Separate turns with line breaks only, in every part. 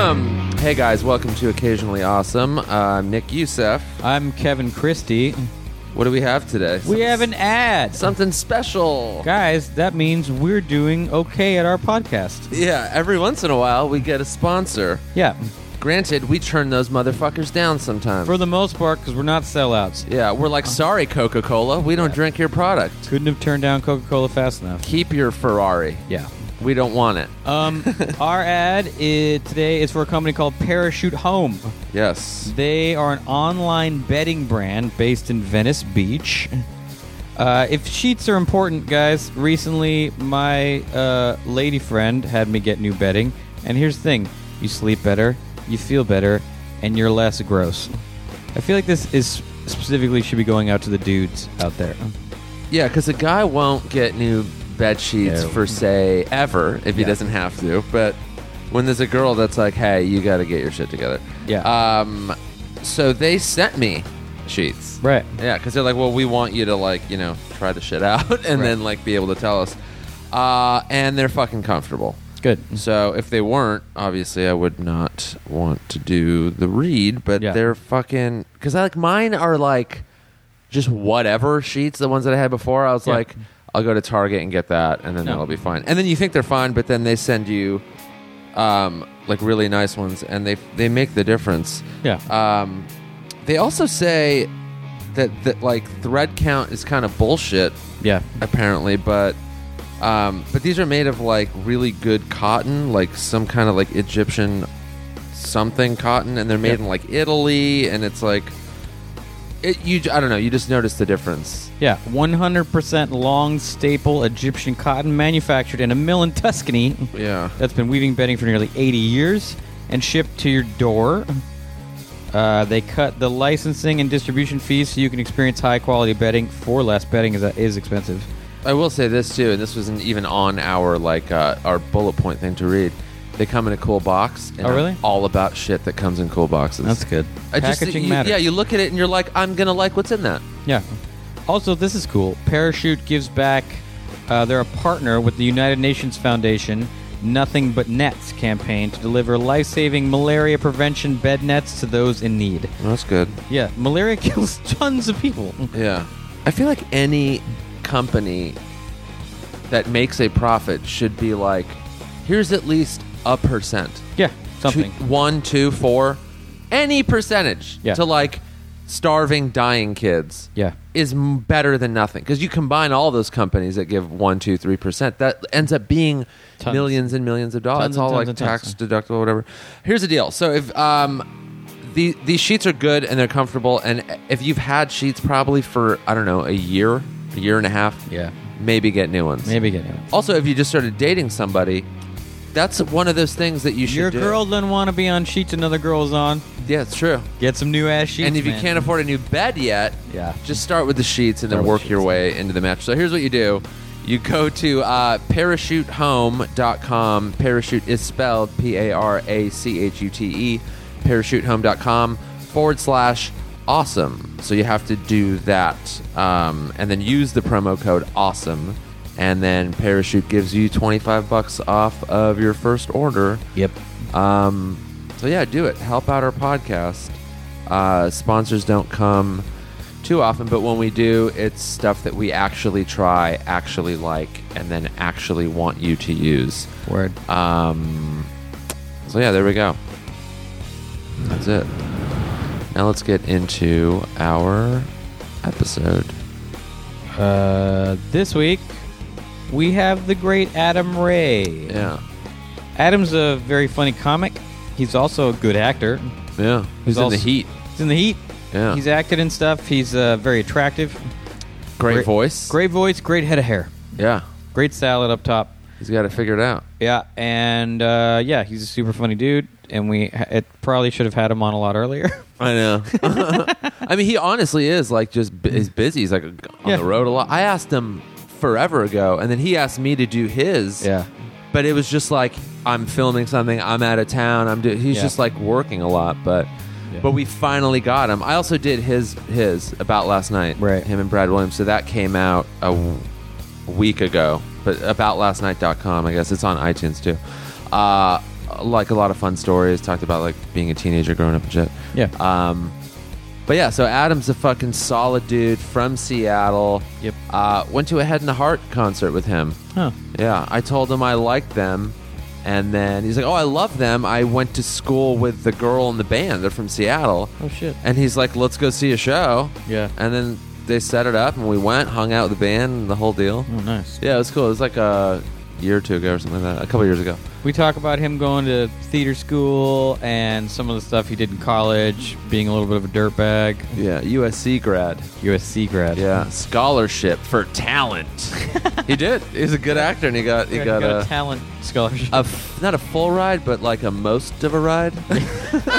Hey guys, welcome to Occasionally Awesome. Uh, I'm Nick Youssef.
I'm Kevin Christie.
What do we have today?
We have an ad.
something special.
Guys, that means we're doing okay at our podcast.
Yeah, every once in a while we get a sponsor.
Yeah,
Granted, we turn those motherfuckers down sometimes.
for the most part, because we're not sellouts.
yeah, we're like, sorry, Coca Cola, we don't drink your product.
Couldn't have turned down Coca Cola fast enough.
Keep your Ferrari.
Yeah.
We don't want it.
Um, our ad i today is for a company called Parachute Home.
Yes.
They are an online bedding brand based in Venice Beach. Uh, if sheets are important, guys, recently my uh, lady friend had me get new bedding. And here's the thing you sleep better, you feel better, and you're less gross. I feel like this is specifically should be going out to the dudes out there.
Yeah, because a guy won't get new bed sheets
No.
for say ever if he
Yeah.
doesn't have to. But when there's a girl that's like, "Hey, you got to get your shit together."
Yeah.
Um, so they sent me sheets.
Right.
Yeah, because they're like, "Well, we want you to like, you know, try the shit out and
Right.
then like be able to tell us." Uh, and they're fucking comfortable.
Good.
Mm-hmm. So if they weren't, obviously I would not want to do the read, but
Yeah.
they're fucking cuz I like mine are like just whatever sheets, the ones that I had before. I was
Yeah.
like I'll go to Target and get that and then
No.
that'll be fine. And then you think they're fine, but then they send you um like really nice ones and they they make the difference.
Yeah.
Um they also say that that like thread count is kind of bullshit
yeah.
apparently, but um, but these are made of like really good cotton, like some kind of like Egyptian something cotton, and they're made
Yeah.
in like Italy, and it's like it. You I don't know. You just notice the difference.
Yeah. 100% long staple Egyptian cotton manufactured in a mill in Tuscany.
Yeah.
that's been weaving bedding for nearly 80 years and shipped to your door. Uh, they cut the licensing and distribution fees so you can experience high quality bedding for less. Bedding is, is expensive.
I will say this too, and this wasn't even on our like uh, our bullet point thing to read. They come in a cool box. And
Oh,
I'm
really?
all about shit that comes in cool boxes.
good.
I just-
Packaging
you-
matters.
Yeah, you look at it and you're like, I'm gonna like what's in that.
Yeah. Also, this is cool. Parachute gives back. Uh, they're a partner with the United Nations Foundation Nothing But Nets campaign to deliver life saving malaria prevention bed nets to those in need.
That's good.
Yeah, malaria kills tons of people.
Yeah. I feel like any company that makes a profit should be like, here's at least a percent.
Yeah, something.
Two, one, two, four, any percentage
Yeah.
to like starving, dying kids
Yeah.
is m- better than nothing. Because you combine all those companies that give one, two, three percent, that ends up being
Tons.
millions and millions of dollars. it's
Tons and
all
tons
like
and tons.
tax deductible, whatever. Here's the deal. So if um, the these sheets are good and they're comfortable, and if you've had sheets probably for I don't know a year, a year and a half,
Yeah.
maybe get new ones.
Maybe get it.
Also, if you just started dating somebody, that's one of those things that you should.
Your
do.
girl doesn't want to be on sheets another girl's on.
yeah, it's true.
Get some new ass sheets.
and if you
man.
can't afford a new bed yet,
Yeah.
just start with the sheets and then
Start with
work
the
your
sheets.
way into the mattress. So here's what you do. You go to uh, parachutehome.com. Parachute is spelled P A R A C H U T E. Parachutehome.com forward slash awesome. So you have to do that. Um, and then use the promo code awesome. And then Parachute gives you 25 bucks off of your first order.
Yep.
Um, so yeah, do it. Help out our podcast. Uh, sponsors don't come too often, but when we do, it's stuff that we actually try, actually like, and then actually want you to use.
Word.
Um, so yeah, there we go. That's it. Now let's get into our episode.
Uh, this week we have the great Adam Ray.
Yeah,
Adam's a very funny comic. He's also a good actor.
yeah. Who's in
also-
the heat?
He's in the heat.
Yeah.
He's acted and stuff. He's uh, very attractive.
Great,
great-
voice.
Great voice. Great head of hair.
Yeah,
Great salad up top.
he's got it figured out.
Yeah, and uh, yeah, he's a super funny dude. And we it probably should have had him on a lot earlier.
I know. I mean, he honestly is like just bu- he's busy. He's like on
Yeah.
the road a lot. I asked him forever ago, and then he asked me to do his.
yeah.
But it was just like I'm filming something. I'm out of town. I'm. Do- he's
Yeah.
just like working a lot, but.
Yeah.
But we finally got him. I also did his his about last night.
Right.
Him and Brad Williams. So that came out a w- week ago. But aboutlastnight.com, I guess it's on iTunes too. Uh, uh, like a lot of fun stories. Talked about like being a teenager, growing up and shit.
Yeah.
Um, but yeah, so Adam's a fucking solid dude from Seattle.
Yep.
Uh, went to a Head and Heart concert with him.
Huh.
Yeah, I told him I liked them, and then he's like, "Oh, I love them. I went to school with the girl in the band. They're from Seattle."
Oh shit.
And he's like, "Let's go see a show."
Yeah.
And then they set it up, and we went, hung out with the band, and the whole deal.
Oh nice.
Yeah, it was cool. It was like a year or two ago or something like that. A couple years ago.
We talk about him going to theater school and some of the stuff he did in college, being a little bit of a dirtbag.
Yeah, USC grad.
USC grad.
Yeah, scholarship for talent. he did. He's a good actor, and he got he
He
got,
got a
a.
talent scholarship.
a f- not a full ride, but like a most of a ride,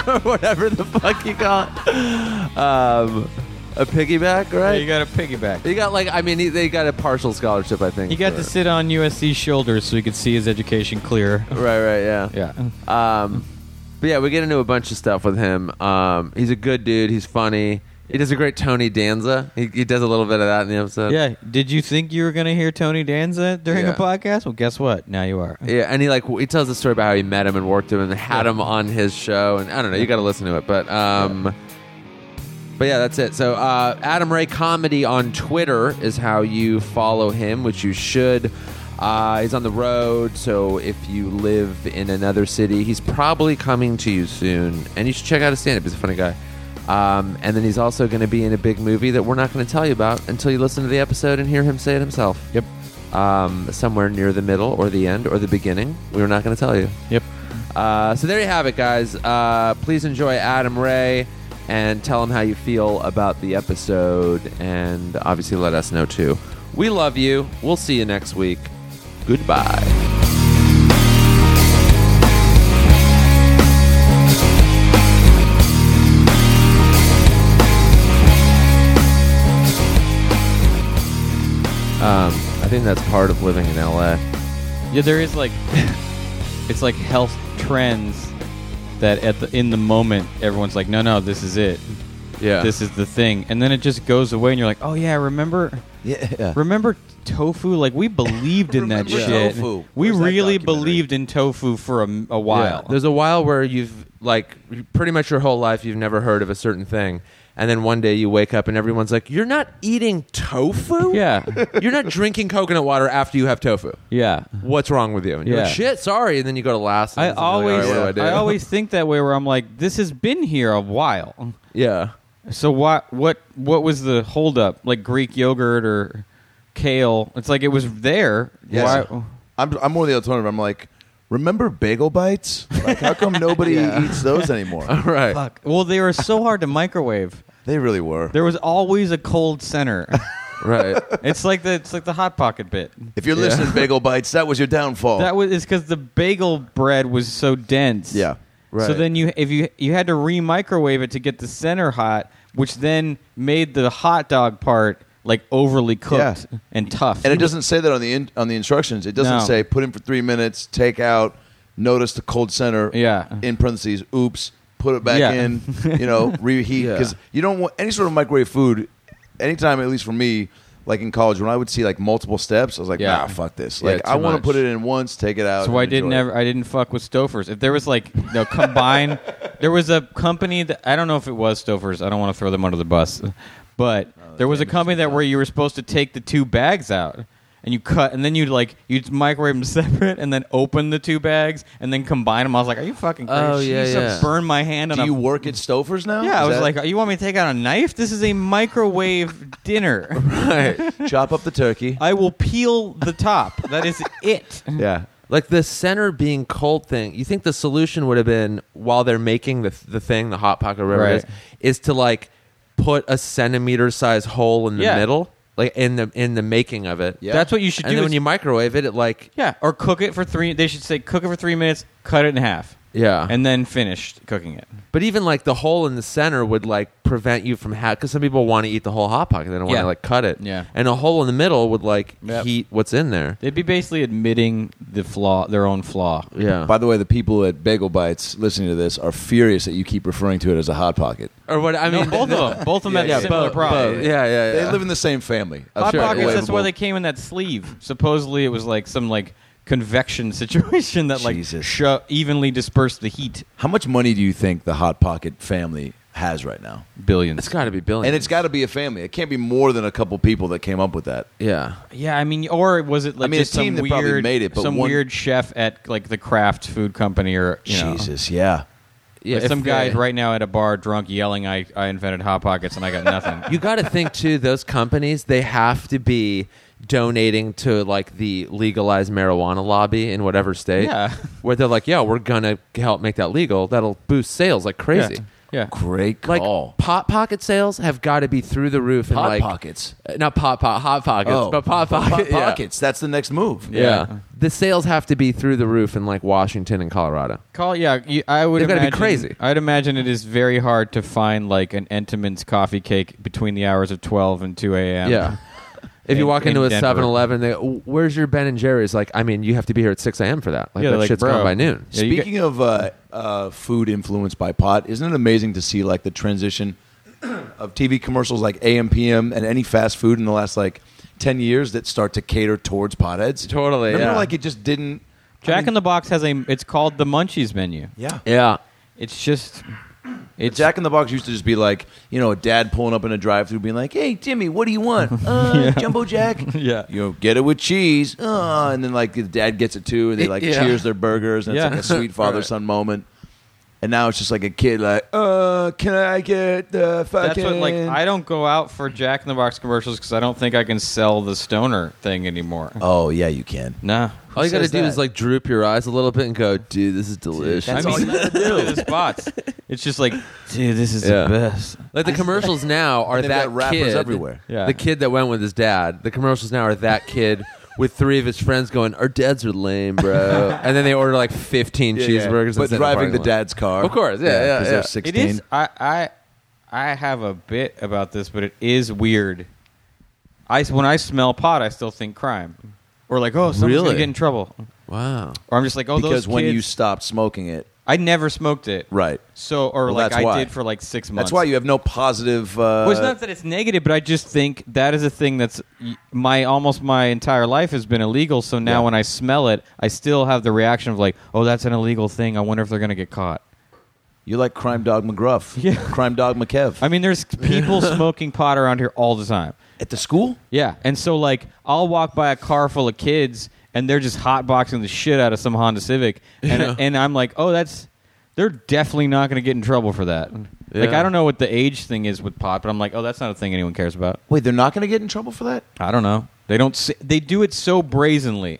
or whatever the fuck you got. Um, a piggyback,
Yeah,
right?
you got a piggyback.
He got like I mean he, they got a partial scholarship I think.
He got
for-
to sit on USC's shoulders so he could see his education clear.
Right, right, yeah.
Yeah.
Um, but yeah, we get into a bunch of stuff with him. Um, he's a good dude. He's funny. He does a great Tony Danza. He, he does a little bit of that in the episode.
Yeah. Did you think you were going to hear Tony Danza during
Yeah.
a podcast? Well, guess what? Now you are.
Yeah, and he like he tells the story about how he met him and worked him and had him on his show, and I don't know, you got to listen to it, but um, but yeah, that's it. So uh, Adam Ray comedy on Twitter is how you follow him, which you should. Uh, he's on the road, so if you live in another city, he's probably coming to you soon, and you should check out his stand-up. He's a funny guy. Um, and then he's also going to be in a big movie that we're not going to tell you about until you listen to the episode and hear him say it himself
Yep.
um, somewhere near the middle or the end or the beginning. We were not going to tell you.
Yep.
Uh, so there you have it, guys. Uh, please enjoy Adam Ray and tell him how you feel about the episode, and obviously let us know too. We love you. We'll see you next week. Goodbye. Um, I think that's part of living in LA.
Yeah, there is like it's like health trends that at the in the moment everyone's like, no, no, this is it,
Yeah.
this is the thing, and then it just goes away, and you're like, oh yeah, remember,
yeah.
remember tofu? Like we believed in that
Remember
shit.
tofu.
We
Where's that
really
documentary?
believed in tofu for a, a while.
There's a while where you've like pretty much your whole life you've never heard of a certain thing, and then one day you wake up and everyone's like, "You're not eating tofu?
Yeah.
You're not drinking coconut water after you have tofu.
yeah.
What's wrong with you?" And you're like,
Yeah.
"Shit, sorry." And then you go to last.
I always,
what do I,
I
do?"
always think that way. Where I'm like, this has been here a while.
yeah,
So what what what was the holdup? Like Greek yogurt or kale? It's like it was there.
Yes.
Why?
I'm, I'm more the alternative. I'm like, remember bagel bites? Like, how come nobody eats those anymore?
right.
Fuck. Well, they were so hard to microwave.
They really were.
There was always a cold center.
Right.
it's like the it's like the hot pocket bit.
If you're listening, bagel bites, that was your downfall.
That was it's because the bagel bread was so dense.
Yeah,
So
right.
then you if you you had to re microwave it to get the center hot, which then made the hot dog part like overly cooked
Yeah.
and tough.
and it doesn't say that on the in, on the instructions. It doesn't
No.
say put in for three minutes, take out, notice the cold center.
Yeah.
In parentheses, oops, put it back
Yeah.
in. You know, reheat
Yeah.
because you don't want any sort of microwave food. Anytime, at least for me, like in college, when I would see like multiple steps, I was like,
Yeah.
nah, fuck this.
Yeah,
Like
too
I want
much.
to put it in once, take it out.
So
and
I didn't
enjoy it.
ever, I didn't fuck with Stofers. If there was like no combine, there was a company that I don't know if it was Stofers. I don't want to throw them under the bus, but there was a company that where you were supposed to take the two bags out and you cut and then you'd like you'd microwave them separate and then open the two bags and then combine them. I was like, are you fucking crazy?
Oh, yeah,
You used to
yeah.
burn my hand on
Do
a
you work at Stouffer's now?
yeah, I
Is
was
that-
like, you want me to take out a knife? This is a microwave dinner.
right.
chop up the turkey.
I will peel the top. That is it.
Yeah. Like the center being cold thing, you think the solution would have been while they're making the the thing, the hot pocket, whatever it
Right.
is, is to like put a centimeter size hole in the
Yeah.
middle, like in the in the making of it.
Yeah.
That's what you should
And
do.
then
is-
when you microwave it, it like
Yeah, or cook it for three. They should say cook it for three minutes, cut it in half,
yeah. And
and then finish cooking it.
but even like the hole in the center would like prevent you from ha because some people want to eat the whole hot pocket, they don't want
Yeah.
to like cut it.
Yeah.
And a hole in the middle would like
Yep.
heat what's in there.
They'd be basically admitting the flaw, their own flaw.
Yeah.
By the way, the people at Bagel Bites listening to this are furious that you keep referring to it as a hot pocket.
or what I
I mean,
mean,
both of them, both of them had
Yeah,
similar
both-
problems.
both. Yeah, yeah,
They
yeah.
live in the same family.
Hot
sure,
pockets.
yeah.
That's why they came in that sleeve. Supposedly, it was like some like convection situation that like
Jesus.
sho- evenly disperse the heat.
How much money do you think the Hot Pocket family has right now?
It's
Billions.
got to be billions.
And it's got to be a family. It can't be more than a couple people that came up with that.
yeah.
Yeah, I mean, or was it like
mean, a
just
team
some
that probably
weird,
made it, but
some
one-
weird chef at like the Kraft food company or you know,
Jesus, yeah.
Yeah,
some
if
guy
they-
right now at a bar drunk yelling, "I I invented hot pockets and I got nothing."
You got to think too. Those companies they have to be donating to like the legalized marijuana lobby in whatever state.
Yeah.
Where they're like, yeah, we're gonna help make that legal. That'll boost sales like
yeah.
crazy.
yeah.
Great
Like
call.
pot pocket sales have got to be through the roof. and
Hot
like,
Pockets. Oh,
Uh, Not pot pot hot pockets,
Oh,
but pot
Hot
pocket yeah.
Pockets. That's the next move.
Yeah. the sales have to be through the roof in like Washington and Colorado.
Call yeah, you, I would
They've gotta be
imagine-
crazy.
I'd imagine it is very hard to find like an Entenmann's coffee cake between the hours of twelve and two a.m.
Yeah. If you
In-
walk
in
into a
Denver.
7 Eleven, they where's your Ben and Jerry's? Like, I mean, you have to be here at 6 a.m. for that. Like,
Yeah,
that
like,
shit's
bro.
gone by noon.
Yeah, you
Speaking of uh, uh, food influenced by pot, isn't it amazing to see like the transition of TV commercials like AM PM and any fast food in the last like ten years that start to cater towards potheads?
Totally,
Remember,
yeah.
like it just didn't.
Jack in the Box has a. It's called the Munchies menu.
Yeah.
Yeah.
It's just. It's
Jack in the Box used to just be like, you know, a dad pulling up in a drive-through, being like, "Hey, Timmy, what do you want? Uh, Jumbo Jack?
Yeah.
you know, get it with cheese." Uh, and then like the dad gets it too, and they like
Yeah.
cheers their burgers, and
Yeah.
it's like a sweet father-son moment. And now it's just like a kid, like, "Uh, can I get the fucking?"
that's what like I don't go out for Jack in the Box commercials because I don't think I can sell the stoner thing anymore.
oh yeah, you can.
Nah.
Uh, All you got to
says
do
that?
is like droop your eyes a little bit and go, dude, this is delicious.
that's
I
all
mean,
you gotta do.
the spots. It's just like, dude, this is
Yeah.
the best.
like the commercials now are
They've
that
got rappers
kid,
everywhere.
Yeah.
The kid that went with his dad. The commercials now are that kid with three of his friends going, "Our dads are lame, bro," and then they order like fifteen
Yeah, yeah.
cheeseburgers. and
but
sit in
driving
parking
the
lot.
dad's car,
Of course, yeah, yeah,
'cause
yeah.
they're
It is-
It
sixteen.
is. I, I I have a bit about this, but it is weird. I when I smell pot, I still think crime, or like, oh, someone's
Really?
gonna get in trouble,
Wow.
or I'm just like, oh,
because
those
when
kids.
you stopped smoking it,
I never smoked it,
right?
So, or
Well,
like
that's
I
why.
did for like six months.
That's why you have no positive. Uh,
Well, it's not that it's negative, but I just think that is a thing that's my almost my entire life has been illegal. So now
Yeah.
when I smell it, I still have the reaction of like, oh, that's an illegal thing. I wonder if they're gonna get caught.
You're like Crime Dog McGruff.
Yeah.
Crime Dog McKev.
I mean, there's people smoking pot around here all the time.
At the school?
Yeah, and so like I'll walk by a car full of kids and they're just hotboxing the shit out of some Honda Civic, and
Yeah.
and I'm like, oh, that's they're definitely not going to get in trouble for that. Like
Yeah.
I don't know what the age thing is with pot, but I'm like, oh, that's not a thing anyone cares about.
Wait, they're not going to get in trouble for that?
I don't know. They don't. s they do it so brazenly.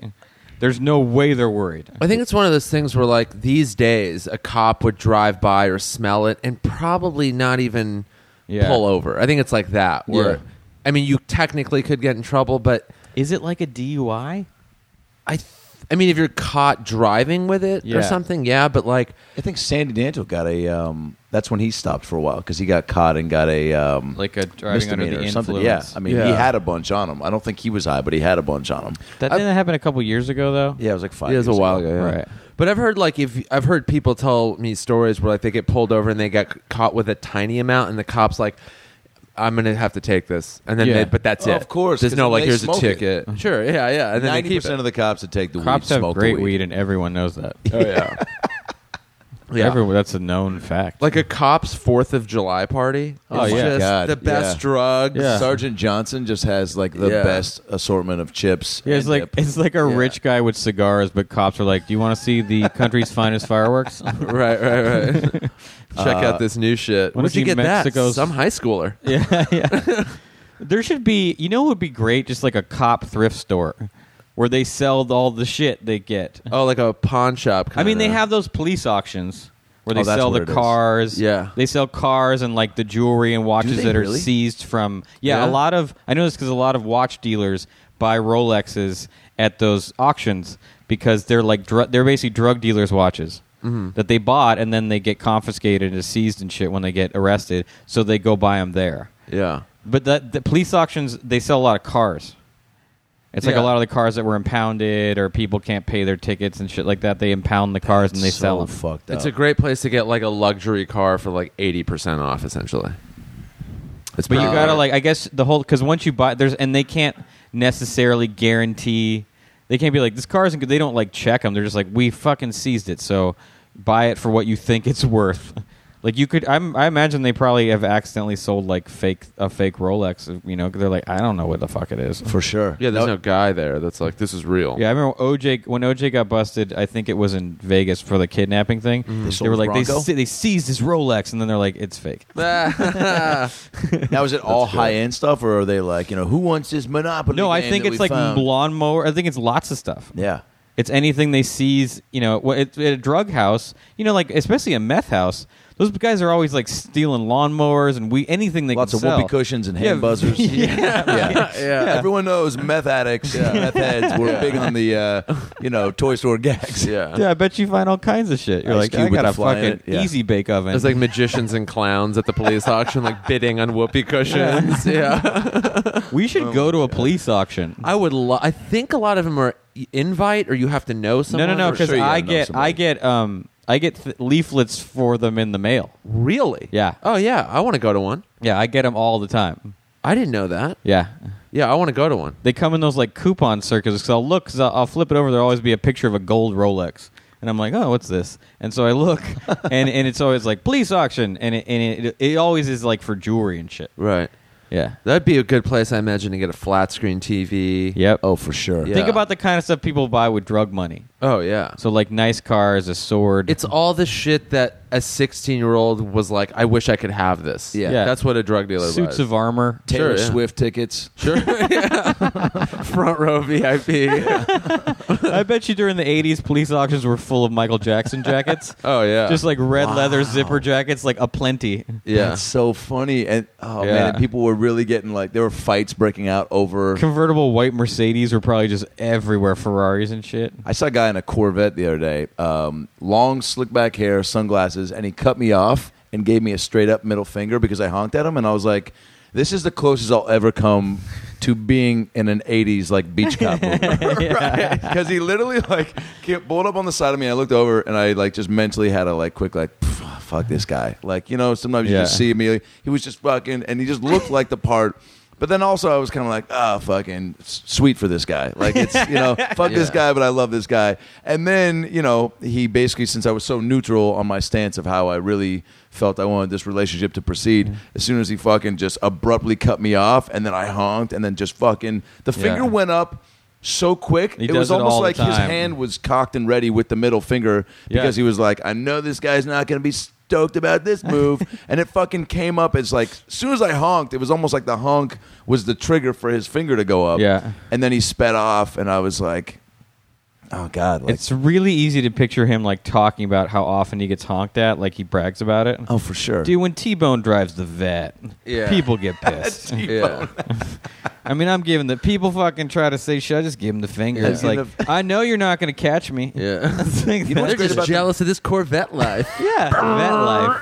There's no way they're worried.
I think it's one of those things where, like, these days, a cop would drive by or smell it and probably not even
Yeah.
pull over. I think it's like that. Where,
Yeah.
I mean, you technically could get in trouble, but
Is it like a DUI?
I, th- I mean, if you're caught driving with it
Yeah.
or something, yeah. But like,
I think Sandy Danto got a. Um, that's when he stopped for a while because he got caught and got a. Um,
Like a driving under
misdemeanor
the
or something. Yeah.
influence.
I mean, he
Yeah.
had a bunch on him. I don't think he was high, but he had a bunch on him.
That
I-
didn't happen a couple years ago though.
Yeah, it was like five.
it was a
years
while ago, yeah.
Right.
But I've heard like if I've heard people tell me stories where like they get pulled over and they got c- caught with a tiny amount, and the cops like, I'm gonna have to take this, and then
Yeah.
they, but that's
Of
it.
course,
there's
'cause
no
then
like
they
here's a
smoke it.
ticket. Sure, yeah, yeah, and then they
Ninety
keep it.
percent of the cops that take the
Crops
weed
have
smoke the
great weed. and everyone knows that.
Oh yeah. yeah.
Everyone, that's a known fact.
like a cop's Fourth of July party. is
Oh, yeah.
just
God,
the best
yeah.
drugs.
Yeah.
Sergeant Johnson just has like the
Yeah.
best assortment of chips.
Yeah, it's
and
like
dip.
it's like a rich guy with cigars, but cops are like, "Do you want to see the country's finest fireworks?"
Right, right, right. Check
Uh,
out this new shit.
wanna
Where'd you
see
get
Mexico's-
that? Some high schooler.
yeah, yeah. There should be, you know, what would be great, just like a cop thrift store where they sell all the shit they get.
Oh, like a pawn shop.
I mean, they
kinda.
have those police auctions where they
Oh, that's
sell
what
the
it is.
cars.
Yeah.
they sell cars and like the jewelry and watches
they
that are
really?
seized from. Yeah,
Yeah?
a lot of I know this because a lot of watch dealers buy Rolexes at those auctions because they're like dr- they're basically drug dealers' watches.
Mm-hmm.
That they bought and then they get confiscated and seized and shit when they get arrested, so they go buy them there.
Yeah.
But the, the police auctions, they sell a lot of cars. It's like
Yeah.
a lot of the cars that were impounded, or people can't pay their tickets and shit like that. They impound the cars and they
so
sell them.
fucked up.
It's a great place to get like a luxury car for like eighty percent off, essentially. It's
But you
pretty
gotta
rare.
like, I guess the whole because once you buy, there's and they can't necessarily guarantee They can't be like this car isn't good. They don't like check them. They're just like we fucking seized it. So buy it for what you think it's worth. Like you could, I'm, I imagine they probably have accidentally sold like fake a fake Rolex. You know, 'cause they're like I don't know what the fuck it is.
for sure.
Yeah, there's
That-
no guy there that's like, this is real.
Yeah, I remember OJ when OJ got busted. I think it was in Vegas for the kidnapping thing. They,
Mm-hmm. sold
were
his
like they,
Bronco?
se- they seized his Rolex, and then they're like it's fake.
Yeah.
Now is it all high end stuff, or are they like you know who wants this monopoly?
No, I
game
think
that
it's
we
like
found?
lawnmower. I think it's lots of stuff.
Yeah,
It's anything they seize, you know, wh- it- at a drug house, you know, like especially a meth house. Those guys are always like stealing lawnmowers and we anything they
lots
can
of whoopee
sell.
cushions and hand
Yeah,
buzzers.
yeah.
yeah.
Yeah.
Everyone knows meth addicts, meth heads were big on the uh, you know toy store gags.
yeah.
Yeah, I bet you find all kinds of shit. You're
Ice
like,
Cube
I
with
got
the
a
fly in
fucking
it, yeah.
easy bake oven.
It's like magicians and clowns at the police auction, like bidding on whoopee cushions. Yeah.
we
oh
should go to a police auction.
I would. Lo- I think a lot of them are i- invite, or you have to know
No,
someone.
no, no,
or-
because
sure you
I
know
get,
somebody.
I get, um, I get th- leaflets for them in the mail.
really.
Yeah.
Oh yeah, I want to go to one.
Yeah, I get them all the time.
I didn't know that.
Yeah.
Yeah, I want to go to one.
They come in those like coupon circuits. Cause I'll look, cause I'll, I'll flip it over. There'll always be a picture of a gold Rolex, and I'm like, oh, what's this? And so I look, and and it's always like police auction, and it, and it it always is like for jewelry and shit.
Right.
Yeah.
That'd be a good place, I imagine, to get a flat screen TV.
Yep.
Oh, for sure.
Yeah.
Think about the kind of stuff people buy with drug money.
Oh yeah.
So like nice cars, a sword.
It's all the shit that a 16 year old was like, I wish I could have this.
Yeah.
Yeah.
That's what a drug dealer
suits
buys.
of armor.
Sure,
Taylor
yeah.
Swift tickets.
Sure. Yeah. Front row VIP.
I bet you during the '80s, police auctions were full of Michael Jackson jackets.
Oh yeah.
Just like red leather
Wow.
zipper jackets, like a plenty.
yeah.
That's so funny. And oh
Yeah.
man, and people were really getting like there were fights breaking out over.
Convertible white Mercedes were probably just everywhere. Ferraris and shit.
I saw a guy in a Corvette the other day, um, long slick back hair, sunglasses, and he cut me off and gave me a straight up middle finger because I honked at him, and I was like, "This is the closest I'll ever come to being in an '80s like beach cop movie." right? Because he literally like came- pulled up on the side of me. And I looked over and I like just mentally had a like quick like, "Pff, "Fuck this guy!" Like you know, sometimes you
Yeah.
just see me. He was just fucking, and he just looked like the part. But then also, I was kind of like, ah, fucking s- sweet for this guy. Like, it's, you know, fuck this
Yeah.
guy guy, but I love this guy. And then, you know, he basically, since I was so neutral on my stance of how I really felt I wanted this relationship to proceed,
Mm-hmm.
as soon as he fucking just abruptly cut me off, and then I honked, and then just fucking the finger went up so quick.
He
it
does
was
it
almost
all the
like his
time.
hand was cocked and ready with the middle finger
Yeah.
because he was like, I know this guy's not going to be stoked about this move. and it fucking came up as like, as soon as I honked, it was almost like the honk was the trigger for his finger to go up.
Yeah.
And then he sped off, and I was like, Oh God! Like,
It's really easy to picture him like talking about how often he gets honked at, like he brags about it.
oh, for sure.
Dude, when T Bone drives the vet,
Yeah.
people get pissed.
yeah.
I mean, I'm giving the people fucking try to say shit. I just give him the finger.
Yeah.
It's like I know you're not going to catch me.
Yeah.
It's like
They're
that-
great
just
about the-
jealous of this Corvette life.
yeah, vet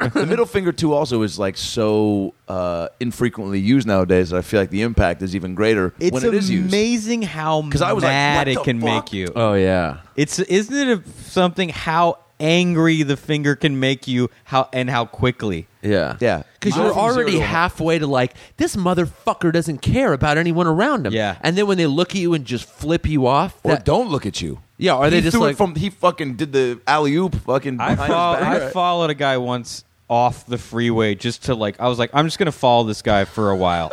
life.
the middle finger too also is like so uh, infrequently used nowadays that I feel like the impact is even greater when it is used.
amazing how mad
'Cause I was like, what
it
the
can
fuck?
make you.
Oh yeah.
It's isn't it a, something how angry the finger can make you how and how quickly.
Yeah.
Yeah.
Because
Mine
you're
from zero
already
to one.
halfway to like, this motherfucker doesn't care about anyone around him.
Yeah.
And then when they look at you and just flip you off,
Or
that-
don't look at you.
Yeah, are
he
they just
threw it
like-
from he fucking did the alley oop fucking
I,
behind his
fol-
back.
I followed a guy once off the freeway just to like I was like I'm just gonna follow this guy for a while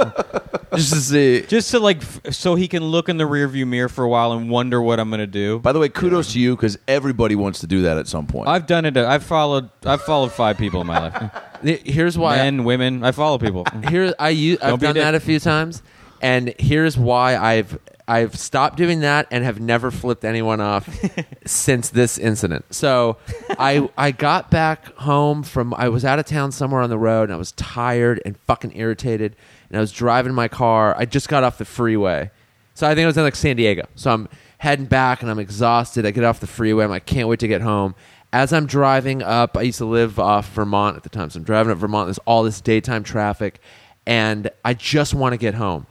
just to see.
just to like f- so he can look in the rearview mirror for a while and wonder what I'm gonna do.
By the way, kudos to you because everybody wants to do that at some point.
I've done it. uh, I've followed. I've followed five people in my life,
Here's why.
men, women. I follow people.
here I use, I've
Don't be a
done that a
dick.
few times, and here's why I've I've stopped doing that and have never flipped anyone off since this incident. So I I got back home from I was out of town somewhere on the road and I was tired and fucking irritated and I was driving my car. I just got off the freeway. So I think I was in like San Diego. So I'm heading back and I'm exhausted. I get off the freeway. I'm like, can't wait to get home. As I'm driving up, I used to live off Vermont at the time. So I'm driving up Vermont. There's all this daytime traffic. And I just want to get home.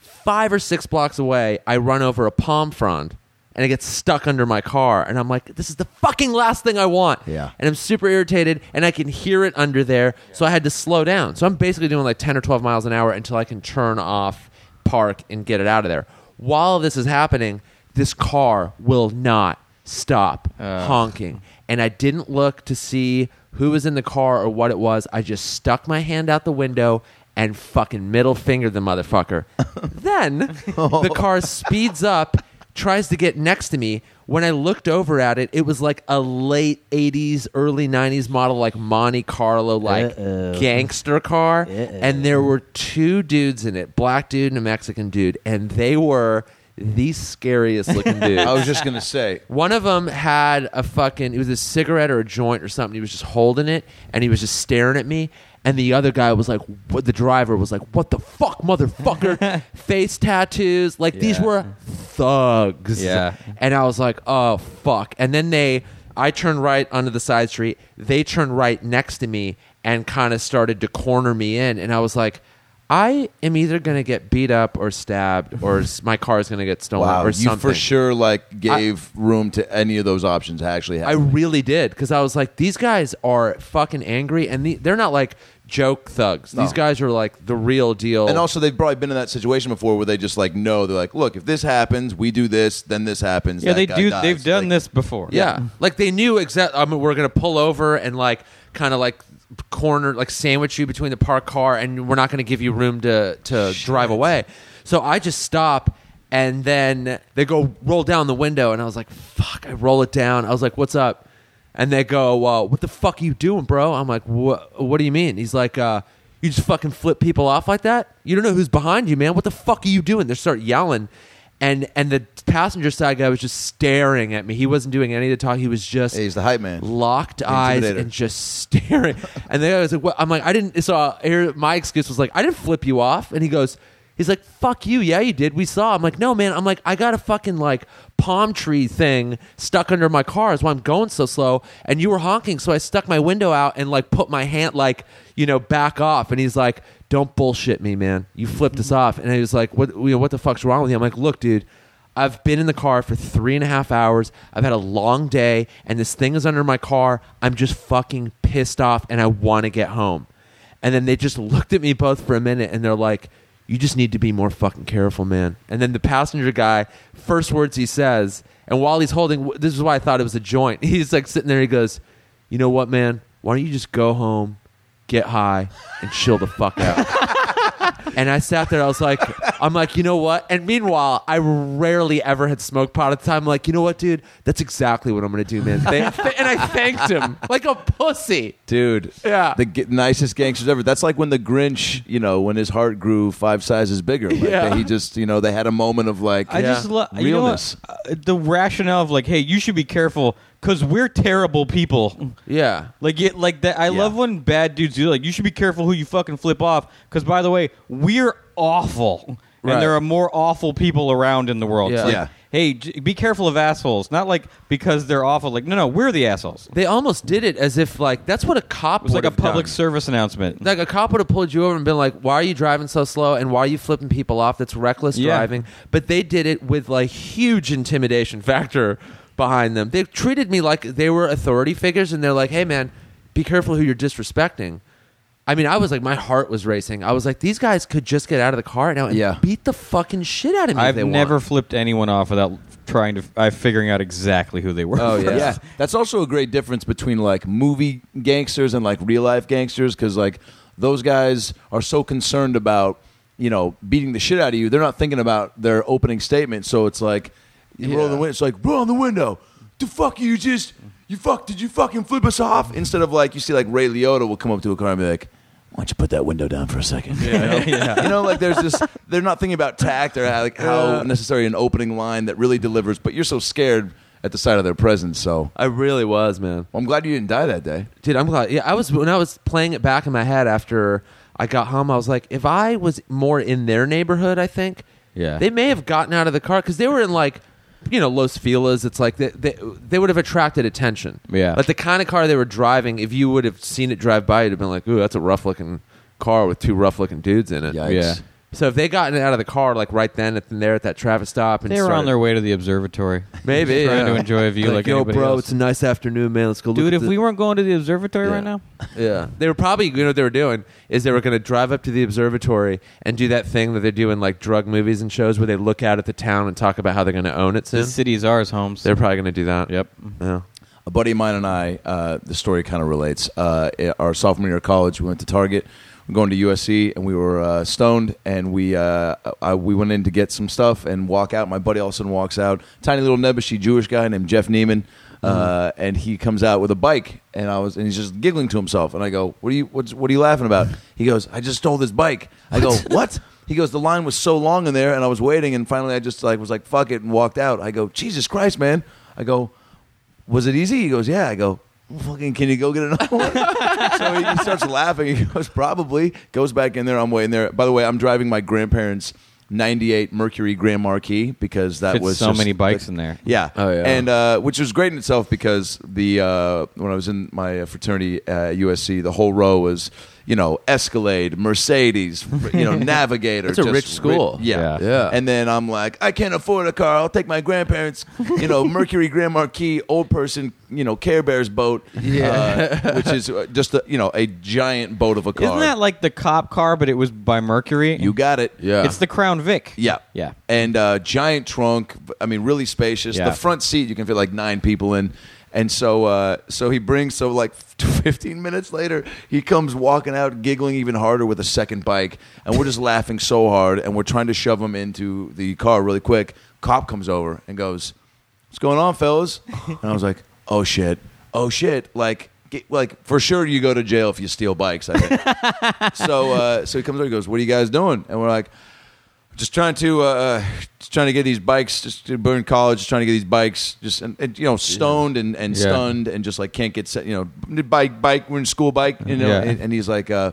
Five or six blocks away, I run over a palm frond and it gets stuck under my car. And I'm like, this is the fucking last thing I want.
Yeah.
And I'm super irritated and I can hear it under there. So I had to slow down. So I'm basically doing like 10 or 12 miles an hour until I can turn off park and get it out of there. While this is happening, this car will not stop honking. And I didn't look to see who was in the car or what it was. I just stuck my hand out the window and fucking middle fingered the motherfucker. then the car speeds up, tries to get next to me. When I looked over at it, it was like a late 80s, early 90s model, like Monte Carlo, like gangster car. And there were two dudes in it black dude and a Mexican dude. And they were the scariest looking dudes.
I was just gonna say.
One of them had a fucking. It was a cigarette or a joint or something. He was just holding it and he was just staring at me. And the other guy was like, what, the driver was like, "What the fuck, motherfucker!" Face tattoos. Like these
Yeah.
were thugs.
Yeah.
And I was like, "Oh fuck!" And then they, I turned right onto the side street. They turned right next to me and kind of started to corner me in. And I was like. I am either going to get beat up or stabbed, or s- my car is going to get stolen,
Wow,
or
you
something.
for sure like gave room to any of those options actually
I
happening.
really did because I was like, these guys are fucking angry, and the, they're not like joke thugs. These guys are like the real deal.
and also, they've probably been in that situation before where they just like know they're like, look, if this happens, we do this, then this happens.
Yeah,
that
they
guy
do.
dies.
They've done
Like,
this before.
yeah,
Mm.
like they knew exactly. I mean, we're gonna pull over and like kind of like corner, like sandwich you between the parked car, and we're not gonna give you room to to drive away. So I just stop. And then they go roll down the window, and I was like, "Fuck!" I roll it down. I was like, "What's up?" And they go, uh, "What the fuck are you doing, bro?" I'm like, "What? What do you mean?" He's like, uh, "You just fucking flip people off like that? You don't know who's behind you, man. What the fuck are you doing?" They start yelling, and and the passenger side guy was just staring at me. He wasn't doing any of the talk. He was just
He's the hype man.
locked eyes
Intimidator.
and just staring. and then I was like, what? I'm like, I didn't. So uh, here, my excuse was like, I didn't flip you off. And he goes, he's like, fuck you. Yeah, you did. We saw. I'm like, no, man. I'm like, I got a fucking like palm tree thing stuck under my car. Is why I'm going so slow. And you were honking, so I stuck my window out and like put my hand like you know back off. And he's like, don't bullshit me, man. You flipped us off. And I was like, what? You know, what the fuck's wrong with you? I'm like, look, dude. I've been in the car for three and a half hours. I've had a long day, and this thing is under my car. I'm just fucking pissed off, and I want to get home. And then they just looked at me both for a minute, and they're like, "You just need to be more fucking careful, man." And then the passenger guy, first words he says, and while he's holding, this is why I thought it was a joint. He's like sitting there, he goes, "You know what, man? Why don't you just go home, get high, and chill the fuck out?" And I sat there. I was like, I'm like, you know what? And meanwhile, I rarely ever had smoked pot at the time. I'm like, you know what, dude? That's exactly what I'm gonna do, man. Thank- and I thanked him like a pussy.
dude.
Yeah.
the g- nicest gangsters ever. That's like when the Grinch, you know, when his heart grew five sizes bigger. Like,
Yeah.
that he just, you know, they had a moment of like,
I just love you know
realness.
what? Uh, the rationale of like, hey, you should be careful because we're terrible people.
Yeah.
Like it, like that. I
Yeah.
love when bad dudes do like. You should be careful who you fucking flip off. Because by the way, we're awful,
Right.
and there are more awful people around in the world. It's
Yeah.
like,
Yeah.
Hey, j- be careful of assholes. Not like because they're awful. Like no, no, we're the assholes. It
They almost did it as if like that's what a cop
was like
would
a
have
public
done.
service announcement.
like a cop would have pulled you over and been like, "Why are you driving so slow? And why are you flipping people off? That's reckless
Yeah.
driving." But they did it with like huge intimidation factor behind them. They treated me like they were authority figures, and they're like, "Hey, man, be careful who you're disrespecting." I mean, I was like, my heart was racing. I was like, these guys could just get out of the car now and
Yeah.
beat the fucking shit out of me. if
I've
they
never
want.
flipped anyone off without trying to. I figuring out exactly who they were.
Oh, yeah.
first.
yeah, that's also a great difference between like movie gangsters and like real life gangsters because like those guys are so concerned about you know beating the shit out of you. They're not thinking about their opening statement, so it's like you roll the window. It's like roll the window. The fuck you just you fuck did you fucking flip us off? Instead of like you see like Ray Liotta will come up to a car and be like. Why don't you put that window down for a second? You, know? You know, like there's this. They're not thinking about tact or how, like how necessary an opening line that really delivers. But you're so scared at the sight of their presence, so
I really was, man.
well, I'm glad you didn't die that day.
Dude, I'm glad. Yeah, I was when I was playing it back in my head after I got home. I was like, if I was more in their neighborhood, I think,
Yeah.
they may have gotten out of the car because they were in like, you know, Los Feliz. It's like they, they they would have attracted attention.
Yeah.
like the kind of car they were driving. If you would have seen it drive by, you'd have been like, ooh, that's a rough looking car with two rough looking dudes in it.
Yikes.
Yeah.
So if they gotten out of the car like right then and there at that traffic stop and
They were on
started-
their way to the observatory.
maybe
trying
yeah.
to enjoy a view like
yo,
anybody
bro,
else.
it's a nice afternoon, man. Let's go, look
Dude,
at
if
the-
we weren't going to the observatory
Yeah.
right now,
Yeah, they were probably you know what they were doing is they were going to drive up to the observatory and do that thing that they do in like drug movies and shows where they look out at the town and talk about how they're going to own it soon.
the city's ours, Holmes.
They're probably going to do that.
Yep.
Yeah.
A buddy of mine and I, uh, the story kind of relates. Uh, i- our sophomore year of college, we went to Target. We're going to USC, and we were uh, stoned, and we uh, I, we went in to get some stuff and walk out. My buddy all of a sudden walks out, tiny little nebbishy Jewish guy named Jeff Neiman, uh, and he comes out with a bike, and I was and he's just giggling to himself, and I go, "What are you what's, what are you laughing about?" He goes, "I just stole this bike." I go, "What?" He goes, the line was so long in there, and I was waiting, and finally I just like was like, "Fuck it," and walked out. I go, "Jesus Christ, man!" I go, was it easy? He goes, yeah. I go, fucking, can you go get another one? so he starts laughing. He goes, probably. Goes back in there. I'm waiting there. By the way, I'm driving my grandparents' 98 Mercury Grand Marquis because that
Fits
was
so
just
many bikes
the-
in there.
Yeah.
Oh, yeah.
And uh, which was great in itself because the uh, when I was in my fraternity uh, at USC, the whole row was. You know, Escalade, Mercedes, you know, Navigator.
It's a
just
rich school.
yeah.
Yeah. Yeah.
And then I'm like, I can't afford a car. I'll take my grandparents, you know, Mercury Grand Marquis, old person, you know, Care Bears boat, yeah. which is uh, just, a, you know, a giant boat of a car.
Isn't that like the cop car, but it was by Mercury?
you got it.
Yeah.
It's the Crown Vic.
Yeah.
Yeah.
And uh, giant trunk. I mean, really spacious.
Yeah.
The front seat, you can fit like nine people in. And so, uh, so he brings. So, like fifteen minutes later, he comes walking out, giggling even harder with a second bike, and we're just laughing so hard, and we're trying to shove him into the car really quick. Cop comes over and goes, "What's going on, fellas?" And I was like, "Oh shit, oh shit!" Like, get, like for sure, you go to jail if you steal bikes. I think. so, uh, so he comes over, he goes, "What are you guys doing?" And we're like, just trying to uh, uh, just trying to get these bikes just to burn college just trying to get these bikes just and, and, you know stoned and, and
Yeah.
stunned and just like can't get set you know bike bike we're in school bike you know
Yeah.
and, and he's like uh,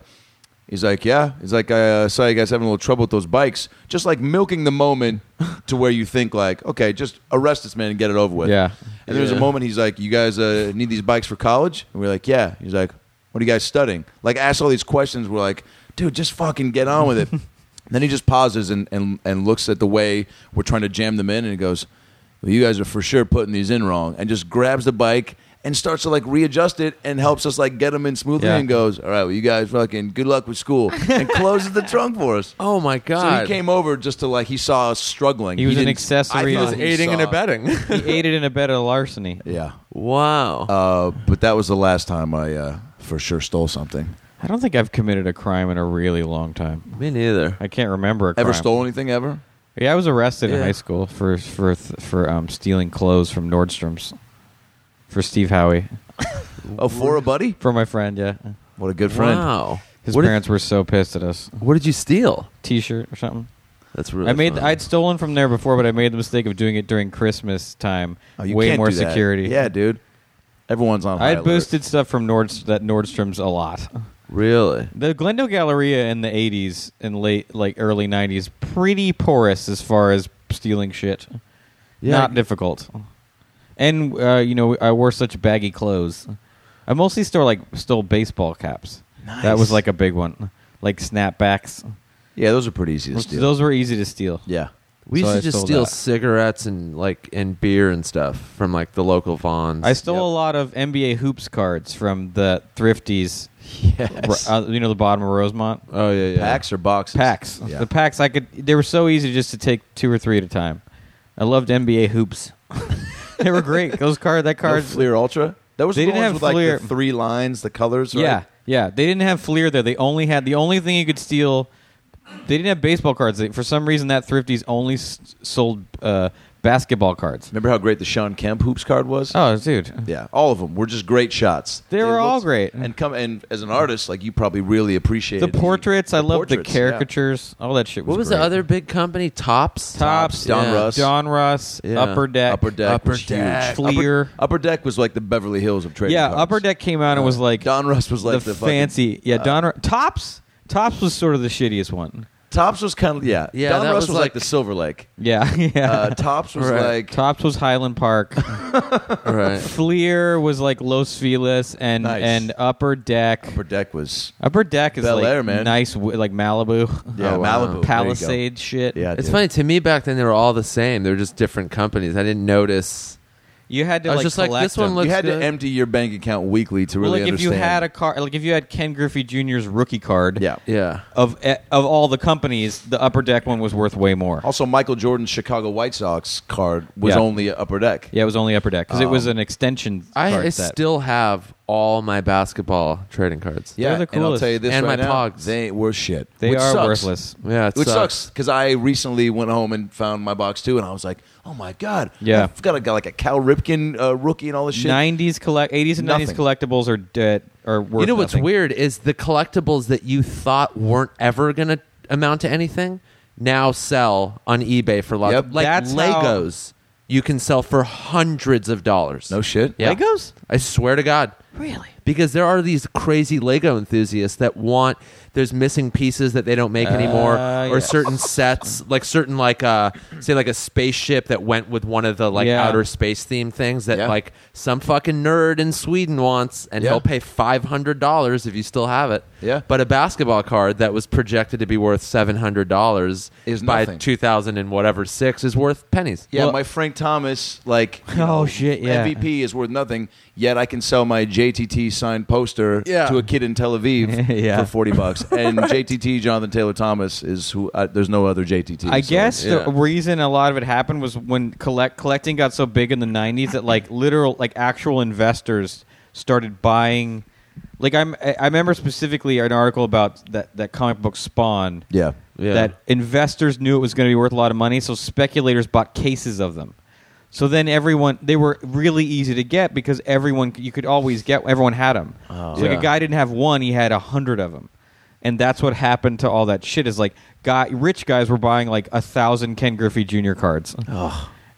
he's like yeah he's like I uh, saw you guys having a little trouble with those bikes just like milking the moment to where you think like okay just arrest this man and get it over with
Yeah.
and there was a
Yeah.
moment he's like you guys uh, need these bikes for college and we're like yeah he's like what are you guys studying like asked all these questions we're like dude just fucking get on with it And then he just pauses and, and, and looks at the way we're trying to jam them in and he goes, well, You guys are for sure putting these in wrong. And just grabs the bike and starts to like readjust it and helps us like get them in smoothly
Yeah.
and goes, All right, well, you guys fucking good luck with school and closes the trunk for us.
Oh my
So he
god.
came over just to like, he saw us struggling.
He was an
didn't-
accessory.
I
He was
thought he
aiding and
saw-
abetting.
he aided in a bed of larceny.
Yeah.
wow.
Uh, but that was the last time I uh, for sure stole something.
I don't think I've committed a crime in a really long time.
Me neither.
I can't remember a crime.
Ever stole anything ever?
Yeah, I was arrested in
Yeah.
high school for for for um, stealing clothes from Nordstrom's for Steve Howie
Oh, for a buddy?
for my friend. Yeah,
What a good friend.
Wow.
his
what
parents were so pissed at us.
Did, what did you steal?
T-shirt or something.
That's really.
I made
funny.
I'd stolen from there before, but I made the mistake of doing it during Christmas time.
Oh, you
Way
can't
more
do that.
security.
Yeah, dude. Everyone's on. high
I
alert.
would boosted stuff from Nordst- that Nordstrom's a lot.
really.
The Glendale Galleria in the '80s and late, like early '90s, pretty porous as far as stealing shit.
Yeah.
Not difficult. And uh, you know, I wore such baggy clothes. I mostly stole like stole baseball caps. That was
Nice.
like a big one, like snapbacks.
Yeah, those are pretty easy to
Which-
steal.
Those were easy to steal.
yeah.
We used
So
to
I
just
stole
steal
that.
cigarettes and like and beer and stuff from like the local Vons.
I stole
Yep.
a lot of NBA hoops cards from the thrifties.
Yes.
Uh, you know, the bottom of Rosemont.
oh yeah, yeah.
Packs or boxes?
Packs.
Yeah.
The packs I could they were so easy just to take two or three at a time. I loved NBA hoops. they were great. Those card that
No
cards
Fleer Ultra. That was
They
the
didn't
ones
have
with
Fleer.
like the three lines, the colors. Right?
Yeah. Yeah, they didn't have Fleer there. They only had the only thing you could steal they didn't have baseball cards. They, for some reason that thrifties only s- sold uh, basketball cards.
Remember how great the Sean Kemp hoops card was?
Oh, dude.
Yeah, all of them were just great shots.
They were all great.
And come and as an artist, like you probably really
The
appreciated
portraits, I
the
loved the
portraits, yeah.
caricatures. All that shit was
What was
great.
the other big company? Tops.
Tops,
Don
yeah.
Russ.
Don Russ,
Yeah.
Upper Deck,
Upper Deck,
Upper
was huge.
Deck.
Upper-
Fleer.
Upper, Deck was like the Beverly Hills of trading
Yeah,
cards.
Upper Deck came out and was like
Uh, Don Russ was like
the,
the, fucking- uh,
fancy. yeah, Don Ru- Tops. Tops was sort of the shittiest one.
Tops was kind of yeah.
Yeah,
Don
that
Russ
was
was, like,
like-
the Silver Lake.
Yeah, yeah.
Uh, Tops was
Right.
like
Tops was Highland Park.
right.
Fleer was like Los Feliz, and
Nice.
and Upper Deck.
Upper Deck was
Upper Deck is
Bel
like
Air, man.
nice, wi- like Malibu,
yeah
Oh, wow.
Malibu there you go.
Palisade shit.
Yeah,
It's
dude.
funny to me. Back then, they were all the same. They were just different companies. I didn't notice.
you had to
I was
like
just like,
collect
this one
them.
looks
You had
good.
to empty your bank account weekly to really
like if you
understand.
had a car, like if you had Ken Griffey Jr.'s rookie card.
yeah.
Yeah.
Of eh, of all the companies, the Upper Deck one was worth way more.
Also, Michael Jordan's Chicago White Sox card was
Yeah.
only Upper Deck.
Yeah, it was only Upper Deck because it was an extension.
I,
card
I
set.
still have all the basketball trading cards.
They're the
and I'll
coolest.
tell you this
And
right
my
now,
Pogs.
they were shit.
They
which
are
sucks.
worthless.
Yeah, it
which
sucks.
sucks because I recently went home and found my box too, and I was like, "Oh my god,
Yeah.
I've got a got like a Cal Ripken uh, rookie and all this shit."
Nineties collect, eighties and nineties
Nothing.
collectibles are dead. Are worth
You know what's
nothing.
weird is the collectibles that you thought weren't ever going to amount to anything now sell on eBay for lots.
Yep.
like
That's how-
Legos, you can sell for hundreds of dollars.
No shit.
Yeah.
Legos?
I swear to God.
Really?
Because there are these crazy Lego enthusiasts that want there's missing pieces that they don't make anymore,
Uh,
or
yes.
certain sets, like certain like uh, say like a spaceship that went with one of the like
Yeah.
outer space theme things that
Yeah.
like some fucking nerd in Sweden wants, and
Yeah.
he'll pay five hundred dollars if you still have it.
Yeah.
But a basketball card that was projected to be worth seven hundred dollars
Is
by
nothing.
two thousand and whatever six is worth pennies.
Yeah,
Well-
my Frank Thomas, like, you
Oh,
know,
shit, yeah.
MVP is worth nothing. Yet I can sell my JTT signed poster
Yeah.
to a kid in Tel Aviv
Yeah.
for forty bucks, and JTT Jonathan Taylor Thomas is who. I, there's no other JTT.
I
so,
guess
yeah.
the reason a lot of it happened was when collect collecting got so big in the '90s that like literal like actual investors started buying. Like I'm, I I remember specifically an article about that that comic book Spawn.
Yeah.
Yeah.
That investors knew it was going to be worth a lot of money, so speculators bought cases of them. So then everyone they were really easy to get because everyone you could always get everyone had them. so like
Yeah.
a guy didn't have one, he had a hundred of them, and that's what happened to all that shit. Is like guy rich guys were buying like a thousand Ken Griffey Jr. cards.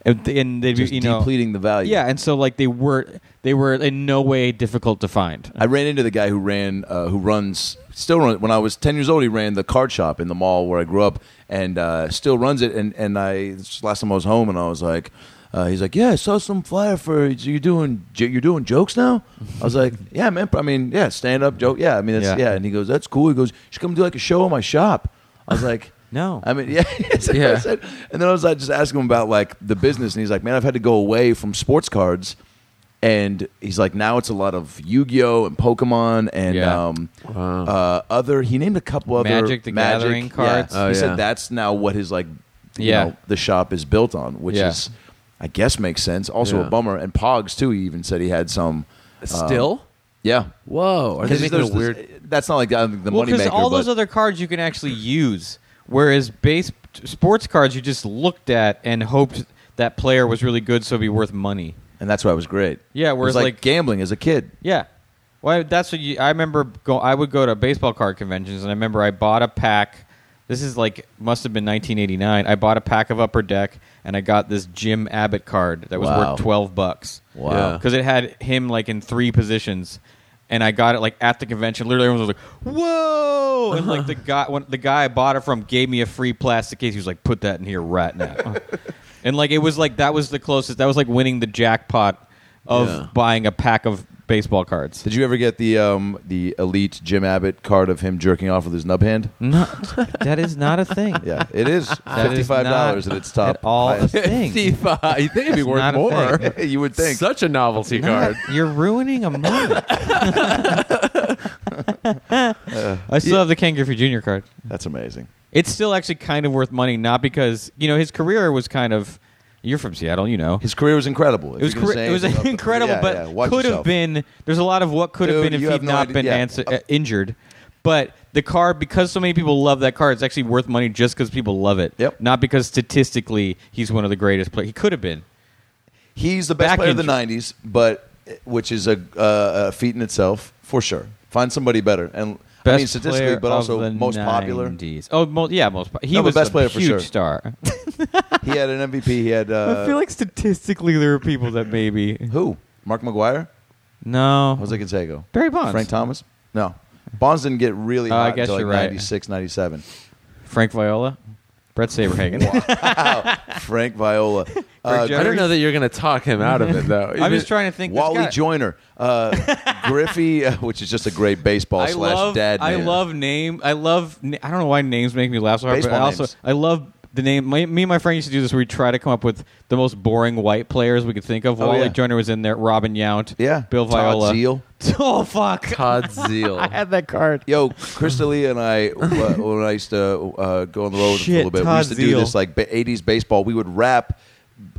And, and they'd
Just
be, you know,
depleting the value.
Yeah, and so like they were they were in no way difficult to find.
I ran into the guy who ran, uh, who runs, still runs. When I was ten years old, he ran the card shop in the mall where I grew up, and uh, still runs it. And and I this last time I was home, and I was like, uh, he's like, yeah, I saw some flyer for you doing j- you're doing jokes now. I was like, yeah, man. I mean, yeah, stand up joke. Yeah, I mean, that's,
Yeah.
yeah. And he goes, that's cool. He goes, you should come do like a show in my shop. I was like.
No.
I mean, yeah, That's what I
Yeah.
said. And then I was like, just asking him about like the business, and he's like, "Man, I've had to go away from sports cards." And he's like, "Now it's a lot of Yu-Gi-Oh and Pokemon and
Yeah.
um,
Wow.
uh, other." He named a couple other
Magic the Gathering
yeah.
cards.
Oh,
he
yeah.
said that's now what his like, you
Yeah.
know, the shop is built on, which
Yeah.
is, I guess, makes sense. Also
Yeah.
a bummer. And Pogs too. He even said he had some. uh,
Still.
yeah.
Whoa. Are they
'Cause
making a
there's this-
weird?
That's not like I think the
well,
money maker.
all those
but-
other cards you can actually use, whereas base sports cards you just looked at and hoped that player was really good, so it'd be worth money.
and that's why it was great.
Yeah,
It was
whereas,
like
like-
gambling as a kid.
Yeah. Well, I- that's what you, I remember. Go, I would go to baseball card conventions, and I remember I bought a pack. This is like must have been 1989. I bought a pack of Upper Deck, and I got this Jim Abbott card that was
Wow.
worth 12 bucks.
Wow.
Yeah.
Because it had him like in three positions, and I got it like at the convention. Literally, everyone was like, "Whoa!" And like the guy, when, the guy I bought it from gave me a free plastic case. He was like, "Put that in here right now." and like it was like that was the closest. That was like winning the jackpot of
Yeah.
buying a pack of baseball cards.
Did you ever get the um, the elite Jim Abbott card of him jerking off with his nub hand?
No, that is not a thing.
Yeah, it is
Mm. That
fifty
is
five dollars
not
at its top.
At all a
highest.
thing.
Fifty-five. You think it'd be
It's
worth
not a
more?
thing.
you would think.
Such a novelty
Not-
card.
you're ruining a moment. I still have the Ken Griffey Jr. card.
That's amazing.
It's still actually kind of worth money, not because you know his career was kind of. You're from Seattle, you know.
His career was incredible. If
It was
you can
cor-
say
it was
anything about the-
incredible,
yeah,
but
yeah, watch
could have
yourself.
been. There's a lot of what could have
Dude,
been
you
if
have
he'd
no
not
idea-
been
yeah.
ans- uh, injured. But the card, because so many people love that card, it's actually worth money just because people love it.
Yep.
Not because statistically he's one of the greatest players. He could have been.
He's the best
back
player of the
injury.
'90s, but eh, which is a, uh, a feat in itself for sure. Find somebody better, and I
Best
mean statistically,
player
but also
of the
most popular.
90s. Oh, mo- yeah, most. Po- he
No, but
was
best
a
player for
huge
sure.
star.
He had an MVP. He had uh,
I feel like statistically there are people that maybe
who? Mark McGuire,
no.
Jose Canseco,
Barry Bonds.
Frank Thomas. No, Bonds didn't get really
Oh, I
hot
guess
until like
you're right.
'96, '97.
Frank Viola, Brett Saberhagen.
Frank Viola, uh,
I don't know that you're going to talk him out of it, though.
I'm just trying to think. this
Wally
guy-
Joyner, uh, Griffey, uh, which is just a great baseball
I
slash
love,
dad.
I
name.
love name. I love. na- I don't know why names make me laugh so hard, but I
Baseball
also
names.
I love the name. My, me and my friend used to do this. where We try to come up with the most boring white players we could think of.
Oh,
Wally
yeah.
Joyner was in there. Robin Yount.
Yeah,
Bill
Todd
Viola.
Zeal.
Oh fuck!
Todd Zeal.
I had that card.
Yo, Crystalia and I, wh- when I used to uh, go on the road with
Shit,
him for a little bit,
Todd
we used to
Zeal.
do this like ba- 80s baseball. We would rap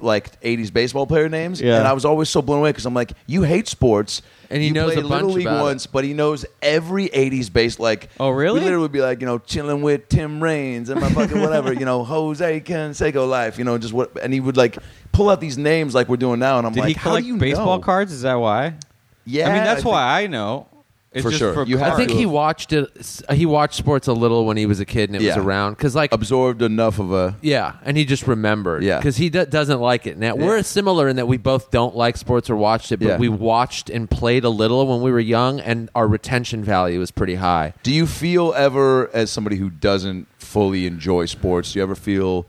like 80s baseball player names,
Yeah.
and I was always so blown away because I'm like, you hate sports,
And he
you
knows a
played
bunch
Little League
about it.
once, but he knows every 80s base. Like,
Oh, really?
We literally would be like, you know, chilling with Tim Raines and my fucking whatever, you know, Jose Canseco life, you know, just what, and he would like pull out these names like we're doing now, and I'm
Did
like,
he
how
collect
do you
baseball
know?
cards? Is that why?
Yeah,
I mean, that's
think-
why I know. It's
For
just
sure.
For
You have
I
cards.
think he watched it. He watched sports a little when he was a kid, and it was
Yeah.
around because, like,
absorbed enough of a
yeah, and he just remembered.
Yeah.
because he d- doesn't like it. Now
Yeah.
we're similar in that we both don't like sports or watched it, but
Yeah.
we watched and played a little when we were young, and our retention value was pretty high.
Do you feel ever, as somebody who doesn't fully enjoy sports, do you ever feel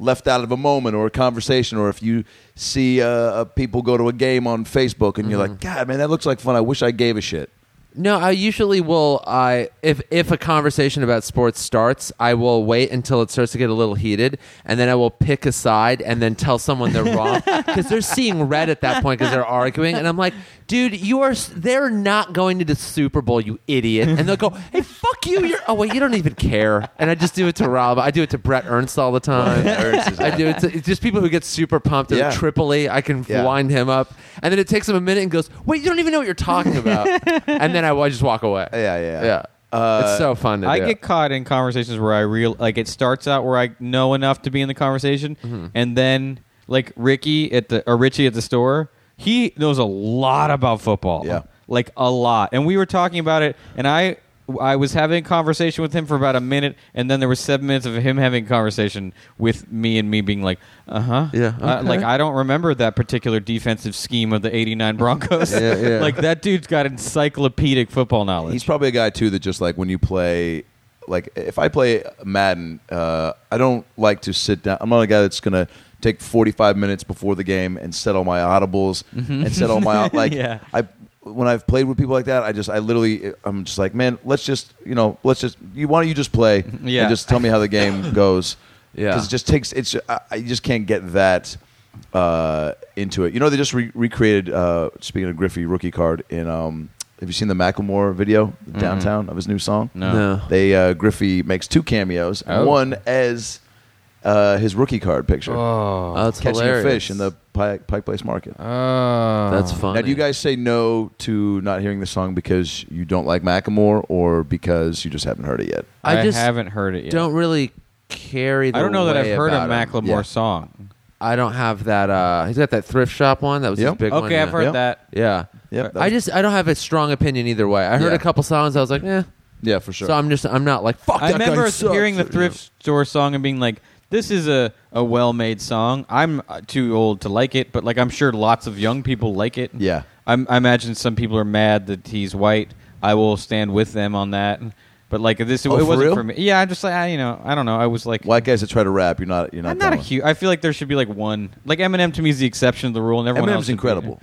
left out of a moment or a conversation, or if you see uh, uh, people go to a game on Facebook and you're like, God, man, that looks like fun. I wish I gave a shit.
No, I usually will. I if if a conversation about sports starts, I will wait until it starts to get a little heated, and then I will pick a side and then tell someone they're wrong because they're seeing red at that point because they're arguing, and I'm like, dude, you are s- they're not going to the Super Bowl, you idiot, and they'll go, hey, fuck you, you're oh wait, you don't even care, and I just do it to Rob, I do it to Brett Ernst all the time.
Ernst is
I do it to it's just people who get super pumped. They're
Yeah.
Tripoli, I can
Yeah.
wind him up, and then it takes him a minute and goes, "Wait, you don't even know what you're talking about," and then I, I just walk away.
Yeah, yeah,
yeah.
yeah. Uh,
it's so fun. To
I
do.
get caught in conversations where I real like it starts out where I know enough to be in the conversation,
Mm-hmm.
and then like Ricky at the or Richie at the store, he knows a lot about football.
Yeah.
like a lot. And we were talking about it, and I I was having a conversation with him for about a minute, and then there was seven minutes of him having a conversation with me and me being like, uh-huh.
Yeah,
Uh,
okay.
like I don't remember that particular defensive scheme of the '89 Broncos.
Yeah, yeah.
like that dude's got encyclopedic football knowledge.
He's probably a guy too that just like when you play, like if I play Madden, uh, I don't like to sit down. I'm not a guy that's gonna take 45 minutes before the game and set all my audibles and set all my like.
Mm-hmm. Yeah.
I when I've played with people like that, I just I literally I'm just like, man, let's just you know, let's just you why don't you just play
Yeah.
and just tell me how the game goes.
Yeah.
'Cause it just takes it's I, I just can't get that uh, into it. You know, they just re- recreated. Uh, speaking of Griffey rookie card in. Um, have you seen the Macklemore video downtown of his new song?
No.
No.
They uh, Griffey makes two cameos.
Oh.
One as uh, his rookie card picture,
oh.
Oh, that's
catching
hilarious.
a fish in the Pike, Pike Place Market.
Oh,
That's fun.
Now, do you guys say no to not hearing the song because you don't like Macklemore or because you just haven't heard it yet?
I
I,
just
haven't heard it yet.
Don't really carry. The
I don't know that
way
I've heard a
about him.
Macklemore
Yeah.
song.
I don't have that. Uh, he's got that thrift shop one. That was
Yep.
his big one.
okay, I've
yeah.
heard
Yep.
that.
Yeah.
Yep,
I just I don't have a strong opinion either way. I heard
Yeah.
a couple songs. I was like, eh.
Yeah, for sure.
So I'm just I'm not like
Oh,
fuck.
I
that guy
remember
sucks,"
hearing the
or, you know.
thrift store song and being like, "This is a, a well made song." I'm uh, too old to like it, but like I'm sure lots of young people like it.
Yeah.
I'm, I imagine some people are mad that he's white. I will stand with them on that. But like this,
Oh,
it
for
wasn't
real?
for me. Yeah, I just like I, you know I don't know. I was like,
White guys that try to rap, you're not. You're not.
I'm not a
down with.
huge. I feel like there should be like one. Like Eminem to me is the exception to the rule, and everyone
Eminem's
else should be-
incredible.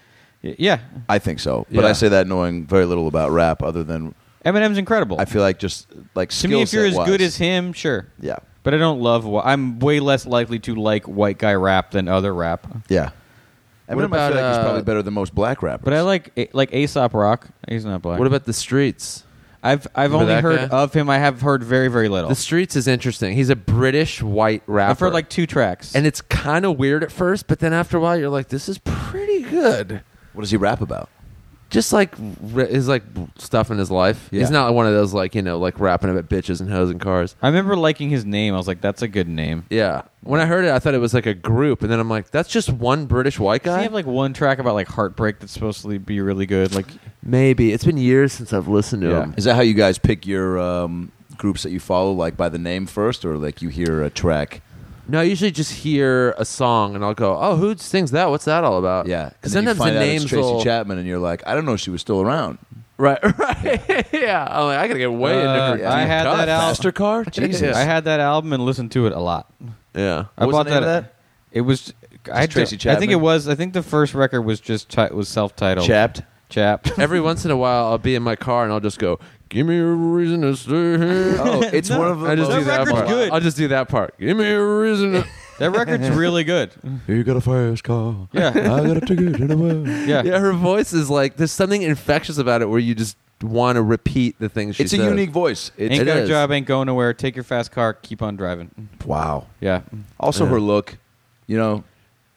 Yeah,
I think so, but
Yeah.
I say that knowing very little about rap, other than
Eminem's incredible.
I feel like just like
to me, if you're as
skill set
good
wise.
as him, sure.
yeah,
But I don't love. wh- I'm way less likely to like white guy rap than other rap.
yeah.
What
I mean, I feel
about,
like he's
uh,
probably better than most black rappers.
But I like A- like Aesop Rock. He's not black.
What about the streets?
I've I've
Remember
only
that
heard
guy?
of him. I have heard very very little.
The Streets is interesting. He's a British white rapper.
I've heard like two tracks.
and it's kind of weird at first, but then after a while, you're like, this is pretty good.
what does he rap about?
Just like r- his like stuff in his life.
Yeah.
He's not one of those like you know like rapping about bitches and hoes and cars.
I remember liking his name. I was like, that's a good name.
Yeah. When I heard it, I thought it was like a group, and then I'm like, that's just one British white
Does
guy.
he have like one track about like heartbreak that's supposed to be really good? Like
Maybe it's been years since I've listened to him.
Is that how you guys pick your um, groups that you follow, like by the name first, or like you hear a track?
No, I usually just hear a song and I'll go, oh, who sings that? What's that all about?
Uh,
Yeah,
Because
and then
sometimes
you find
the
out
names
it's Tracy
will-
Chapman, and you're like, I don't know, if she was still around.
Right, right. Yeah. I'm like, I gotta get way into
Uh,
her.
I
deep
had
cut.
that out.
Faster car? Jesus.
I had that album and listened to it a lot.
Yeah.
I
What was
bought
the name
that,
of that?
It was. I,
Tracy
I think
Chapman?
it was. I think the first record was just ti- was self titled.
Chapped.
Chapped.
Every once in a while, I'll be in my car and I'll just go, "Give me a reason to stay here."
Oh, it's one of the
I just
most-
do that
record's
part.
good.
I'll just do that part. Give me a reason. To...
that record's really good.
You got a fast car.
Yeah.
I got a ticket in a way.
Yeah.
yeah, her voice is like there's something infectious about it where you just want to repeat the things she
It's a
says.
unique voice. It's,
Ain't
It
got a
is.
job, ain't going nowhere. Take your fast car, keep on driving.
wow.
Yeah.
Also,
Yeah.
her look, you know,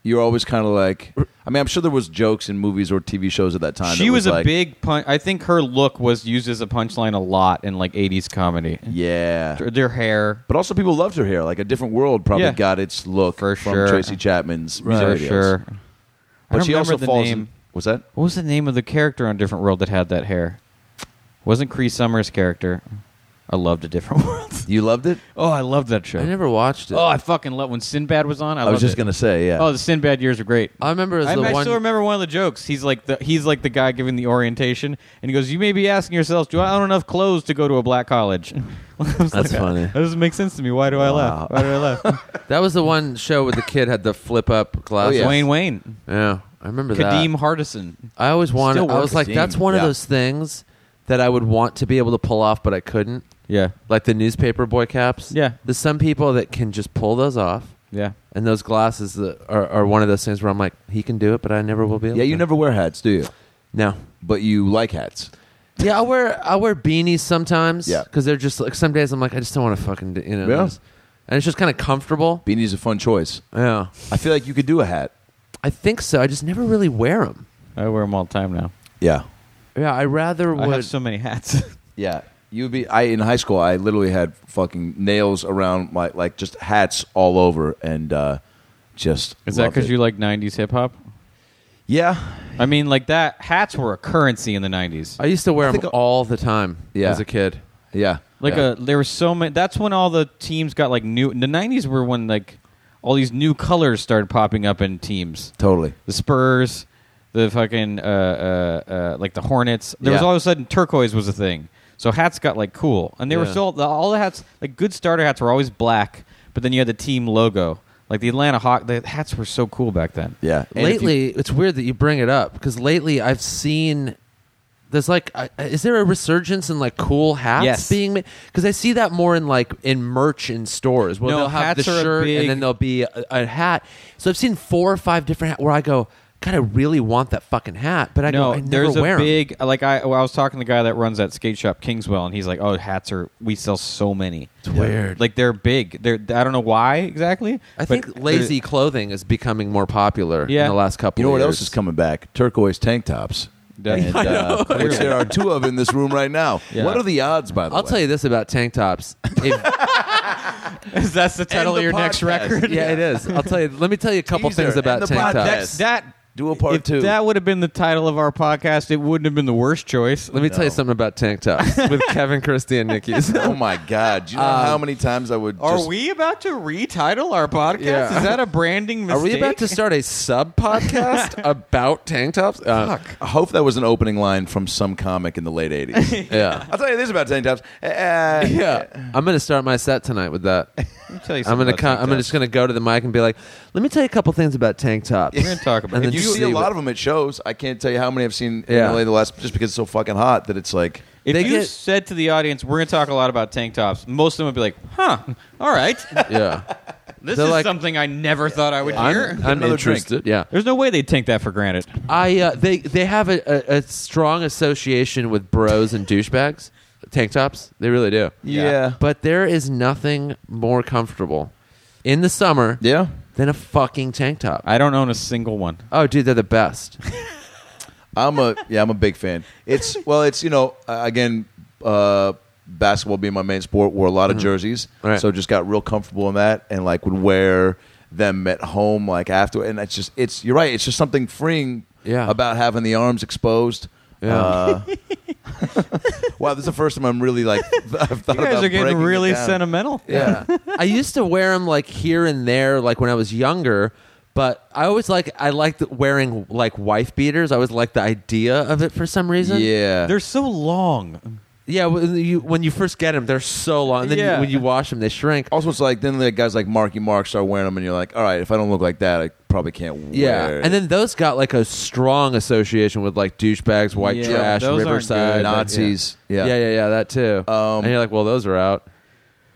you're always kind of like. I mean, I'm sure there was jokes in movies or TV shows at that time.
She
that
was, a
like,
big punch. I think her look was used as a punchline a lot in like 80s comedy.
Yeah.
Their hair.
But also, people loved her hair. Like a different world probably
Yeah.
got its look
For
from
sure.
Tracy Chapman's music
For
videos.
sure. I
But
don't
she also
remember the
falls.
name.
In, was that?
What was the name of the character on Different World that had that hair? Wasn't Cree Summers' character. I loved A Different World.
You loved it?
oh, I loved that show.
I never watched it.
oh, I fucking loved when Sinbad was on. I,
I, was
loved
just
it.
gonna say, yeah.
Oh, the Sinbad years are great.
I remember it was
I,
the
I
one.
still remember one of the jokes. He's like the he's like the guy giving the orientation, and he goes, "You may be asking yourselves, do I own enough clothes to go to a black college?" That's
funny.
That doesn't make sense to me. Why do I laugh? Why do I laugh?
That was the one show where the kid had the flip up glasses.
Yes.
Oh, Wayne Wayne,
Yeah, I remember
Kadeem
that.
Hardison.
I always wanted.
Still
I was
works.
like,
Kadeem,
that's one
yeah.
of those things that I would want to be able to pull off, but I couldn't.
Yeah,
Like the newspaper boy caps.
Yeah.
there's some people that can just pull those off,
yeah.
and those glasses that are, are one of those things where I'm like, he can do it, but I never will be. Able
yeah, you
to.
never wear hats, do you?
No.
But you like hats.
Yeah, I wear I wear beanies sometimes.
Yeah.
because they're just like some days I'm like I just don't want to fucking do, you know.
Yeah.
this. And it's just kind of comfortable.
Beanie's a fun choice.
Yeah,
I feel like you could do a hat.
I think so. I just never really wear them.
I wear them all the time now.
Yeah.
Yeah, I rather
I
would.
have so many hats.
Yeah. You'd be I in high school I literally had fucking nails around my like just hats all over and uh just
Is that
loved
because
it.
you like '90s hip hop?
Yeah.
I mean, like that. Hats were a currency in the '90s.
I used to wear
think
them
I-
all the time
Yeah.
as a kid.
Yeah.
Like
yeah.
a, there were so many. That's when all the teams got like new. The '90s were when like all these new colors started popping up in teams.
totally.
The Spurs, the fucking uh, uh, uh, like the Hornets. There was
Yeah.
all of a sudden turquoise was a thing. So hats got like cool, and they were
Yeah.
still the, all the hats like good starter hats were always black, but then you had the team logo. Like the Atlanta Hawk, the hats were so cool back then.
Yeah. And if you-
lately, it's weird that you bring it up because lately I've seen there's like I is there a resurgence in like cool hats
Yes.
being made? Because I see that more in like in merch in stores. Well,
No,
they'll have the
hats are a
shirt
big-
and then there'll be a, a hat. So I've seen four or five different hats where I go, God, I really want that fucking hat, but I go,
no,
I never
there's
wear 'em."
a big like I. Well, I was talking to the guy that runs that skate shop Kingswell, and he's like, "Oh, hats are we sell so many. It's
weird.
Like they're big. They're I don't know why exactly.
I
but
think lazy clothing is becoming more popular
Yeah.
in the last couple.
you know
of
what
years.
else is coming back? Turquoise tank tops.
Yeah.
And,
I
uh, which there are two of in this room right now.
Yeah.
What are the odds by the
I'll
way?
tell you this about tank tops. If,
that's the title
the
of your next
podcast.
record.
yeah, it is. I'll tell you. Let me tell you a couple
Teaser
things about
and the
tank
podcast.
tops.
That's that.
Do a part
if
two.
That would have been the title of our podcast. It wouldn't have been the worst choice.
Let me tell you something about tank tops with Kevin Christie and Nikki's.
Oh my god. Do you know how many times I would
Are
just-
we about to retitle our podcast?
Yeah.
Is that a branding
Are
mistake?
we about to start a sub podcast about tank tops? Uh,
I hope that was an opening line from some comic in the late 80s.
Yeah.
I'll tell you this about tank tops. Uh,
Yeah, I'm gonna start my set tonight with that.
Let me tell you
I'm
something
gonna
about
come,
tank
I'm
tops.
just gonna go to the mic and be like, "Let me tell you a couple things about tank tops."
We're gonna talk about
And
it.
then
You
you
see a
see
lot
what-
of them at shows. I can't tell you how many I've seen
Yeah.
in LA the last just because it's so fucking hot that it's like
If
They
you
get-
said to the audience, "We're going to talk a lot about tank tops," most of them would be like, "Huh, all right,
Yeah,
this
They're
is
like-
something I never thought I would hear."
I'm, I'm
another drink.
interested. Yeah,
There's no way they'd take that for granted.
I uh, they they have a, a, a strong association with bros and douchebags, tank tops. They really do.
Yeah. Yeah.
But there is nothing more comfortable in the summer
yeah.
than a fucking tank top.
I don't own a single one.
oh, dude, they're the best.
I'm a yeah, I'm a big fan. It's well, it's you know uh, again uh, basketball being my main sport, wore a lot of jerseys,
Right.
so just got real comfortable in that, and like would wear them at home like after, and it's just it's you're right, it's just something freeing
Yeah.
about having the arms exposed.
Yeah.
Uh, wow, this is the first time I'm really like I've thought
You guys
about
are getting
breaking it
really
down.
sentimental.
Yeah. I used to wear them like here and there, like when I was younger. But I always like I like wearing like wife beaters. I always like the idea of it for some reason.
Yeah.
They're so long.
yeah. When you, when you first get them, they're so long. And then you-
Yeah.
when you wash them, they shrink.
also, it's like then the guys like Marky Mark start wearing them, and you're like, all right, if I don't look like that, I probably can't
Yeah,
wear. it.
and then those got like a strong association with like douchebags, white
Yeah,
trash,
those aren't
Riverside,
good.
Nazis.
Yeah.
Yeah.
yeah, yeah, yeah, that too.
Um,
and you're like, well, those are out.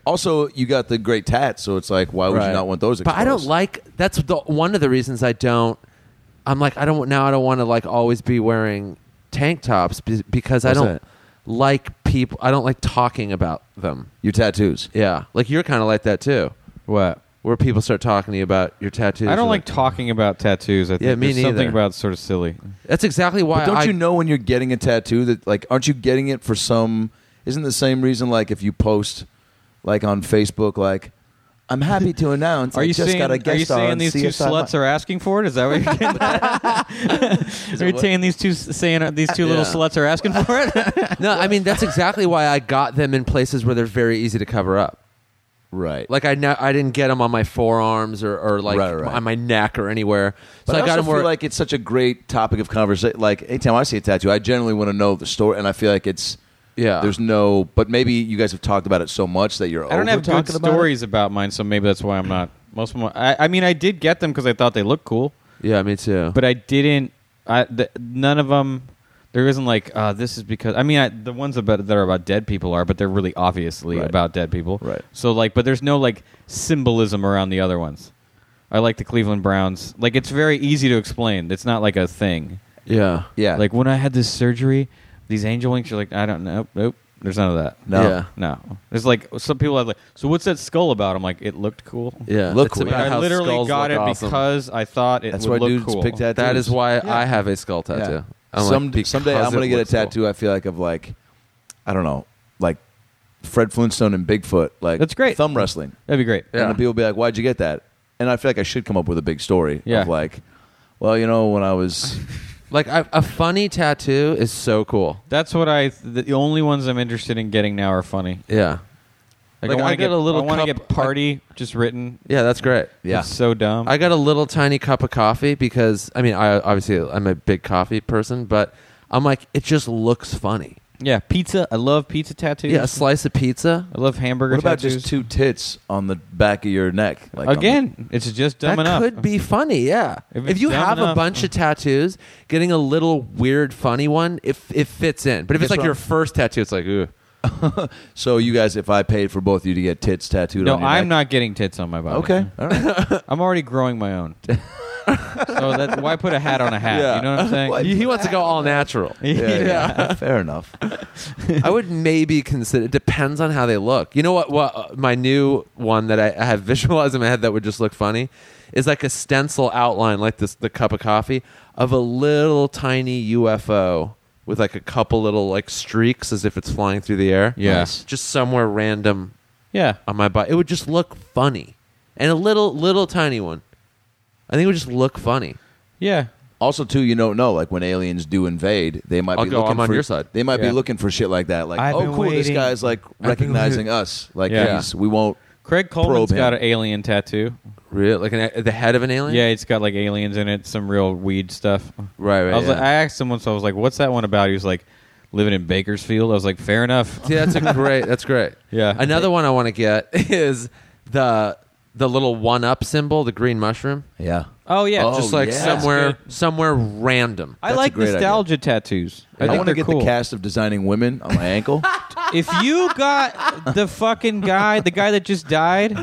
also you got the great tats, so it's like, why would
Right.
you not want those?
But I don't
exposed?
like that's the one of the reasons I don't. I'm like I don't now. I don't want to like always be wearing tank tops be- because I
What's
don't
that?
like people. I don't like talking about them.
your tattoos.
Yeah, like you're kind of like that too,
What?
where people start talking to you about your tattoos.
I don't
You're
like talking about tattoos. I think
Yeah, me
there's something
neither.
about sort of silly.
that's exactly why.
But don't
I,
you know when you're getting a tattoo that like aren't you getting it for some isn't the same reason like if you post like on Facebook like I'm happy to announce
Are
I
you
just
saying?
got a
are
guest
you saying
on
these two
CSI
sluts are asking for it? Is that what you're getting? at? are you saying these two saying uh, these two little
Yeah.
sluts are asking for it?
No, I mean that's exactly why I got them in places where they're very easy to cover up.
right?
Like I, ne- I didn't get them on my forearms or, or like
Right, right.
on my neck or anywhere. So
But I,
I, got
also
them where
feel like it's such a great topic of conversation. Like anytime I see a tattoo, I generally want to know the story, and I feel like it's
Yeah.
There's no, but maybe you guys have talked about it so much that you're.
I don't
over
have good
talking about it.
stories about mine, so maybe that's why I'm not. Most of my, I, I mean, I did get them because I thought they looked cool,
yeah, me too.
but I didn't. I th- none of them. There isn't like uh, this is because I mean I, the ones about that are about dead people are, but they're really obviously
Right.
about dead people.
Right.
So like, but there's no like symbolism around the other ones. I like the Cleveland Browns. Like it's very easy to explain. It's not like a thing.
yeah,
Yeah,
Like when I had this surgery, these angel wings. You're like, I don't know. Nope. There's none of that.
no.
Yeah.
No, there's like some people have like. So what's that skull about? I'm like, it looked cool.
yeah.
Look
It's
cool.
about
Like, I
how
literally
skulls
got it
look awesome.
because I thought it
that's why
would look
dudes
cool.
pick tattoos.
that is why
Yeah.
I have a skull tattoo.
Yeah.
I'm
Some,
like,
someday
because
I'm gonna
it
get a
looks cool.
tattoo. I feel like of like, I don't know, like Fred Flintstone and Bigfoot. Like
That's great.
Thumb wrestling,
That'd be great.
Yeah.
and the people be like, "Why'd you get that?" And I feel like I should come up with a big story
Yeah.
of like, well, you know, when I was
Like I, a funny tattoo is so cool.
That's what I. The only ones I'm interested in getting now are funny.
Yeah,
Like,
Like,
I want
I
to
got
get
a little
I want to
cup-
get party just written.
yeah, that's great.
Yeah.
It's so dumb.
I got a little tiny cup of coffee because I mean, I obviously I'm a big coffee person, but I'm like, it just looks funny.
yeah, pizza. I love pizza tattoos.
Yeah, a slice of pizza.
I love hamburger
what about
tattoos.
just two tits on the back of your neck? Like on the-
Again, it's just dumb
that
enough.
could be funny, yeah.
If
If,
it's
you
dumb
have a
enough.
bunch of tattoos, getting a little weird, funny one, it, it fits in. But if it's
Guess
like
what?
your first tattoo, it's like, ooh.
so you guys, if I paid for both of you to get tits tattooed,
no,
on your
I'm
neck-
not getting tits on my body.
Okay, all right.
I'm already growing my own. so that why put a hat on a hat?
Yeah.
You know what I'm saying?
What?
He, he wants to go all natural.
Yeah, yeah. fair enough.
I would maybe consider. It depends on how they look. You know what? What uh, my new one that I, I have visualized in my head that would just look funny is like a stencil outline, like this the cup of coffee of a little tiny UFO with like a couple little like streaks as if it's flying through the air.
Yeah.
Nice. just somewhere random
Yeah.
on my body. It would just look funny, and a little little tiny one. I think it would just look funny.
Yeah.
Also, too, you don't know. Like when aliens do invade, they might
I'll
be
go,
looking
I'm on
for
your side.
They might
Yeah.
be looking for shit like that. Like,
I've
oh,
been
cool, this
waiting.
guy's like recognizing us. Like,
Yeah.
he's, we won't.
Craig Coleman's
Probe him.
got an alien tattoo.
Real like an, a- the head of an alien.
Yeah, it's got like aliens in it, some real weed stuff.
Right, right,
I was
yeah.
like, I asked someone, so I was like, "What's that one about?" He was like, "Living in Bakersfield." I was like, "Fair enough."
See, that's a great. That's great.
Yeah.
Another one I want to get is the the little one up symbol, the green mushroom,
Yeah.
Oh yeah,
Oh,
just like
yeah.
somewhere
That's
somewhere random.
I
That's a
like
great
nostalgia tattoos. I,
I,
think
want to
they're
get
cool.
the cast of designing women on my ankle.
If you got the fucking guy, the guy that just died,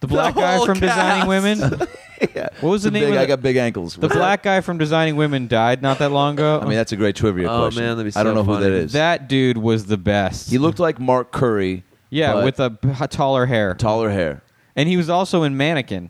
the black guy
whole
from Designing
cast.
Women,
yeah.
What was the
It's a
name
Big,
of
I
the-
got big ankles.
the
What's
black guy from Designing Women died not that long ago.
that? I mean, that's a great trivia
Oh,
question.
man, that'd be
I don't
so
know
funny.
who that is.
that dude was the best.
he looked like Mark Curry.
yeah,
but
with a b- taller hair,
taller hair.
and he was also in Mannequin.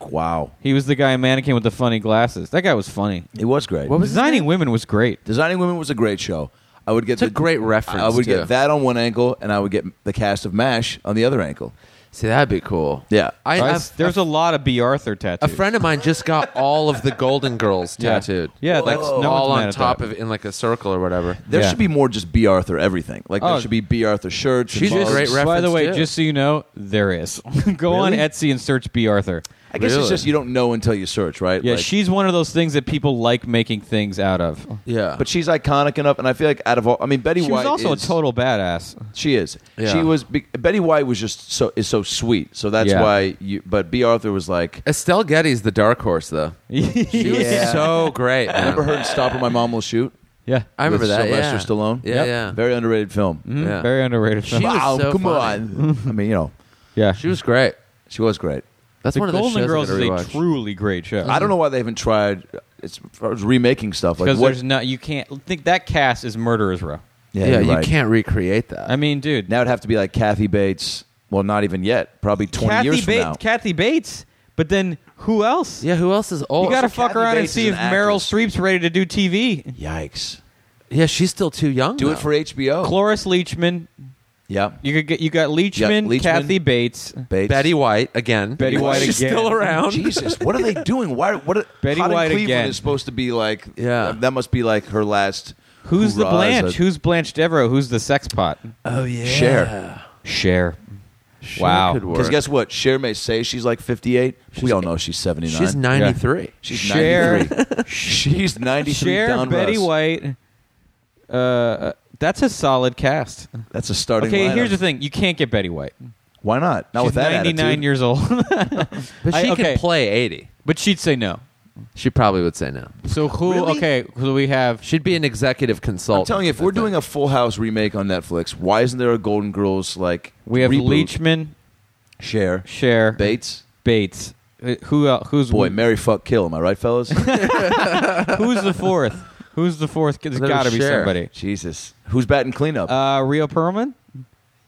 Wow,
He was the guy in Mannequin with the funny glasses. That guy was funny.
it was great.
What was his
Designing Women was great.
designing women was a great show. I would get
It's a
the-
great reference,
I would
too.
get that on one ankle, and I would get the cast of Mash on the other ankle.
See, that'd be cool.
Yeah.
I,
I-
I've-
there's a lot of B. Arthur
a
tattoos.
friend of mine just got all of the Golden Girls
Yeah.
tattooed.
Yeah,
like
that's- no
all
one's mad
on
at
top
that.
of it in like a circle or whatever.
There
Yeah.
should be more just B. Arthur everything. Like
Oh.
there should be B. Arthur shirts.
She's
and mugs.
a great
By the
reference,
way,
too.
just so you know, there is. Go on
Really?
Etsy and search B. Arthur.
I guess
Really?
it's just you don't know until you search, right?
Yeah,
Like-
she's one of those things that people like making things out of.
Yeah.
But she's iconic enough, and I feel like out of all, I mean, Betty
She was
White
also
is-
a total badass.
She is.
Yeah.
She was. be- Betty White was just so is so sweet. So that's
Yeah.
why you. But B. Arthur was like.
Estelle Getty's the dark horse, though. She was
Yeah.
Oh,
so great.
I remember
man.
her in Stop or My Mom Will Shoot.
yeah,
I remember
with
that.
Sylvester
yeah.
Stallone.
Yeah,
Yep.
yeah.
Very underrated film.
Mhm.
Yeah.
very underrated.
She
film.
was
wow,
so
come
funny.
on. I mean, you know,
yeah,
She was great.
she was great.
That's
the
one of the
Golden
shows
Girls
I
is a
gotta rewatch.
truly great show.
I don't know why they haven't tried. It's, as far as remaking stuff like
because
what?
there's not you can't think that cast is Murderers Row.
Yeah,
you're
you
right.
can't recreate that.
I mean, dude,
Now it'd have to be like Kathy Bates. Well, not even yet. Probably twenty
Kathy
years
Bates,
from now.
Kathy Bates, but then who else?
yeah, who else is old?
you got to
so
fuck
Kathy
around and
Bates
see
is
if
an
Meryl
actress.
Streep's ready to do TV.
Yikes!
yeah, she's still too young.
Do
though.
it for HBO.
Cloris Leachman,
yeah,
you could get you got Leachman,
Leachman.
Kathy Bates.
Bates.
Betty White again.
Betty White
she's
again.
still around.
Jesus, what are they doing? Why? What? Are,
Betty
Hot in
White
Cleveland
again.
is supposed to be like.
Yeah.
that must be like her last.
Who's the
hurrah as
Blanche?
a-
Who's Blanche Devereaux? Who's the sex pot?
Oh yeah.
Cher.
Cher.
Cher
Wow.
could work.
Because guess what? Cher may say she's like 58. we all know she's 79.
She's 93.
She's
Cher.
93. she's 93.
Cher,
Don
Betty
Russ.
White. Uh, Uh, that's a solid cast.
That's a starting.
Okay,
lineup.
here's the thing: you can't get Betty White.
Why not? Not
She's
with that
99
attitude.
years old,
But she
I- okay.
can play 80.
but she'd say no.
She probably would say no.
So who?
Really?
Okay, so we have
She'd be an executive
I'm
consultant.
telling you, if
I
we're
think.
doing a Full House remake on Netflix, why isn't there a Golden Girls like
we have
reboot?
Leachman,
Cher,
Cher,
Bates?
Bates. Uh, Who? el who's
Boy, Mary fuck kill. Am I right, fellas?
Who's the fourth? Who's the fourth? There's
Little
got to be
Cher.
somebody.
Jesus, who's batting cleanup?
Uh, Rio Perlman.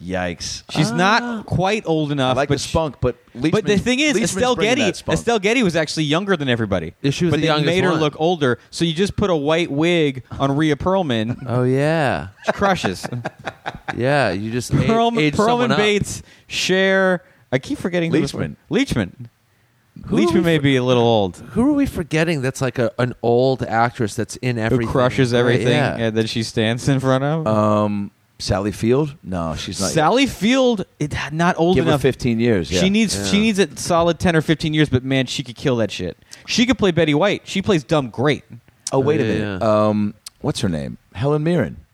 Yikes!
Ah.
She's not quite old
I
enough.
like
but
the
she-
spunk, but Leachman,
But the thing is,
Leachman's
Estelle
bringing
Getty.
that spunk.
Estelle Getty was actually younger than everybody.
Yeah, she was
but
the
they
youngest
made her
one.
look older. So you just put a white wig on Rhea Perlman.
Oh yeah,
She crushes.
yeah. You just age,
Perlman,
age someone
Perlman
up.
Bates, Cher. I keep forgetting who this
Leachman.
one- Leachman.
Who are we
Leachman may
for-
be a little old.
Who are we forgetting? That's like a, an old actress that's in everything.
Who crushes
Right,
everything
yeah. Oh,
uh, that she stands in front of?
Um, Sally Field? No, she's not.
Sally Field, it, not old
give her
enough.
15 years. yeah.
She needs
Yeah.
she needs a solid ten or fifteen years, but man, she could kill that shit. She could play Betty White. She plays dumb great.
Oh, wait
Yeah,
a minute. Um, what's her name? Helen Mirren.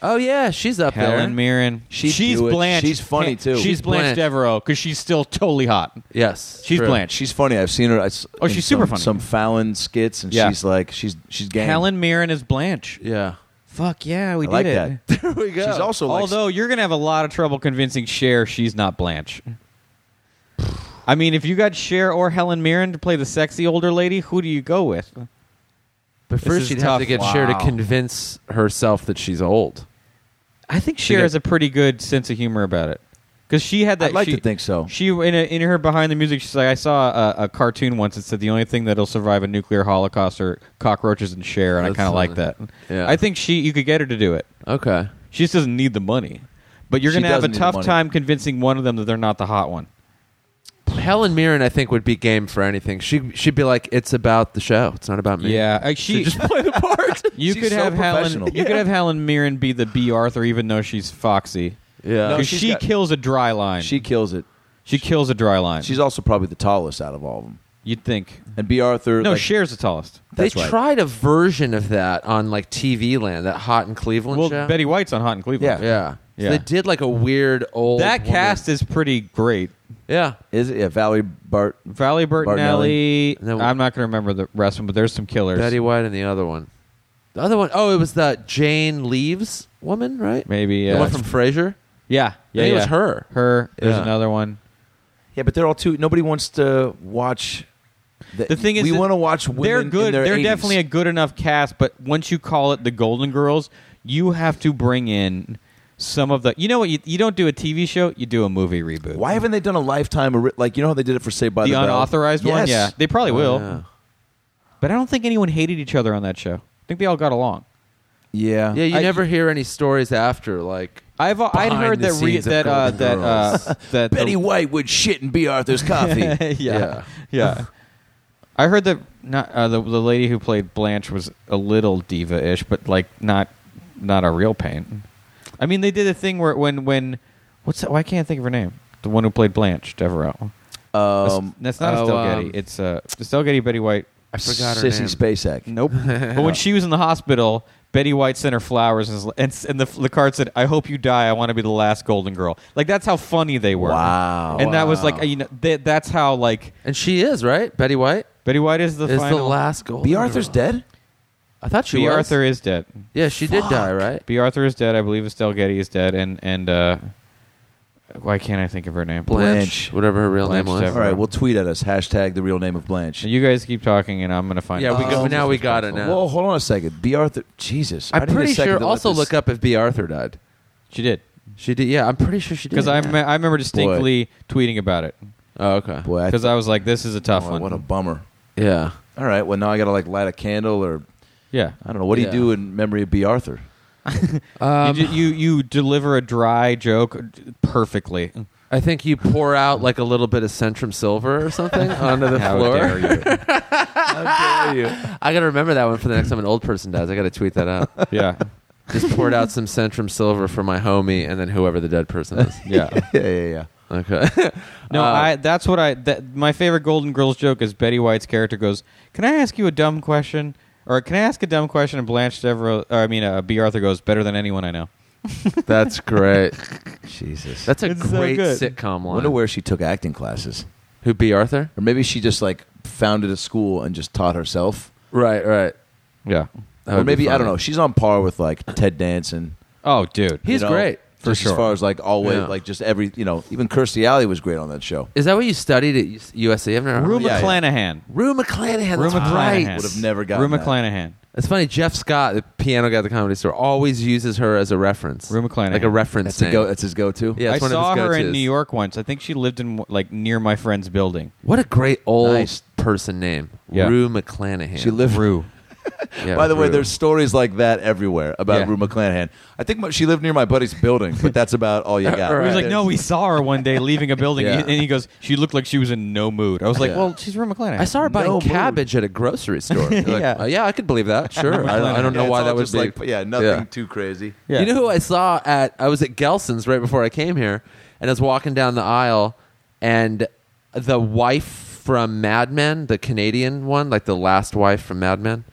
Oh yeah, she's up there.
Helen Mirren.
She'd
she's
do it.
Blanche.
She's funny, too.
She's,
She's
Blanche,
Blanche.
Devereaux because she's still totally hot.
Yes,
She's
true.
Blanche.
She's funny. I've seen her. I s-
Oh,
in
she's super
some-
funny.
Some Fallon skits, and
Yeah.
she's like, she's she's gang.
Helen Mirren is Blanche.
Yeah.
Fuck yeah, we
I
did
like
it.
that.
There we go.
She's also like,
Although you're gonna have a lot of trouble convincing Cher she's not Blanche. I mean, if you got Cher or Helen Mirren to play the sexy older lady, who do you go with?
But
This
first,
is
she'd
tough.
have to get Cher to
Wow.
convince herself that she's old.
I think Cher
get-
has a pretty good sense of humor about it because she had that.
I'd like
she-
to think so.
She in a, in her behind the music, she's like, I saw a, a cartoon once that said the only thing that'll survive a nuclear holocaust are cockroaches and share, and
That's
I kind of like that.
something. Yeah.
I think she you could get her to do it.
Okay.
She just doesn't need the money, but you're
She
going to have a
doesn't need the
tough
money.
time convincing one of them that they're not the hot one.
Helen Mirren, I think, would be game for anything. She she'd be like, "It's about the show. It's not about me."
Yeah, like
She
she.
just play the part.
you
she's
could
so
have Helen.
professional.
You could have Helen Mirren be the B Arthur, even though she's Foxy.
yeah.
No,
'Cause
she's
she
got-
kills a dry line.
she
She
kills it.
she kills a dry line.
She's also probably the tallest out of all of them.
You'd think.
And B. Arthur.
No,
like,
Cher's the tallest.
they
that's right.
tried a version of that on like TV Land, that Hot in Cleveland
Well,
show.
Betty White's on Hot in Cleveland.
yeah.
Yeah.
So they did like a weird old
That
woman.
cast is pretty great.
Yeah.
Is it? Yeah, Valerie Bart.
Valley Bertinelli.
Bertinelli.
And then-
I'm not going to remember the rest of them, but there's some killers.
Betty White and the other one. The other one oh, it was the Jane Leaves woman, right?
Maybe. Yeah.
The one from Frasier.
yeah. Yeah.
think it
yeah.
was her.
Her. There's
Yeah.
another one.
Yeah, but they're all too. Nobody wants to watch.
The thing is,
we
that
want to watch women.
They're
in
good.
their
they're
80s.
definitely a good enough cast, but once you call it the Golden Girls, you have to bring in some of the. You know what? You, you don't do a TV show. You do a movie reboot.
Why haven't they done a lifetime? ori- Like you know how they did it for Saved by
the,
the, Bell?
unauthorized one?
Yes.
Yeah, they probably will.
Oh, Yeah.
But I don't think anyone hated each other on that show. I think they all got along.
Yeah.
Yeah, you
I-
never hear any stories after like
I've uh, I'd
Behind
heard
the
that re,
scenes of
that uh,
Golden
that uh,
Girls.
that the-
Betty White would shit in B. Arthur's coffee.
yeah, yeah,
Yeah.
I heard that not uh, the the lady who played Blanche was a little diva-ish, but like not not a real pain. I mean, they did a thing where when when what's that? Why can't I think of her name? The one who played Blanche Devereaux.
Um,
That's not
oh,
Estelle Getty.
um,
It's uh, Estelle Getty, Betty White.
I forgot her
Sissy
name.
Spacek.
Nope. but when she was in the hospital, Betty White sent her flowers and, and, and the, the card said, "I hope you die. I want to be the last Golden Girl." Like that's how funny they were.
Wow.
And that was
Wow.
like you know th- that's how like
And she is right. Betty White
Betty White is the
is
final.
the last gold.
B. Arthur's dead.
I thought she
B.
was.
Arthur is dead.
Yeah, she did die, right?
B. Arthur is dead. I believe Estelle Getty is dead. And and uh, why can't I think of her name?
Blanche,
Blanche.
whatever her real
Blanche
name was.
Devlin.
All right, we'll tweet at us hashtag the real name of Blanche.
You guys keep talking, and I'm gonna find.
Yeah,
out.
we go,
Um,
now we got it now.
Whoa, hold on a second. B. Arthur, Jesus, I
uh, I'm
need a
pretty
second
sure.
to let
Also,
this-
look up if B. Arthur died.
She did
She did. Yeah, I'm pretty sure she did.
because I me- I remember distinctly tweeting about it
Oh, okay.
Boy, I-
because I was like, "This is a tough
boy,
one."
what a bummer.
Yeah.
All right, well now I gotta like light a candle or
yeah.
I don't know. What do
Yeah.
you do in memory of B. Arthur?
Um,
you, ju- you you deliver a dry joke perfectly.
I think you pour out like a little bit of Centrum Silver or something onto the
How
floor.
dare you?
How dare you?
I got to remember that one for the next time an old person dies. I got to tweet that out.
Yeah,
Just poured out some Centrum Silver for my homie and then whoever the dead person is.
yeah.
yeah, yeah, yeah.
Okay.
No,
Uh,
I. That's what I. That, my favorite Golden Girls joke is Betty White's character goes, "Can I ask you a dumb question?" Or can I ask a dumb question? And Blanche Devereaux, or I mean, uh, B. Arthur goes better than anyone I know.
That's great.
Jesus.
That's a
It's so
great
good.
sitcom
I
line.
wonder where she took acting classes.
Who B. Arthur?
Or maybe she just like founded a school and just taught herself.
Right, right.
Yeah.
That
or
would be
maybe I don't
funny.
know. She's on par with like Ted Danson.
Oh, dude.
He's
you know,
great.
For
just
sure.
As far as like always,
Yeah.
like just every you know, even Kirstie Alley was great on that show.
Is that what you studied at USC? I've never
Rue
Yeah, yeah.
McClanahan.
Rue McClanahan.
Rue
That's right.
McClanahan.
Would've never gotten
Rue
that.
McClanahan.
It's funny. Jeff Scott, the piano guy at the comedy store, always uses her as a reference.
Rue McClanahan.
like a reference
That's, a
name.
go, that's his go-to.
Yeah,
I
it's one of
saw
his
her in
go-tos.
New York once. I think she lived in like near my friend's building.
What a great old
Nice.
person name,
Yeah.
Rue McClanahan.
She lived.
Rue.
Yeah,
By the way,
Rue.
there's stories like that everywhere about
Yeah.
Rue McClanahan. I think my, she lived near my buddy's building, but that's about all you got.
Right.
He was like, no, we saw her one day leaving a building,
Yeah.
and he goes, she looked like she was in no mood. I was like,
Yeah.
well, she's Rue McClanahan.
I saw her buying
No mood.
cabbage at a grocery store. You're like,
Yeah.
"Uh, yeah, I could believe that. Sure, I, don't- I don't know
Yeah,
why
it's all
that was
just like, yeah, nothing
Yeah.
too crazy.
Yeah.
You know who I saw at? I was at Gelson's right before I came here, and I was walking down the aisle, and the wife from Mad Men, the Canadian one, like the last wife from Mad Men,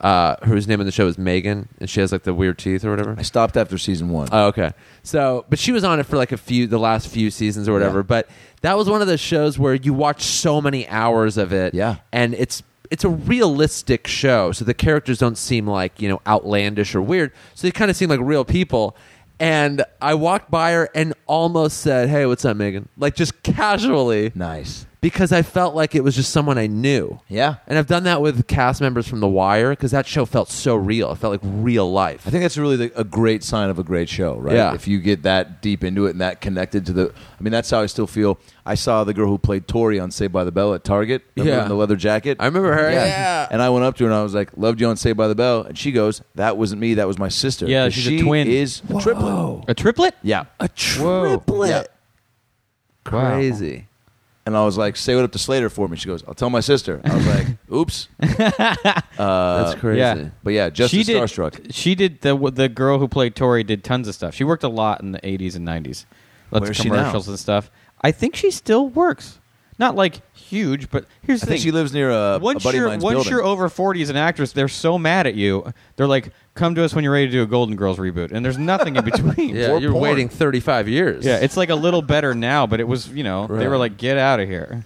uh, whose name in the show is Megan, and she has like the weird teeth or whatever.
I stopped after season one.
Oh, okay. So, but she was on it for like a few, the last few seasons or whatever.
Yeah.
But that was one of those shows where you watch so many hours of it.
Yeah.
And it's, it's a realistic show. So the characters don't seem like, you know, outlandish or weird. So they kind of seem like real people. And I walked by her and almost said, Hey, what's up, Megan? Like just casually
nice.
because I felt like it was just someone I knew.
Yeah.
And I've done that with cast members from The Wire because that show felt so real. It felt like real life.
I think that's really the, a great sign of a great show, right?
Yeah.
If you get that deep into it and that connected to the, I mean, that's how I still feel. I saw the girl who played Tori on Saved by the Bell at Target, remember,
Yeah.
in the leather jacket.
I remember her. yeah.
And I went up to her and I was like, "Loved you on Saved by the Bell," and she goes, "That wasn't me. That was my sister."
Yeah,
'Cause
she's a
she
twin.
Is a triplet.
a triplet?
Yeah.
A
Whoa.
triplet.
Yeah.
Wow.
Crazy.
And I was like, "Say what up to Slater for me." She goes, "I'll tell my sister." I was like, "Oops."
That's crazy.
yeah.
But yeah, just
she
as
did.
starstruck.
She did the the girl who played Tori did tons of stuff. She worked a lot in the 80s and 90s. Lots
Where's
of
she now?
commercials and stuff. I think she still works. Not like huge, but here's the
I
thing.
think she lives near a,
once
a buddy of
you're
mine's
once
building.
you're over 40 as an actress, they're so mad at you. They're like, "Come to us when you're ready to do a Golden Girls reboot." And there's nothing in between.
Yeah,
Or
you're
porn.
waiting 35 years.
Yeah, it's like a little better now, but it was, you know, they
Right.
were like, "Get out of here."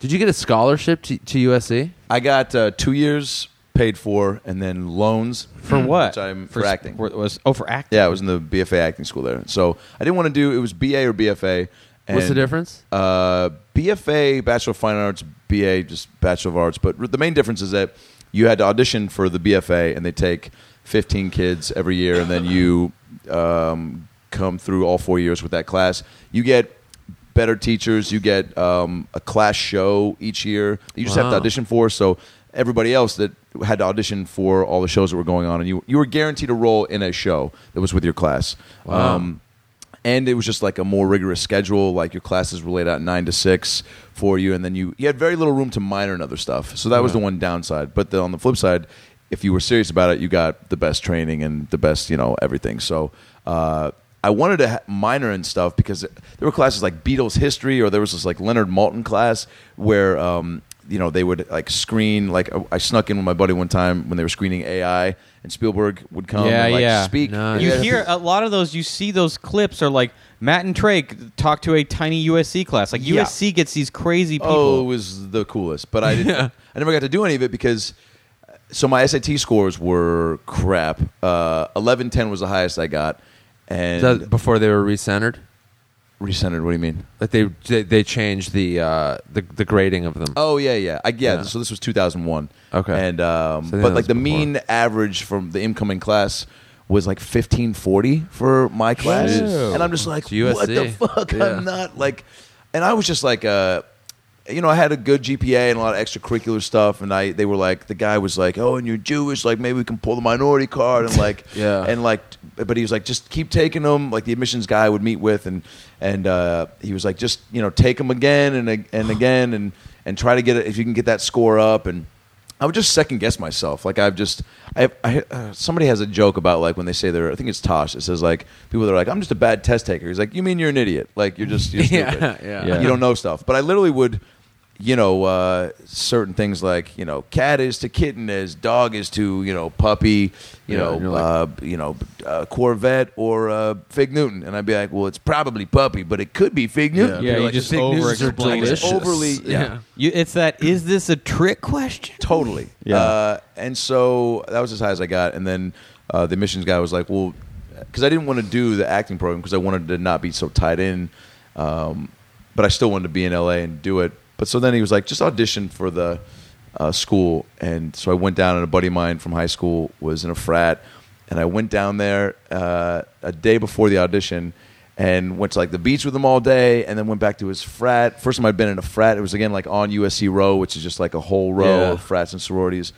Did you get a scholarship to, to USC?
I got uh, two years paid for, and then loans
For what?
Mm, Which I'm
for, s-
for, acting.
For, was oh for acting.
yeah, I was in the BFA acting school there. So I didn't want to do it was BA or BFA. And,
What's the difference?
Uh, BFA, Bachelor of Fine Arts, BA, just Bachelor of Arts. But r- the main difference is that you had to audition for the BFA, and they take 15 kids every year, and then you um, come through all four years with that class. You get better teachers. You get um, a class show each year. that You just have to
Wow.
audition for. So everybody else that had to audition for all the shows that were going on, and you you were guaranteed a role in a show that was with your class. Um, and it was just like a more rigorous schedule. Like your classes were laid out nine to six for you, and then you you had very little room to minor in other stuff. So that was the one downside. But then on the flip side, if you were serious about it, you got the best training and the best you know everything. So uh, I wanted to ha- minor in stuff because there were classes like Beatles history, or there was this like Leonard Maltin class where um, you know they would like screen. Like I snuck in with my buddy one time when they were screening AI, and Spielberg would come
Yeah,
and like
yeah.
speak.
Nice.
And
You
had a-
hear a lot of those. You see those clips are like Matt and Trake talk to a tiny USC class. Like
Yeah.
USC gets these crazy people.
Oh, it was the coolest. But I didn't. I never got to do any of it because. uh, So my SAT scores were crap. Uh, Eleven ten was the highest I got, and
Is that before they were recentered?
recentered. What do you mean?
Like they they, they changed the, uh, the the grading of them.
Oh yeah, yeah, I,
Mm.
yeah,
Yeah.
So this was 2001.
Okay.
and um,
So then
but
that
like
was
the
before.
mean average from the incoming class was like 1540 for my class,
Jeez.
and I'm just like,
It's USC.
what the fuck?
Yeah.
I'm not like, and I was just like, uh, you know, I had a good GPA and a lot of extracurricular stuff, and I they were like, the guy was like, oh, and you're Jewish, like maybe we can pull the minority card, and like,
Yeah.
and like, but he was like, just keep taking them. Like the admissions guy I would meet with, and and uh, he was like, just you know, take them again and ag- and again, and and try to get it if you can get that score up. And I would just second guess myself. Like I've just, I, I uh, somebody has a joke about like when they say they're, I think it's Tosh. It says like people that are like, I'm just a bad test taker. He's like, you mean you're an idiot? Like you're just, you're
Yeah,
stupid.
yeah.
Yeah.
You don't know stuff. But I literally would. You know, uh, certain things like you know, cat is to kitten as dog is to you know, puppy.
Yeah,
You know,
and you're like,
uh, uh, you know, uh, Corvette or uh, Fig Newton, and I'd be like, well, it's probably Puppy, but it could be Fig Newton.
Yeah,
People
you
are like,
just
Big news are
overexplain it.
delicious.
Overly- yeah.
You, it's that. Is this a trick question?
Oh, totally.
Yeah.
Uh, and so that was as high as I got, and then uh, the missions guy was like, well, because I didn't want to do the acting program because I wanted to not be so tied in, um, but I still wanted to be in LA and do it. But so then he was like, just audition for the uh, school, and so I went down, and a buddy of mine from high school was in a frat. and I went down there uh, a day before the audition and went to like the beach with him all day and then went back to his frat. First time I'd been in a frat, it was again like on USC Row, which is just like a whole row
Yeah.
of frats and sororities.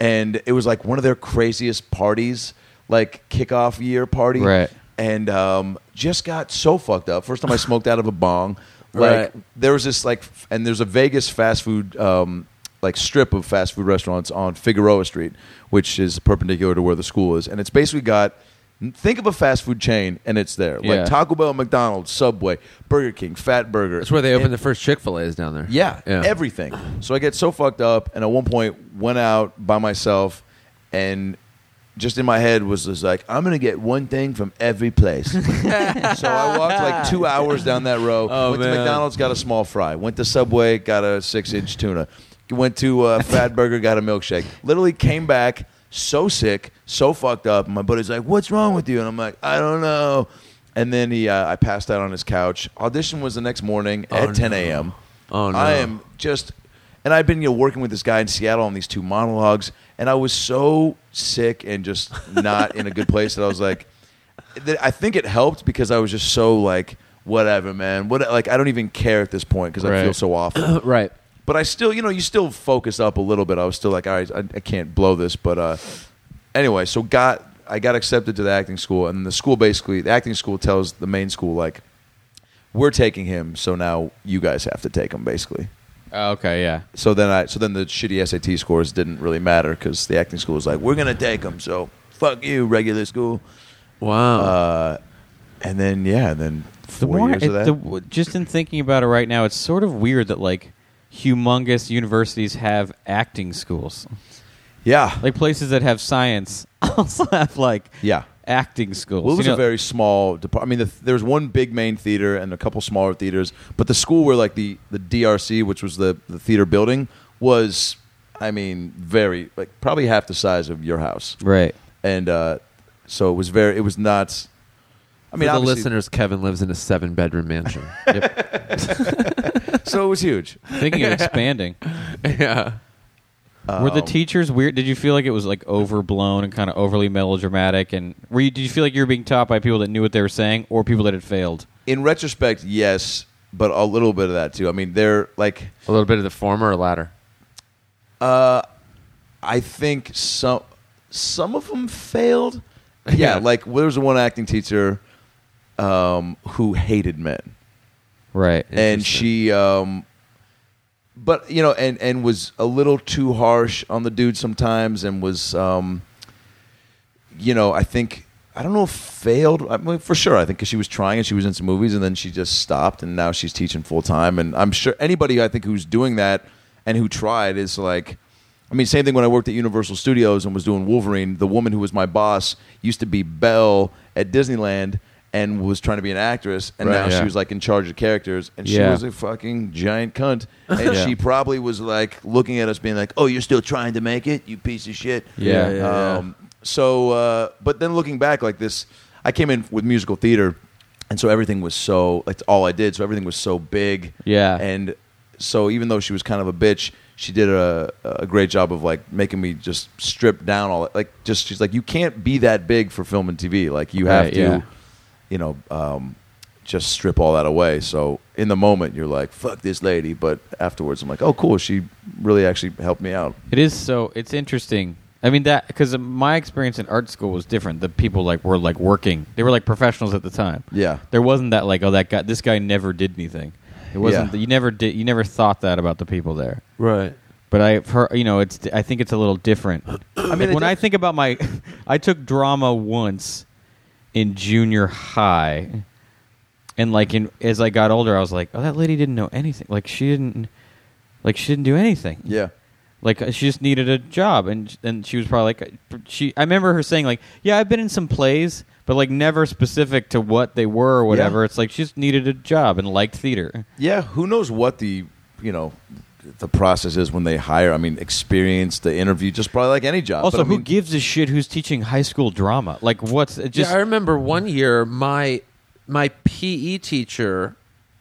And it was like one of their craziest parties, like kickoff year party.
Right.
And um, just got so fucked up. First time I smoked out of a bong. Like
Right.
there was this like, f- and there's a Vegas fast food um, like strip of fast food restaurants on Figueroa Street, which is perpendicular to where the school is, and it's basically got. Think of a fast food chain, and it's there.
Yeah.
Like Taco Bell, McDonald's, Subway, Burger King, Fat Burger.
That's where they opened the first Chick Fil A's down there.
Yeah,
yeah.
everything. So I get so fucked up, and at one point went out by myself, and just in my head was just like, I'm gonna get one thing from every place. so I walked like two hours down that row.
Oh,
went
man.
to McDonald's, got a small fry. Went to Subway, got a six-inch tuna. Went to uh, Fat Burger, got a milkshake. Literally came back so sick, so fucked up. And my buddy's like, "What's wrong with you?" And I'm like, "I don't know." And then he, uh, I passed out on his couch. Audition was the next morning at 10 a.m.
Oh, no.
I am just, and I've been you know, working with this guy in Seattle on these two monologues, and I was so sick and just not in a good place that I was like, that I think it helped because I was just so like, whatever, man, what like I don't even care at this point because I
Right.
feel so awful.
right.
but I still, you know, you still focus up a little bit. I was still like, all right, I, I can't blow this, but uh, anyway, so got I got accepted to the acting school, and the school basically, the acting school tells the main school like. We're taking him, so now you guys have to take him, basically
Oh, okay. Yeah.
so then I so then the shitty SAT scores didn't really matter because the acting school was like, we're gonna take them, so fuck you, regular school.
Wow.
Uh, and then yeah, and then
The
four
more-
years of
it-
that.
the w- just in thinking about it right now, it's sort of weird that like humongous universities have acting schools,
yeah,
like places that have science also have like
Yeah.
acting schools.
well, it was
You know-
a very small department. I mean, the, there was one big main theater and a couple smaller theaters, but the school where like the the DRC, which was the the theater building, was I mean very like probably half the size of your house,
right.
and uh, so it was very it was not. I mean,
For the
obviously-
listeners, Kevin lives in a seven bedroom mansion.
Yep.
so it was huge.
Thinking of expanding.
yeah.
were
Um,
the teachers weird? Did you feel like it was like overblown and kind of overly melodramatic? And were you, did you feel like you were being taught by people that knew what they were saying or people that had failed?
in retrospect, yes, but a little bit of that too. I mean, they're like,
A little bit of the former or latter.
I think some some of them failed.
Yeah.
Yeah, like well, there was one acting teacher um, who hated men,
Right.
and
Interesting.
she, um, but you know, and and was a little too harsh on the dude sometimes, and was, um, you know, I think. I don't know if failed. I mean, for sure, I think because she was trying and she was in some movies and then she just stopped and now she's teaching full time. And I'm sure anybody I think who's doing that and who tried is like, I mean, same thing when I worked at Universal Studios and was doing Wolverine. The woman who was my boss used to be Belle at Disneyland and was trying to be an actress, and
Right,
now
yeah.
she was like in charge of characters, and she
Yeah.
was a fucking giant cunt, and
Yeah.
she probably was like looking at us, being like, "Oh, you're still trying to make it, you piece of shit."
Yeah, yeah,
yeah.
Um, so, uh, but then looking back, like this, I came in with musical theater, and so everything was so that's all I did. So everything was so big.
Yeah.
And so even though she was kind of a bitch, she did a, a great job of like making me just strip down all like just she's like you can't be that big for film and TV. Like you have
Right,
to,
yeah.
you know, um, just strip all that away. So in the moment you're like fuck this lady, but afterwards I'm like oh cool, she really actually helped me out.
It is so. It's interesting. I mean that because my experience in art school was different. The people like were like working. They were like professionals at the time.
Yeah.
There wasn't that like oh that guy this guy never did anything. It wasn't
Yeah.
that you never did you never thought that about the people there.
Right.
But I've heard you know it's I think it's a little different. I
mean,
mean
it
when I
def-
think about my I took drama once in junior high. And like in as I got older I was like oh that lady didn't know anything. Like she didn't like she didn't do anything.
Yeah.
Like uh, she just needed a job, and and she was probably like uh, she. I remember her saying like, "Yeah, I've been in some plays, but like never specific to what they were or whatever."
Yeah. Uh,
It's like she just needed a job and liked theater.
Yeah, who knows what the you know the process is when they hire? I mean, experience the interview, just probably like any job.
Also,
But I
who
mean-
gives a shit who's teaching high school drama? Like, what's it just
yeah, I remember one year my my PE teacher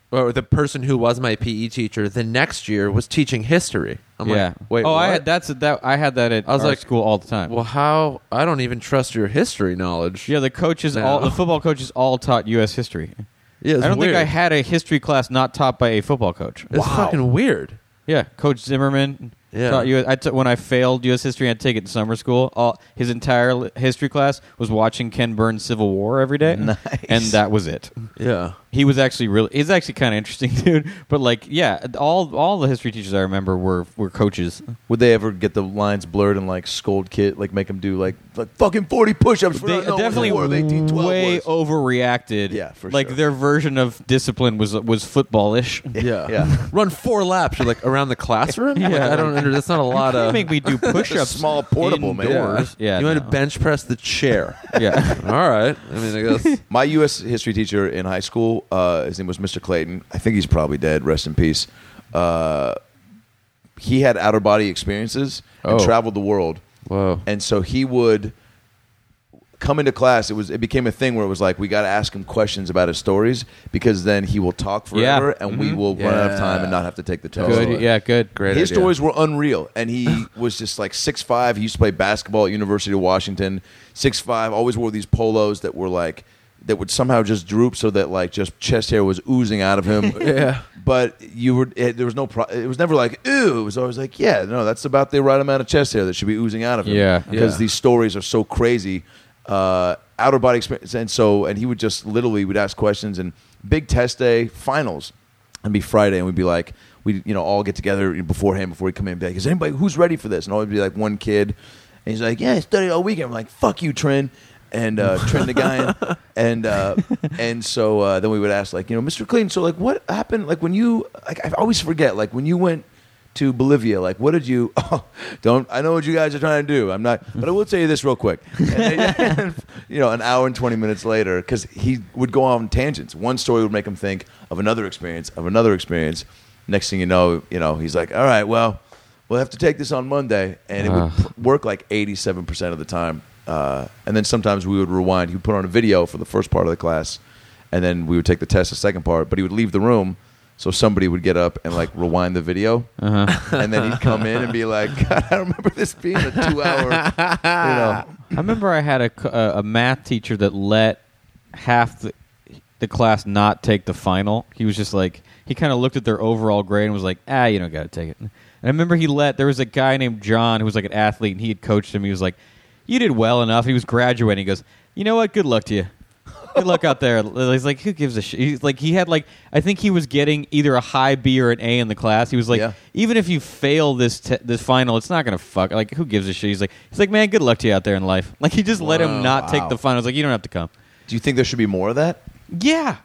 or the person who was my PE teacher the next year was teaching history. I'm
yeah?
like, wait,
oh, I
what?
had that's that I had that at
I was
our
like,
school all the time.
Well, how? I don't even trust your history knowledge.
yeah, the coaches
No.
all the football coaches all taught U.S. history.
Yeah, it's
I don't
weird.
think I had a history class not taught by a football coach.
It's fucking weird.
Yeah, Coach Zimmerman.
Yeah.
Taught you, I took when I failed U.S. history. I would take it in summer school. All his entire li- history class was watching Ken Burns Civil War every day,
Nice.
and that was it.
Yeah.
He was actually really. He's actually kind of interesting, dude. But like, yeah, all all the history teachers I remember were were coaches.
would they ever get the lines blurred and like scold kid, like make them do like like fucking forty push-ups? For
They
not knowing
definitely
what the war of 1812
way
was?
overreacted.
Yeah, for
like
sure.
their version of discipline was was footballish.
Yeah.
Yeah.
Run four laps. You're like around the classroom. yeah. I don't under. That's not a lot
They
of.
make me do push-ups.
small portable, man.
indoors. Yeah,
you want
no.
to bench press the chair.
yeah.
All right. I mean, I guess.
My U.S. history teacher in high school, uh, his name was Mr. Clayton. I think he's probably dead. Rest in peace. Uh, he had outer body experiences and
Oh.
traveled the world.
Whoa.
And so he would come into class. It was it became a thing where it was like we got to ask him questions about his stories because then he will talk
Yeah.
forever and we will run out of time and
Yeah.
not have to take the test.
Good. Yeah. Good.
Great.
His
idea.
stories were unreal, and he was just like six five. He used to play basketball at University of Washington. Six five, always wore these polos that were like that would somehow just droop so that like just chest hair was oozing out of him.
Yeah.
But you were it, there was no pro, it was never like ew. It was always like yeah, no, that's about the right amount of chest hair that should be oozing out of him.
Yeah.
because
Yeah.
these stories are so crazy. Uh, outer body experience, and so and he would just literally would ask questions and big test day finals and be Friday, and we'd be like, we you know all get together beforehand before we come in, and be like, is anybody who's ready for this? And always be like one kid, and he's like, yeah, I studied all weekend. I'm like, fuck you, Trin, and uh, Trin the guy, and uh, and so uh, then we would ask like, you know, Mr. Clean, so like what happened? Like when you like I always forget like when you went. To Bolivia, like what did you? Oh, don't I know what you guys are trying to do? I'm not, but I will tell you this real quick. And- you know, an hour and 20 minutes later, because he would go on tangents. One story would make him think of another experience, of another experience. Next thing you know, you know, he's like, all right, well, we'll have to take this on Monday. And it
Ah.
would pr- work like 87% of the time. Uh, and then sometimes we would rewind. He would put on a video for the first part of the class, and then we would take the test, the second part, but he would leave the room. So somebody would get up and like rewind the video,
Uh-huh.
and then he'd come in and be like, God, "I remember this being a two-hour, you know,
I remember I had a, c- a- a math teacher that let half the, the class not take the final. He was just like, he kind of looked at their overall grade and was like, ah, you don't got to take it. And I remember he let, there was a guy named John who was like an athlete and he had coached him. He was like, you did well enough. He was graduating. He goes, you know what? Good luck to you. Good luck out there. He's like, who gives a shit? He's like, he had like, I think he was getting either a high B or an A in the class. He was like,
Yeah.
even if you fail this te- this final, it's not gonna fuck. Like, who gives a shit? He's like, he's like, man, good luck to you out there in life. Like, he just let him not take
Wow.
the final. He's like, you don't have to come.
Do you think there should be more of that?
Yeah.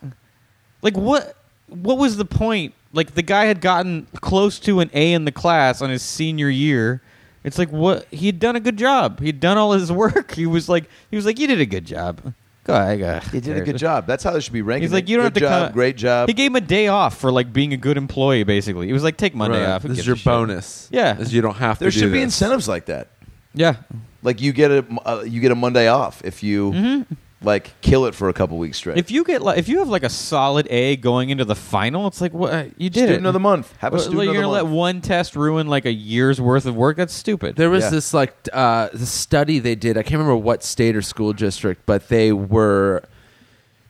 Like what what was the point? Like the guy had gotten close to an A in the class on his senior year. It's like what he had done a good job. He'd done all his work. He was like he was like you did a good job. Go ahead. uh,
You did a good job. That's how they should be ranking.
He's like
it.
you don't
Good
have to
job,
come.
Great job.
He gave him a day off for like being a good employee basically. He was like take Monday
Right.
off. Who
This is
gives
your
a shit?
bonus.
Yeah.
Is you don't have to
there
do
should be
this.
incentives like that.
Yeah.
Like you get a uh, you get a Monday off if you
Mm-hmm.
like kill it for a couple weeks straight.
If you get like if you have like a solid A going into the final, it's like what you did
student
it.
of the month, have a
Well,
student
like,
of
you're
the
gonna let
month.
one test ruin like a year's worth of work. That's stupid.
There was
Yeah.
this like t- uh, the study they did. I can't remember what state or school district, but they were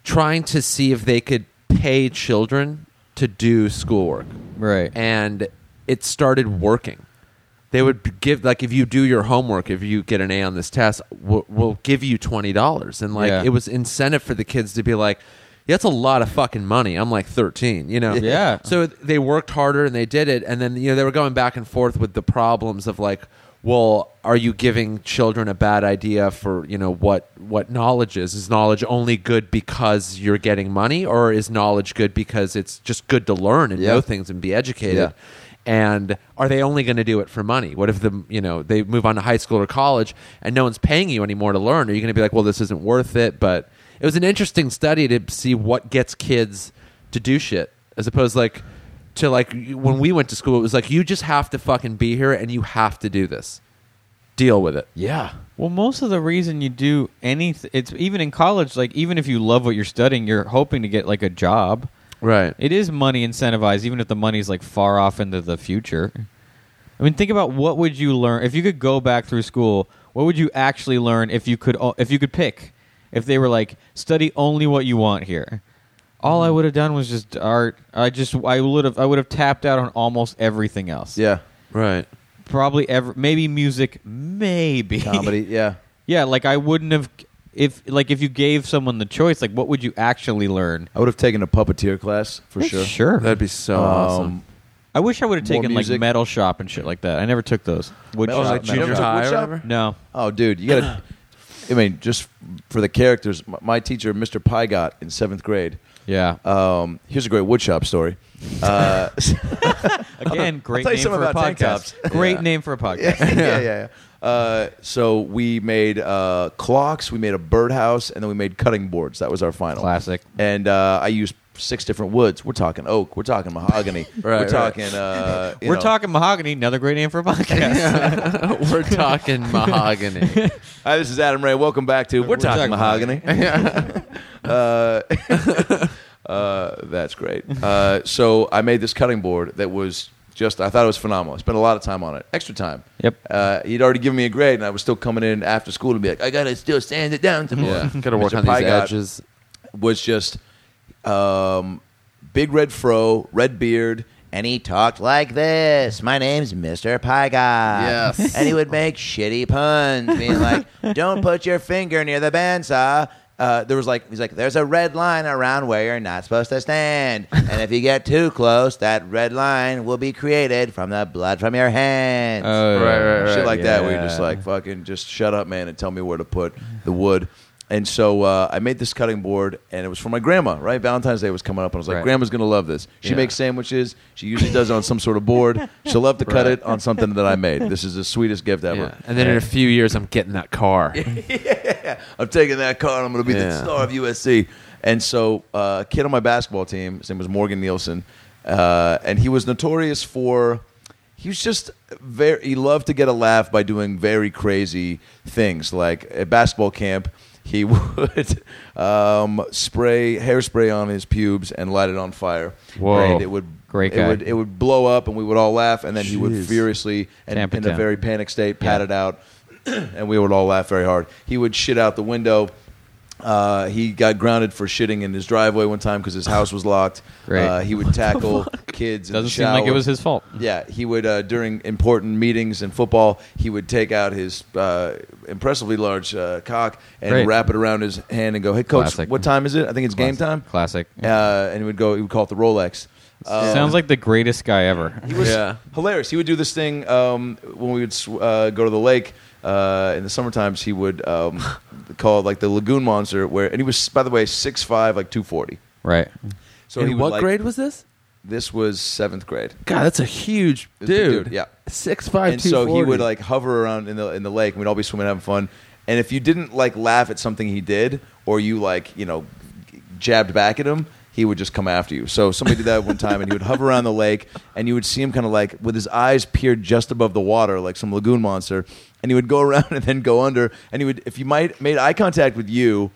trying to see if they could pay children to do schoolwork,
right.
and it started working. They would b- give like if you do your homework, if you get an A on this test, we'll, we'll give you twenty dollars, and like
Yeah.
it was incentive for the kids to be like. "Yeah, That's a lot of fucking money. I'm like 13, you know.
Yeah.
So they worked harder and they did it, and then you know they were going back and forth with the problems of like, well, are you giving children a bad idea for you know what what knowledge is? Is knowledge only good because you're getting money, or is knowledge good because it's just good to learn and
Yeah.
know things and be educated? And are they only going to do it for money? What if the you know they move on to high school or college and no one's paying you anymore to learn? Are you going to be like, well, this isn't worth it? But it was an interesting study to see what gets kids to do shit as opposed like to like you- when we went to school it was like you just have to fucking be here and you have to do this deal with it
yeah,
Well, most of the reason you do anything, it's even in college, like even if you love what you're studying, you're hoping to get like a job.
right
It is money incentivized, even if the money's like far off into the future. I mean, think about what would you learn if you could go back through school. What would you actually learn if you could o- if you could pick? If they were like study only what you want here. All I would have done was just art. I just I would have I would have tapped out on almost everything else.
yeah,
right
probably ever maybe music, maybe
comedy, yeah.
Yeah, like I wouldn't have if like if you gave someone the choice, like what would you actually learn?
I would have taken a puppeteer class for sure.
Sure.
that'd be so
Um,
awesome
I wish I would have
More
taken like
music.
metal shop and shit like that. I never took those. Wood
Metal
shop,
shop,
metal
you never
junior
took
shop.
high or
woodshop?
whatever
No.
Oh, dude, you gotta. I mean, just for the characters, my, my teacher, Mr. Pygott, in seventh grade.
Yeah.
Um, here's a great woodshop story. Uh,
Again, great
tell you
name
something
for a
about tank
podcast.
tops.
Great
Yeah.
name for a podcast.
yeah, yeah, yeah. yeah. Uh, so we made uh, clocks, we made a birdhouse, and then we made cutting boards. That was our final
Classic.
And uh, I used six different woods. We're talking oak. We're talking mahogany.
Right,
we're
right.
talking. Uh, you
We're
know,
talking mahogany, another great name for a podcast.
we're talking mahogany
Hi, this is Adam Ray. Welcome back to We're, talking,
Talking
Mahogany. uh, uh, that's great. Uh, so I made this cutting board that was just, I thought it was phenomenal. I spent a lot of time on it, extra time.
Yep.
Uh, he'd already given me a grade, and I was still coming in after school to be like, I got to still sand it down some more.
yeah gotta work
Mr.
on these
Pygott
edges
was just um, big red fro, red beard,
And he talked like this. My name's Mr. Pygott.
Yes.
And he would make shitty puns, being like, don't put your finger near the bandsaw. Uh, there was like, he's like, there's a red line around where you're not supposed to stand. And if you get too close, that red line will be created from the blood from your hands.
Oh, yeah.
shit like that. Where
Yeah.
you're just like, fucking, just shut up, man, and tell me where to put the wood. And so uh, I made this cutting board, and it was for my grandma. Right, Valentine's Day was coming up, and I was like,
Right.
"Grandma's gonna love this. She
Yeah.
makes sandwiches. She usually does it on some sort of board. She'll love to cut
Right.
it on something that I made. This is the sweetest gift ever."
yeah. and then in a few years i'm getting that car
I'm taking that car and I'm going to be
Yeah.
the star of USC. And so, uh, a kid on my basketball team, his name was Morgan Nielsen, uh, and he was notorious for. He was just very. He loved to get a laugh by doing very crazy things. Like at basketball camp, he would um, spray hairspray on his pubes and light it on fire.
Whoa.
And it would
Great
it
guy.
Would, it would blow up, and we would all laugh, and then he would
Jeez.
furiously and
Tampa
in
Town.
a very panic state, pat it out, and we would all laugh very hard. He would shit out the window. Uh, he got grounded for shitting in his driveway one time because his house was locked.
Great.
Uh, he would tackle kids. in the
Doesn't seem like it
shower.
was his fault.
Yeah, he would uh, during important meetings in football. He would take out his uh, impressively large uh, cock and
Great.
wrap it around his hand and go, "Hey, coach,
Classic.
what time is it? I think it's game time."
Classic.
Uh, and he would go. He would call it the Rolex. Uh,
Sounds like the greatest guy ever.
he was
Yeah.
hilarious. He would do this thing um, when we would sw- uh, go to the lake uh, in the summer times. He would um, call it like the lagoon monster, where and he was by the way six five, like two forty.
Right.
So
In
he would,
what
like-
grade was this?
This was seventh grade.
God, that's a huge
It's a big
dude.
dude, yeah.
six five
and
two.
so he would like hover around in the in the lake and we'd all be swimming having fun and if you didn't like laugh at something he did or you like you know jabbed back at him he would just come after you so somebody did that one time and he would hover around the lake and you would see him kind of like with his eyes peered just above the water like some lagoon monster and he would go around and then go under and he would if you might made eye contact with you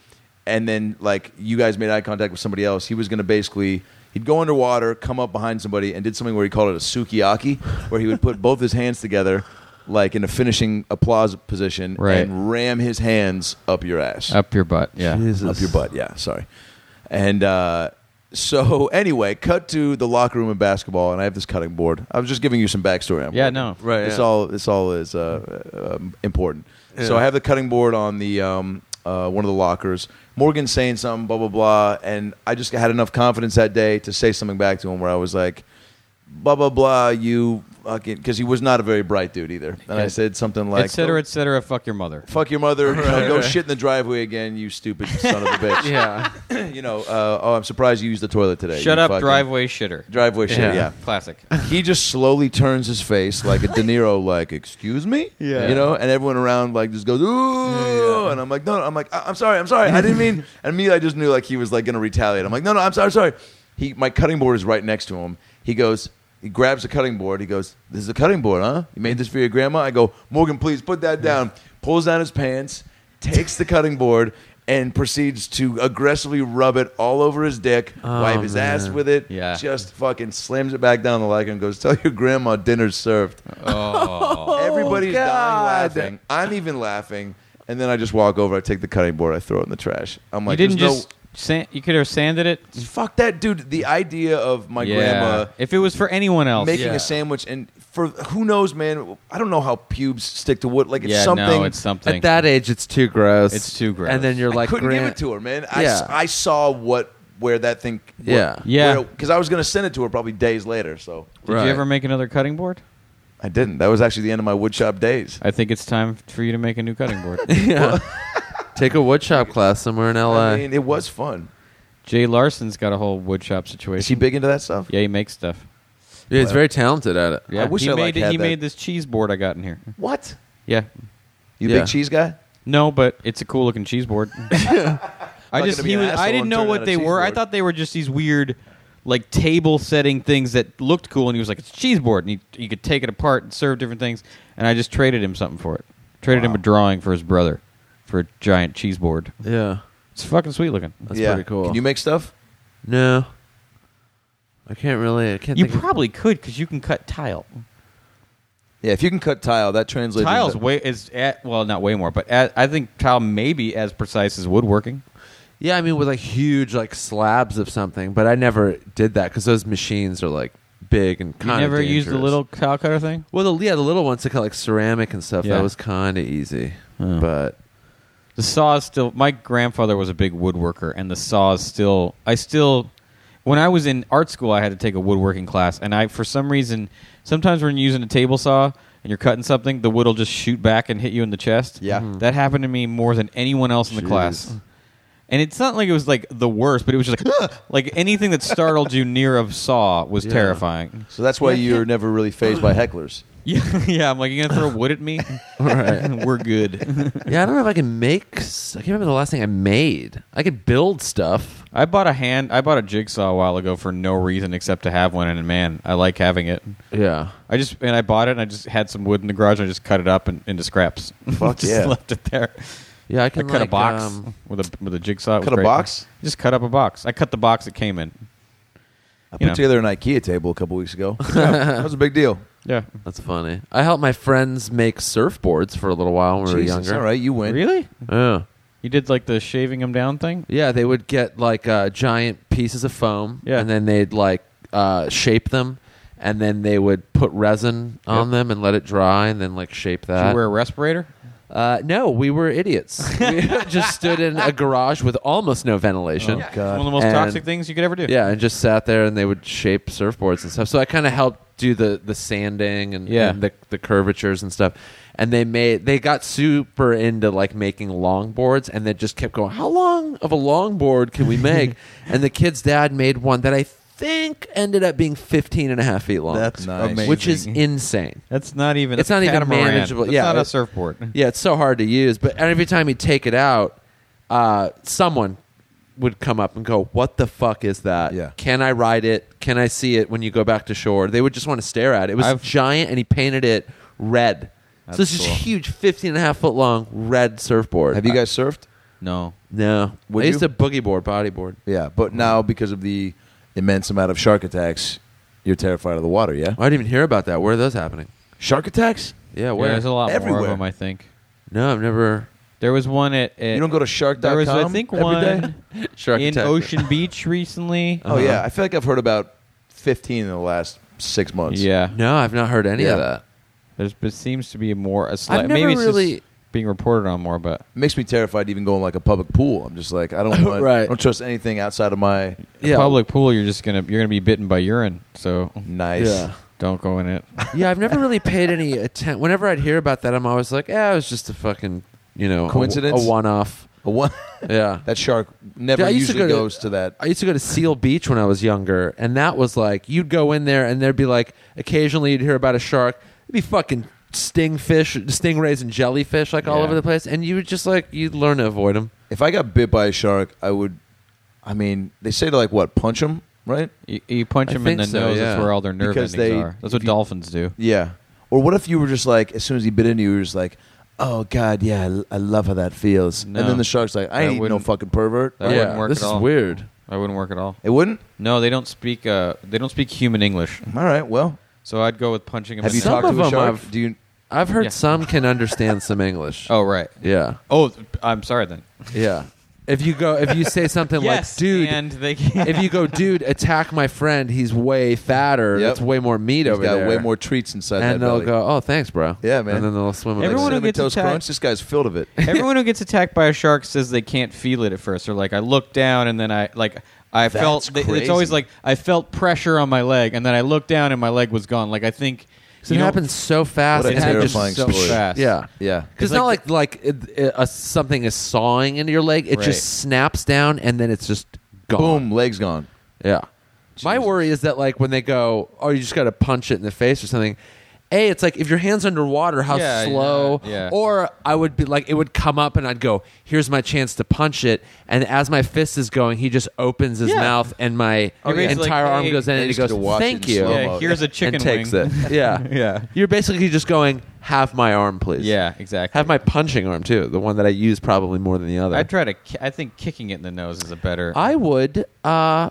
and then like you guys made eye contact with somebody else, he was going to basically he'd go underwater, come up behind somebody, and did something where he called it a sukiyaki, where he would put both his hands together, like in a finishing applause position,
Right.
and ram his hands up your ass,
Up your butt. Yeah.
up your butt. Yeah, sorry. And uh, so anyway, cut to the locker room in basketball, and I have this cutting board. I was just giving you some backstory. I'm
Yeah,
working.
no.
Right,
This
yeah.
all this all is uh, um, important. So
Yeah.
I have the cutting board on the um, uh, one of the lockers. Morgan's saying something, blah blah blah, and I just had enough confidence that day to say something back to him where I was like, blah blah blah, you fucking, because he was not a very bright dude either. And I said something like,
et cetera, et cetera. Fuck your mother.
Fuck your mother. you know,
Right,
go
right.
shit in the driveway again, you stupid son of a bitch
yeah.
you know, uh, oh, I'm surprised you used the toilet today.
Shut
you
up,
fucking-
driveway shitter.
Driveway shit,
Yeah.
yeah.
Classic.
He just slowly turns his face like a De Niro, like, excuse me?
Yeah.
You know, and everyone around like just goes, ooh. And I'm like, no, no, I'm like, I- I'm sorry, I'm sorry. I didn't mean. And immediately I just knew like he was like going to retaliate. I'm like, no, no, I'm sorry, I'm sorry. He, my cutting board is right next to him. He goes, he grabs the cutting board. He goes, this is a cutting board, huh? You made this for your grandma? I go, Morgan, please put that down. Pulls down his pants, takes the cutting board, and proceeds to aggressively rub it all over his dick,
Oh,
wipe his ass
man.
with it,
Yeah.
just fucking slams it back down the leg and goes, "Tell your grandma dinner's served."
Oh.
Everybody's dying
God.
laughing. I'm even laughing, and then I just walk over. I take the cutting board. I throw it in the trash. I'm
you
like,
didn't
"There's
just. San- you could have sanded it.
no, fuck that, dude." The idea of my
yeah. Oh,
grandma
if it was for anyone else.
making
Yeah.
a sandwich and for who knows, man. I don't know how pubes stick to wood. Like it's
yeah,
something.
no, it's something.
At that age, it's too gross.
It's too gross.
And then you're
I
like,
couldn't give
Grant-
it to her, man. I,
Yeah.
s- I saw what where that thing.
Yeah.
Yeah.
Because I was gonna send it to her probably days later. So
Did
Right.
you ever make another cutting board?
I didn't. That was actually the end of my woodshop days.
I think it's time for you to make a new cutting board.
Yeah. Take a woodshop class somewhere in L.A.
I mean, it was fun.
Jay Larson's got a whole woodshop
Is he
situation.
big into that stuff?
yeah, he makes stuff.
yeah, he's very talented at it.
Yeah,
wish
he
I,
made
like,
it-
had
he
that.
made this cheese board I got in here.
What?
Yeah,
You a
Yeah.
big cheese guy?
no, but it's a cool looking cheese board. I
Not
just
gonna be
he
an
was, I
asshole
didn't
and
know
turn
what
out a
they
cheese
were. I
board.
thought they were just these weird like table setting things that looked cool, and he was like, "It's a cheese board," and he you could take it apart and serve different things. And I just traded him something for it. Traded him a drawing for his brother for a giant cheese board.
Yeah.
It's fucking sweet looking.
That's
yeah.
pretty cool.
Can you make stuff?
No. I can't really. I can't.
You
think of-
probably could because you can cut tile.
Yeah, if you can cut tile, that translates.
Tile's
into-
way is at, well, not way more, but at, I think tile may be as precise as woodworking.
yeah, I mean, with like huge like slabs of something, but I never did that because those machines are like big and
You
kind of
never used the little tile cutter thing.
Well, the yeah, the little ones that cut like ceramic and stuff.
Yeah.
That was kind of easy,
Oh.
but
The saw is still. My grandfather was a big woodworker, and the saw is still. I still. When I was in art school, I had to take a woodworking class, and I, for some reason, sometimes when you're using a table saw and you're cutting something, the wood will just shoot back and hit you in the chest.
Yeah. Mhm.
that happened to me more than anyone else in the class. And it's not like it was like the worst, but it was just like like anything that startled you near a saw was
Yeah.
terrifying.
So that's why you're never really phased by hecklers.
Yeah, yeah. I'm like, you gonna throw wood at me?
Right.
We're good.
yeah, I don't know if I can make. s- I can't remember the last thing I made. I could build stuff.
I bought a hand. I bought a jigsaw a while ago for no reason except to have one, and man, I like having it.
Yeah,
I just and I bought it, and I just had some wood in the garage, and I just cut it up and, into scraps.
Fuck
just
yeah.
left it there.
yeah, I
I
can
cut a
like,
box
um,
with a with a jigsaw. It was
Cut a
great.
box?
Just cut up a box. I cut the box it came in.
I put
You know.
together an IKEA table a couple weeks ago. Yeah, that was a big deal.
Yeah.
that's funny. I helped my friends make surfboards for a little while when we were
Jesus,
younger.
All right, you win.
Really?
Yeah.
You did like the shaving them down thing.
Yeah, they would get like uh, giant pieces of foam,
Yeah.
and then they'd like uh, shape them, and then they would put resin on them and let it dry, and then like shape
Did
that.
you wear a respirator?
uh, no, we were idiots. we just stood in a garage with almost no
Oh,
ventilation.
It's One of the most
And-
toxic things you could ever do.
Yeah, and just sat there, and they would shape surfboards and stuff. So I kind of helped do the the sanding and,
Yeah.
and the the curvatures and stuff. And they made they got super into like making longboards, and they just kept going. How long of a longboard can we make? and the kid's dad made one that I think ended up being 15 and a half feet long,
That's Nice. amazing.
which is insane.
That's not even.
It's
a
not even
catamaran.
manageable.
That's
Yeah,
not a
it's-
surfboard.
Yeah, it's so hard to use. But every time you take it out, uh, someone would come up and go, "What the fuck is that?
Yeah.
Can I ride it? Can I see it when you go back to shore?" They would just want to stare at it. It was
I've-
giant, and he painted it red. so
That's
this is
cool.
huge, 15 and a half foot long red surfboard.
Have you guys surfed?
No.
No,
Would
I used
you?
to boogie board, bodyboard.
Yeah, but now because of the immense amount of shark attacks, you're terrified of the water. Yeah,
I didn't even hear about that. Where are those happening?
shark attacks.
Yeah,
Yeah,
where?
there's a lot more of
Everywhere.
them. I think
no, I've never.
there was one at. at
You don't go to shark.com.
There was, I think,
every day?
one
Shark
in
attack.
Ocean Beach recently.
Oh
Uh-huh.
yeah, I feel like I've heard about fifteen in the last six months.
Yeah.
No, I've not heard any
Yeah.
of that.
There's but seems to be more a slight.
never
Maybe it's
really-
just being reported on more, but
It makes me terrified to even going like a public pool. I'm just like I don't want,
Right.
I don't trust anything outside of my
a
Yeah.
public pool, you're just gonna you're gonna be bitten by urine. So
nice.
Yeah.
don't go in it.
Yeah, I've never really paid any attention. Whenever I'd hear about that, I'm always like, "Yeah, it was just a fucking, you know, a-
Coincidence?
a, one-off."
A one-
Yeah,
that shark never
Dude, I used to
usually
go to-
goes to that.
I used to go to Seal Beach when I was younger, and that was like you'd go in there, and there'd be like occasionally you'd hear about a shark. It'd be fucking stingfish, stingrays, and jellyfish like all
Yeah.
over the place, and you would just like you'd learn to avoid them.
If I got bit by a shark, I would. I mean, they say to like what punch them, right?
You, you punch
I
them in
think
the
so,
nose.
yeah.
That's where all their nerve
Because
endings
they-
are. That's what
if you-
dolphins do.
Yeah. Or what if you were just like, as soon as he bit into you, you were just like, oh, God, yeah, I, I love how that feels.
No.
And then the shark's like, I
That
ain't no
wouldn't-
fucking pervert.
That
yeah,
wouldn't work
this
at
is
all.
weird.
That wouldn't work at all.
It wouldn't?
No, they don't speak. Uh, they don't speak human English.
All right, well.
So I'd go with punching them.
Have
in
you
the
Some
talked
of
to a
them
shark?
I've-
Do you,
I've heard
Yeah.
some can understand some English.
Oh right.
yeah,
Oh, I'm sorry then.
yeah. If you go, if you say something like, "Dude,
and they
if you go, dude, attack my friend. He's way fatter.
Yep.
It's way more meat
he's
over
got
there.
way more treats inside
And
that
they'll
belly.
go, oh, thanks, bro.
Yeah, man.
And then they'll swim. away.
Like
Everyone who
Cinnamon
gets
Toast
attacked-
Crunch, this guy's filled of it.
Everyone who gets attacked by a shark says they can't feel it at first. They're like, I looked down and then I like I felt.
That's
It's always
crazy.
like I felt pressure on my leg and then I looked down and my leg was gone. Like I think
So
you
it
know,
happens so fast.
What a
it happens
terrifying
so
story.
fast. Yeah.
Yeah.
Because it's not like like it, it, a, something is sawing into your leg. It
Right.
just snaps down and then it's just gone.
Boom, legs gone.
Yeah. My worry is that like when they go, oh, you just got to punch it in the face or something. A, it's like if your hand's underwater, how
Yeah,
slow.
yeah, yeah.
Or I would be like, it would come up and I'd go, here's my chance to punch it. And as my fist is going, he just opens his
Yeah.
mouth and my
Oh, yeah. It's like,
entire arm
hey-
goes in
They
and he
just get
goes,
to watch it
thank
in
you.
slow-mo.
Yeah, here's a chicken
and takes
wing.
it. Yeah.
Yeah.
You're basically just going, have my arm, please.
Yeah, exactly.
Have my punching arm, too. The one that I use probably more than the other.
I try to. ki- I think kicking it in the nose is a better.
I would uh,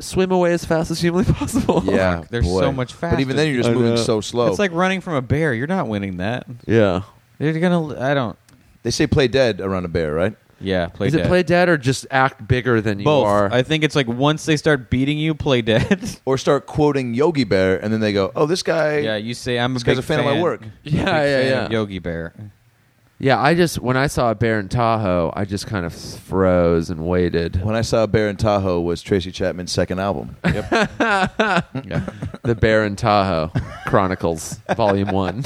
swim away as fast as humanly possible.
Yeah.
They're
boy.
so much
But
faster.
even then, you're just
I
moving
know.
so slow.
It's like running from a bear. You're not winning that.
Yeah.
You're gonna. I don't.
they say play dead around a bear, right?
Yeah, play
Is
dead.
it play dead or just act bigger than you
Both.
are?
I think it's like once they start beating you, play dead.
Or start quoting Yogi Bear, and then they go, oh, this guy.
yeah, you say I'm
This
a
guy's
big
a fan of my work.
Yeah,
Big
yeah,
fan
yeah.
of Yogi Bear.
yeah, I just when I saw a bear in Tahoe, I just kind of froze and waited.
When I saw Bear in Tahoe was Tracy Chapman's second album. Yep.
the Bear in Tahoe Chronicles, Volume One.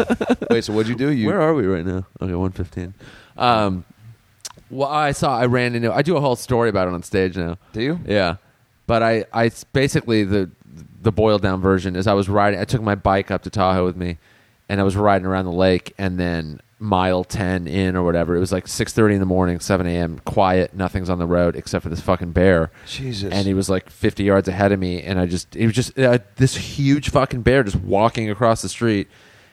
Wait, so what'd you do? You
Where are we right now? Okay, one fifteen. Um, well, I saw I ran into. I do a whole story about it on stage now.
Do you?
Yeah, but I, I s- basically the the boiled down version is I was riding. I took my bike up to Tahoe with me, and I was riding around the lake, and then mile ten in or whatever, it was like six thirty in the morning, seven a.m. Quiet, nothing's on the road except for this fucking bear.
Jesus.
And he was like fifty yards ahead of me, and I just it was just uh, this huge fucking bear just walking across the street.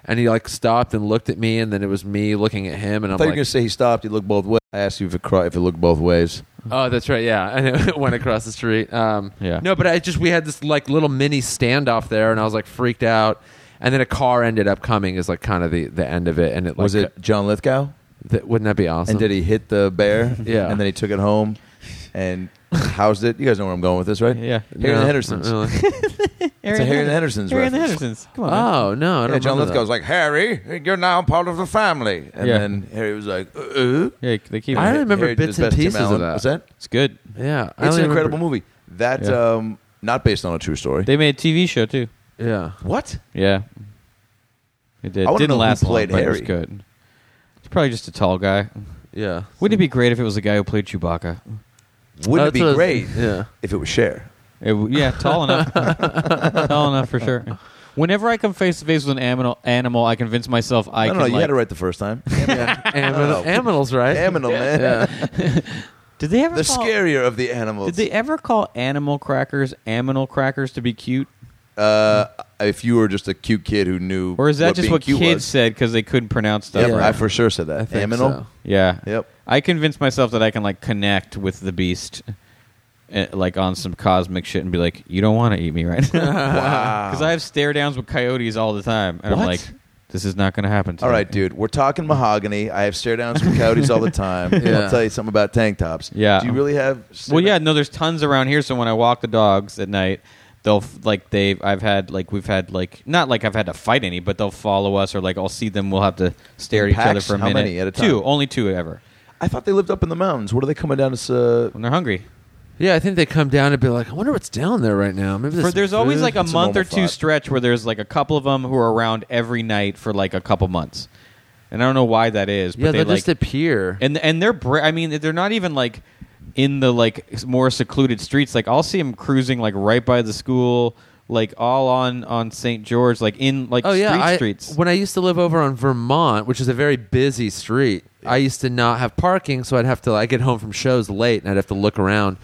And he like stopped and looked at me, and then it was me looking at him, and
I
I'm
thought you were
like,
gonna say he stopped. He looked both ways. I asked you if it cri- if it looked both ways.
Oh, that's right. Yeah, and it went across the street. Um,
Yeah.
No, but I just we had this like little mini standoff there, and I was like freaked out. And then a car ended up coming is like kind of the the end of it, and it like,
Was it John Lithgow?
That, wouldn't that be awesome?
And did he hit the bear?
Yeah.
And then he took it home and housed it. You guys know where I'm going with this, right?
Yeah.
Harry and
No, Uh-uh.
the Hendersons.
not really.
It's a Harry and the Hendersons
Harry and the
reference.
Hendersons. Ah. Come on. man.
oh no, I don't
Yeah, John
remember that.
Lithgow's like, Harry, you're now part of the family. And
Yeah.
then Harry was like, uh
Yeah, they keep.
I
it.
remember
Harry
bits
does
and
best Tim
pieces of
Allen.
that.
What's that?
It's good.
Yeah, I
It's
only
an
remember-
incredible movie. That's
Yeah.
um, not based on a true story.
They made a TV show too.
Yeah,
What?
Yeah, it did.
I wanna
Didn't
know who
last
played
long, but
Harry.
it was good. It's probably just a tall guy.
yeah.
Wouldn't it be great if it was the guy who played Chewbacca?
Wouldn't
Oh, That's
it be
what I was-
great
Yeah.
if it was Cher?
It w- yeah, tall enough. tall enough for sure. Whenever I come face to face with an animal, animal, I convince myself I, can.
I, don't know. You
like-
had it right the first time.
Aminal, aminals, right?
Aminal, Oh, man.
Did they ever
The
call,
scarier of the animals.
Did they ever call animal crackers aminal crackers to be cute,
uh, if you were just a cute kid who knew,
or is that just
being
what
cute
kids
was.
said because they couldn't pronounce stuff?
Yep,
Yeah.
right?
I for sure said that.
I think
Aminal?
so.
Yeah.
Yep.
I convinced myself that I can like connect with the beast, eh, like on some cosmic shit, and be like, "You don't want to eat me right now,"
Wow.
because I have stare downs with coyotes all the time, and I'm
What?
like, "This is not going to happen." To
All
me."
right, dude. We're talking mahogany. I have stare downs from coyotes all the time.
Yeah.
I'll tell you something about tank tops.
Yeah.
Do you really have? stare
Well, yeah,
down-
no, there's tons around here. So when I walk the dogs at night, they'll f- like they I've had like we've had like not like I've had to fight any, but they'll follow us or like I'll see them. We'll have to stare at each other
packs?
for a
How
minute.
many at a
Two,
time?
only two ever.
I thought they lived up in the mountains. What are they coming down to? Uh,
When they're hungry,
Yeah, I think they come down and be like, I wonder what's down there right now. Maybe
For,
some
there's always
food?
like a
It's a
month or
normal
two
thought.
stretch where there's like a couple of them who are around every night for like a couple months, and I don't know why that is. But
yeah,
they
they
like
just appear.
and and they're bra- I mean they're not even like in the like more secluded streets. Like I'll see them cruising like right by the school, like all on on St. George, like in like
oh yeah,
street
I-
streets.
when I used to live over on Vermont, which is a very busy street, I used to not have parking, so I'd have to. I get home from shows late, and I'd have to look around.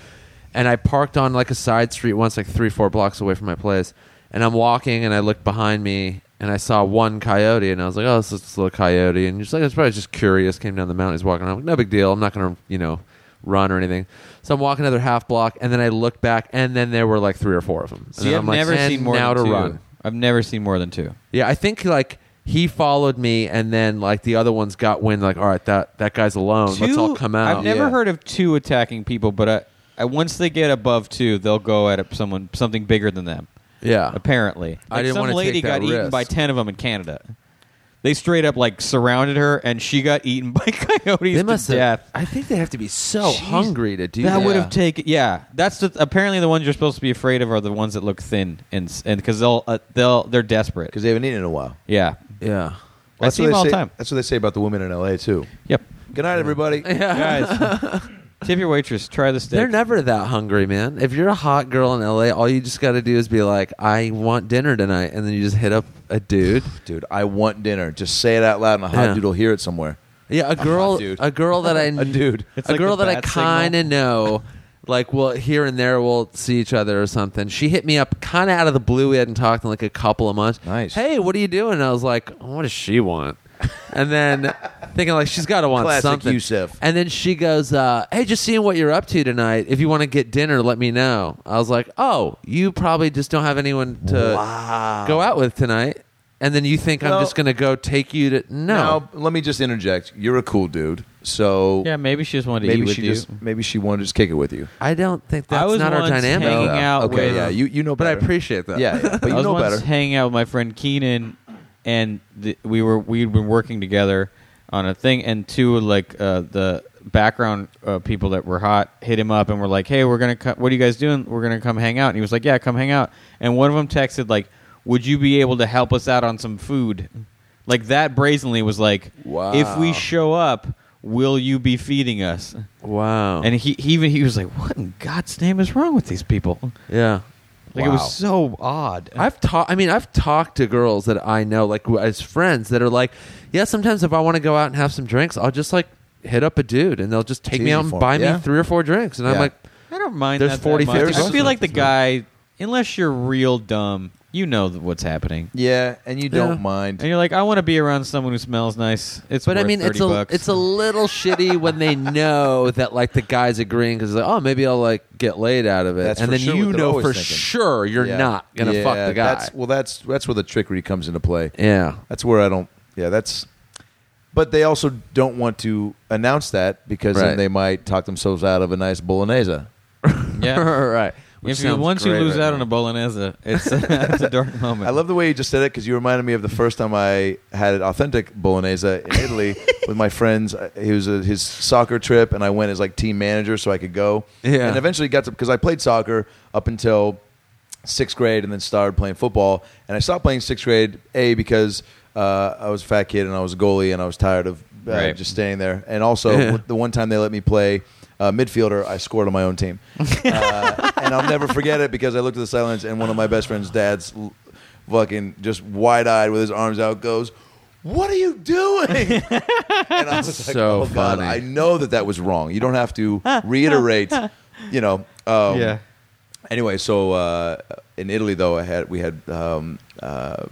And I parked on like a side street once, like three, four blocks away from my place. And I'm walking, and I looked behind me, and I saw one coyote, and I was like, "Oh, this is just a little coyote." And just like, it's probably just curious. Came down the mountain, he's walking. around. I'm like, "No big deal. I'm not gonna, you know." Run or anything, so I'm walking another half block, and then I look back, and then there were like three or four of them. And
See,
then
I've
I'm like,
never
"And
seen more
now
than
to
two.
run.
I've never seen more than two.
Yeah, I think like he followed me, and then like the other ones got wind. Like, all right, that that guy's alone. let Let's all
Two-
come out.
I've never
Yeah.
heard of two attacking people, but I, I, once they get above two, they'll go at it- someone something bigger than them.
yeah,
apparently.
I
Like,
didn't
some
wanna
lady
take
got
that
eaten by
risk.
10 of them in Canada. They straight up like surrounded her and she got eaten by coyotes
They must
to
have.
death.
I think they have to be so
Jeez.
hungry to do
that
that.
would have taken yeah. That's the, apparently the ones you're supposed to be afraid of are the ones that look thin and s- and cuz they'll uh, they'll they're desperate.
Because they haven't eaten in a while.
Yeah.
yeah.
I see them
what they
all the
say-
time.
That's what they say about the women in L.A. too.
Yep.
Good night, everybody.
Guys, tip your waitress, try this
They're
steak.
never that hungry, man. If you're a hot girl in LA, all you just got to do is be like, "I want dinner tonight," and then you just hit up a dude.
Dude, I want dinner. Just say it out loud, and a hot
Yeah.
dude will hear it somewhere.
Yeah, a girl,
dude.
a girl that I,
A dude.
It's
a
like
girl
the
that I
bat signal.
kind of know. Like, well, here and there we'll see each other or something. She hit me up kind of out of the blue. We hadn't talked in like a couple of months.
Nice.
Hey, what are you doing? And I was like, what does she want? And then thinking like she's got to want
Classic
something.
Yusuf.
And then she goes, uh, "Hey, just seeing what you're up to tonight. If you want to get dinner, let me know." I was like, "Oh, you probably just don't have anyone to
Wow.
go out with tonight." And then you think
Well-
I'm just going to go take you to no.
Now, let me just interject. You're a cool dude, so
Yeah, maybe she just wanted to eat
maybe
with
she
you.
just maybe she wanted to just kick it with you.
I don't think that's
I was
not our
once
dynamic.
hanging
though.
out
Okay,
with
yeah, you you know,
but I
better.
appreciate that.
Yeah, yeah, but
I
you
was
know
once
better.
hanging out with my friend Keenan, and the, we were we'd been working together on a thing, and two of, like uh, the background uh, people that were hot hit him up and were like, "Hey, we're gonna co- what are you guys doing? We're gonna come hang out." And he was like, "Yeah, come hang out." And one of them texted like, "Would you be able to help us out on some food?" Like that brazenly was like,
Wow.
"If we show up, will you be feeding us?"
Oh.
Wow.
And he, he even he was like, "What in God's name is wrong with these people?"
yeah.
Like it
Wow.
was so odd.
I've talked. I mean, I've talked to girls that I know, like who- as friends, that are like, yeah. Sometimes if I want to go out and have some drinks, I'll just like hit up a dude, and they'll just take me
easy
out and
for 'em.
buy
Yeah.
me three or four drinks, and I'm
Yeah.
like,
I don't mind.
There's
that that
40,
much.
50
I feel
bucks.
like the guy, unless you're real dumb, you know th- what's happening,
yeah, and you don't
Yeah.
mind.
and you're like, I want to be around someone who smells nice. It's
but I
worth
mean, it's
30
a
bucks.
it's a little shitty when they know that like the guy's agreeing because like, oh, maybe I'll like get laid out of it,
That's
and
for
then
sure what
you
they're
know
always
for
thinking.
sure you're
Yeah.
not gonna
Yeah,
fuck the guy.
That's, well, that's that's where the trickery comes into play.
yeah.
That's where I don't. Yeah, that's But they also don't want to announce that because
Right.
then they might talk themselves out of a nice bolognese.
Yeah.
right. Which
If you,
sounds
once you
great
lose
right
out
now.
on a bolognese, it's, it's a dark moment.
I love the way you just said it because you reminded me of the first time I had an authentic bolognese in Italy with my friends. Uh, It was a, his soccer trip, and I went as like team manager so I could go.
Yeah.
And eventually got to because I played soccer up until sixth grade, and then started playing football. And I stopped playing sixth grade a because uh, I was a fat kid and I was a goalie, and I was tired of uh,
Right.
just staying there. And also the one time they let me play. Uh, midfielder, I scored on my own team, uh, and I'll never forget it because I looked at the silence, and one of my best friend's dad's l- fucking just wide eyed with his arms out, goes, "What are you doing?" and I was like,
So
"Oh God,
funny.
I know that that was wrong. You don't have to reiterate, you know." Um,
Yeah.
Anyway, so uh, in Italy though, I had we had um, uh,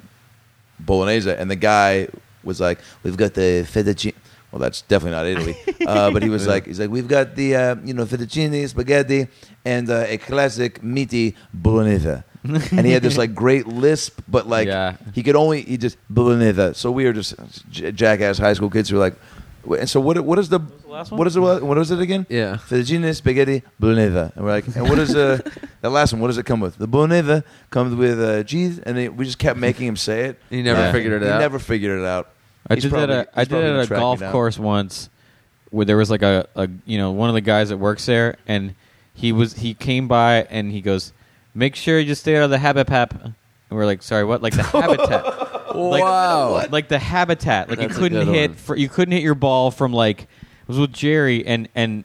bolognese, and the guy was like, "We've got the fettuccine." Well, that's definitely not Italy, uh, but he was like, "He's like, we've got the uh, you know fettuccine, spaghetti, and uh, a classic meaty bolognese." and he had this like great lisp, but like
Yeah.
he could only he just bolognese. So we were just j- jackass high school kids who were like, "Wh- and so what? What is the,
last one?
what is the what is it again?
Yeah.
fettuccine, spaghetti, bolognese. And we're like, and what is uh, the last one? What does it come with? The bolognese comes with uh, cheese, and it, we just kept making him say it.
He never
Yeah.
figured it
He
out.
never figured it out.
I
He's
did
probably-
that. At
he's
a, I
probably
did it
gonna
at a
track me
golf
down.
course once, where there was like a, a you know one of the guys that works there, and he was he came by and he goes, "Make sure you stay out of the habitat." And we're like, "Sorry, what?" Like the habitat. like,
Wow.
Like the habitat. Like
That's a
you couldn't
good
hit.
one.
fr- you couldn't hit your ball from like. It was with Jerry and and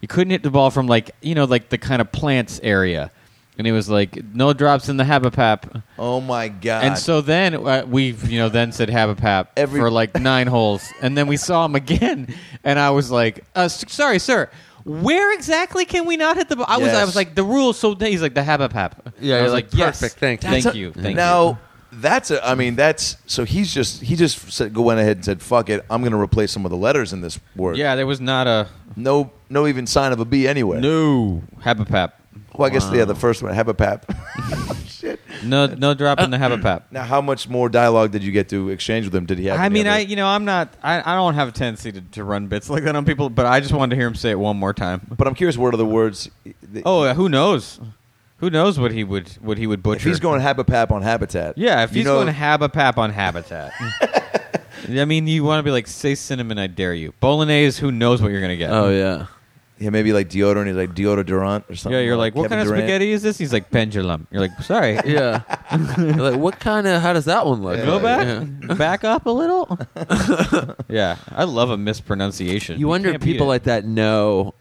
you couldn't hit the ball from like you know like the kind of plants area, and he was like, "No drops in the habitat."
Oh my god!
And so then uh, we, you know, then said Habapap
Every-
for like nine holes, and then we saw him again, and I was like, uh, s- "Sorry, sir, where exactly can we not hit the ball?" I was, I
Yes.
was like, "The rules." So then he's like, "The Habapap."
Yeah,
I
you're
was
like,
yes,
"Perfect, thank you."
thank
That's a-
you, thank
now,
you."
that's a. I mean, that's so he's just he just said, go went ahead and said, "Fuck it, I'm going to replace some of the letters in this word."
Yeah, there was not a
No, no, even sign of a B anywhere.
no Habapap.
Well, I guess yeah, the first one, Habapap. Shit.
No, no drop
uh,
in the Habapap.
Now, how much more dialogue did you get to exchange with him? Did he have?
I
any
mean,
other-
I you know I'm not I, I don't have a tendency to, to run bits like that on people, but I just wanted to hear him say it one more time.
But I'm curious, what are the words? that-
Oh, uh, who knows? Who knows what he would what he would butcher?
if he's going Habapap on Habitat.
Oh, Yeah, if
you
he's
know-
going habapap on habitat. I mean, you want to be like, say cinnamon, I dare you. Bolognese, who knows what you're going to get?
Oh yeah.
yeah, maybe like deodorant. He's like deodorant or something.
yeah, you're like, what
Kevin
kind
Durant.
of spaghetti is this? He's like, pendulum. You're like, sorry.
Yeah. You're like what kind of how does that one look?
Go
like?
back,
Yeah.
back up a little. yeah, I love a mispronunciation.
You wonder if
can't beat
people
it.
like that know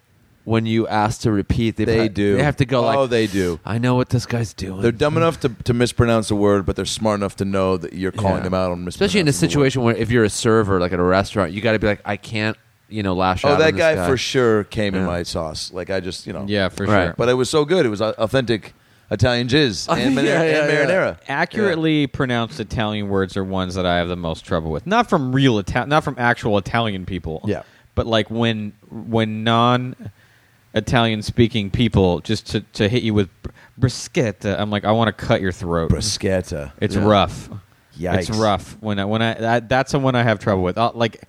when you ask to repeat. They,
They
pro-
do.
They have to go like.
Oh, they do.
I know what this guy's doing.
They're dumb enough to, to mispronounce a word, but they're smart enough to know that you're calling
Yeah.
them out on
especially in a
mispronouncing the word.
situation where if you're a server like at a restaurant, you got to be like, I can't, you know, lash out.
Oh,
on
that
this
guy, for sure came in
Yeah.
my sauce. Like I just, you know,
Yeah, for
Right.
sure.
But it was so good. It was au- authentic Italian jizz and,
Yeah,
marinara- and
yeah, yeah.
marinara.
accurately pronounced Italian words are ones that I have the most trouble with. Not from real Ita- not from actual Italian people.
Yeah.
But like when when non Italian speaking people just to, to hit you with br- bruschetta, I'm like I want to cut your throat.
Bruschetta.
it's
Yeah.
rough. It's
Yikes.
rough when I when I that, that's the one I have trouble with. i like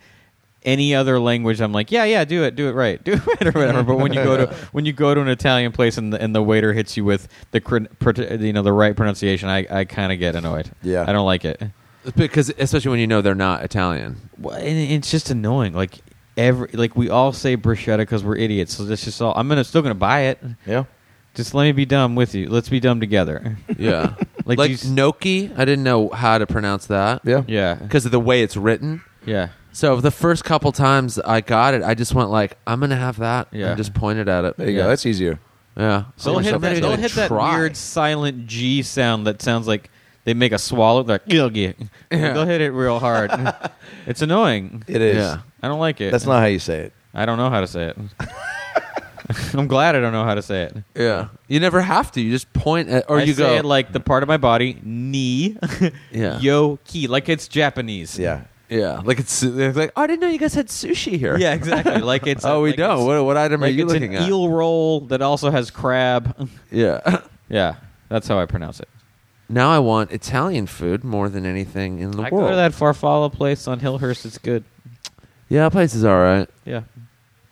any other language, I'm like, yeah, yeah, do it, do it right, do it right or whatever. But when you go to when you go to an Italian place and the, and the waiter hits you with the cr- pr- you know the right pronunciation, I, I kind of get annoyed.
Yeah.
I don't like it.
It's because especially when you know they're not Italian.
Well, and it's just annoying. Like every like we all say bruschetta because we're idiots. So that's just all. I'm gonna still gonna buy it.
Yeah.
Just let me be dumb with you. Let's be dumb together.
Yeah,
Like
like,
these-
gnocchi. I didn't know how to pronounce that.
Yeah.
yeah.
because of the way it's written.
Yeah.
So the first couple times I got it, I just went like, "I'm gonna have that,"
Yeah.
and just pointed at it.
There you
Yeah.
go. That's easier.
Yeah,
They'll
I'm
hit,
gonna
that, they'll hit that
try.
weird silent G sound that sounds like they make a swallow. They're like, "Ugh, yeah."
Yeah.
They'll hit it real hard. it's annoying.
It is.
Yeah.
I don't like it.
That's not how you say it.
I don't know how to say it. I'm glad I don't know how to say it.
Yeah, you never have to. You just point at, or
I
you
say
go
it like the part of my body, knee,
Yeah.
yo, ki, like it's Japanese.
Yeah.
Yeah, like it's, it's like oh, I didn't know you guys had sushi here.
yeah, exactly. Like it's.
Oh, we
like
don't.
it's-
What, what item are
like
you
it's
looking
an
at?
eel roll that also has crab.
Yeah.
yeah, that's how I pronounce it.
now I want Italian food more than anything in the
I go
world.
to that farfalle place on Hillhurst. It's good.
Yeah, that place is all right.
Yeah.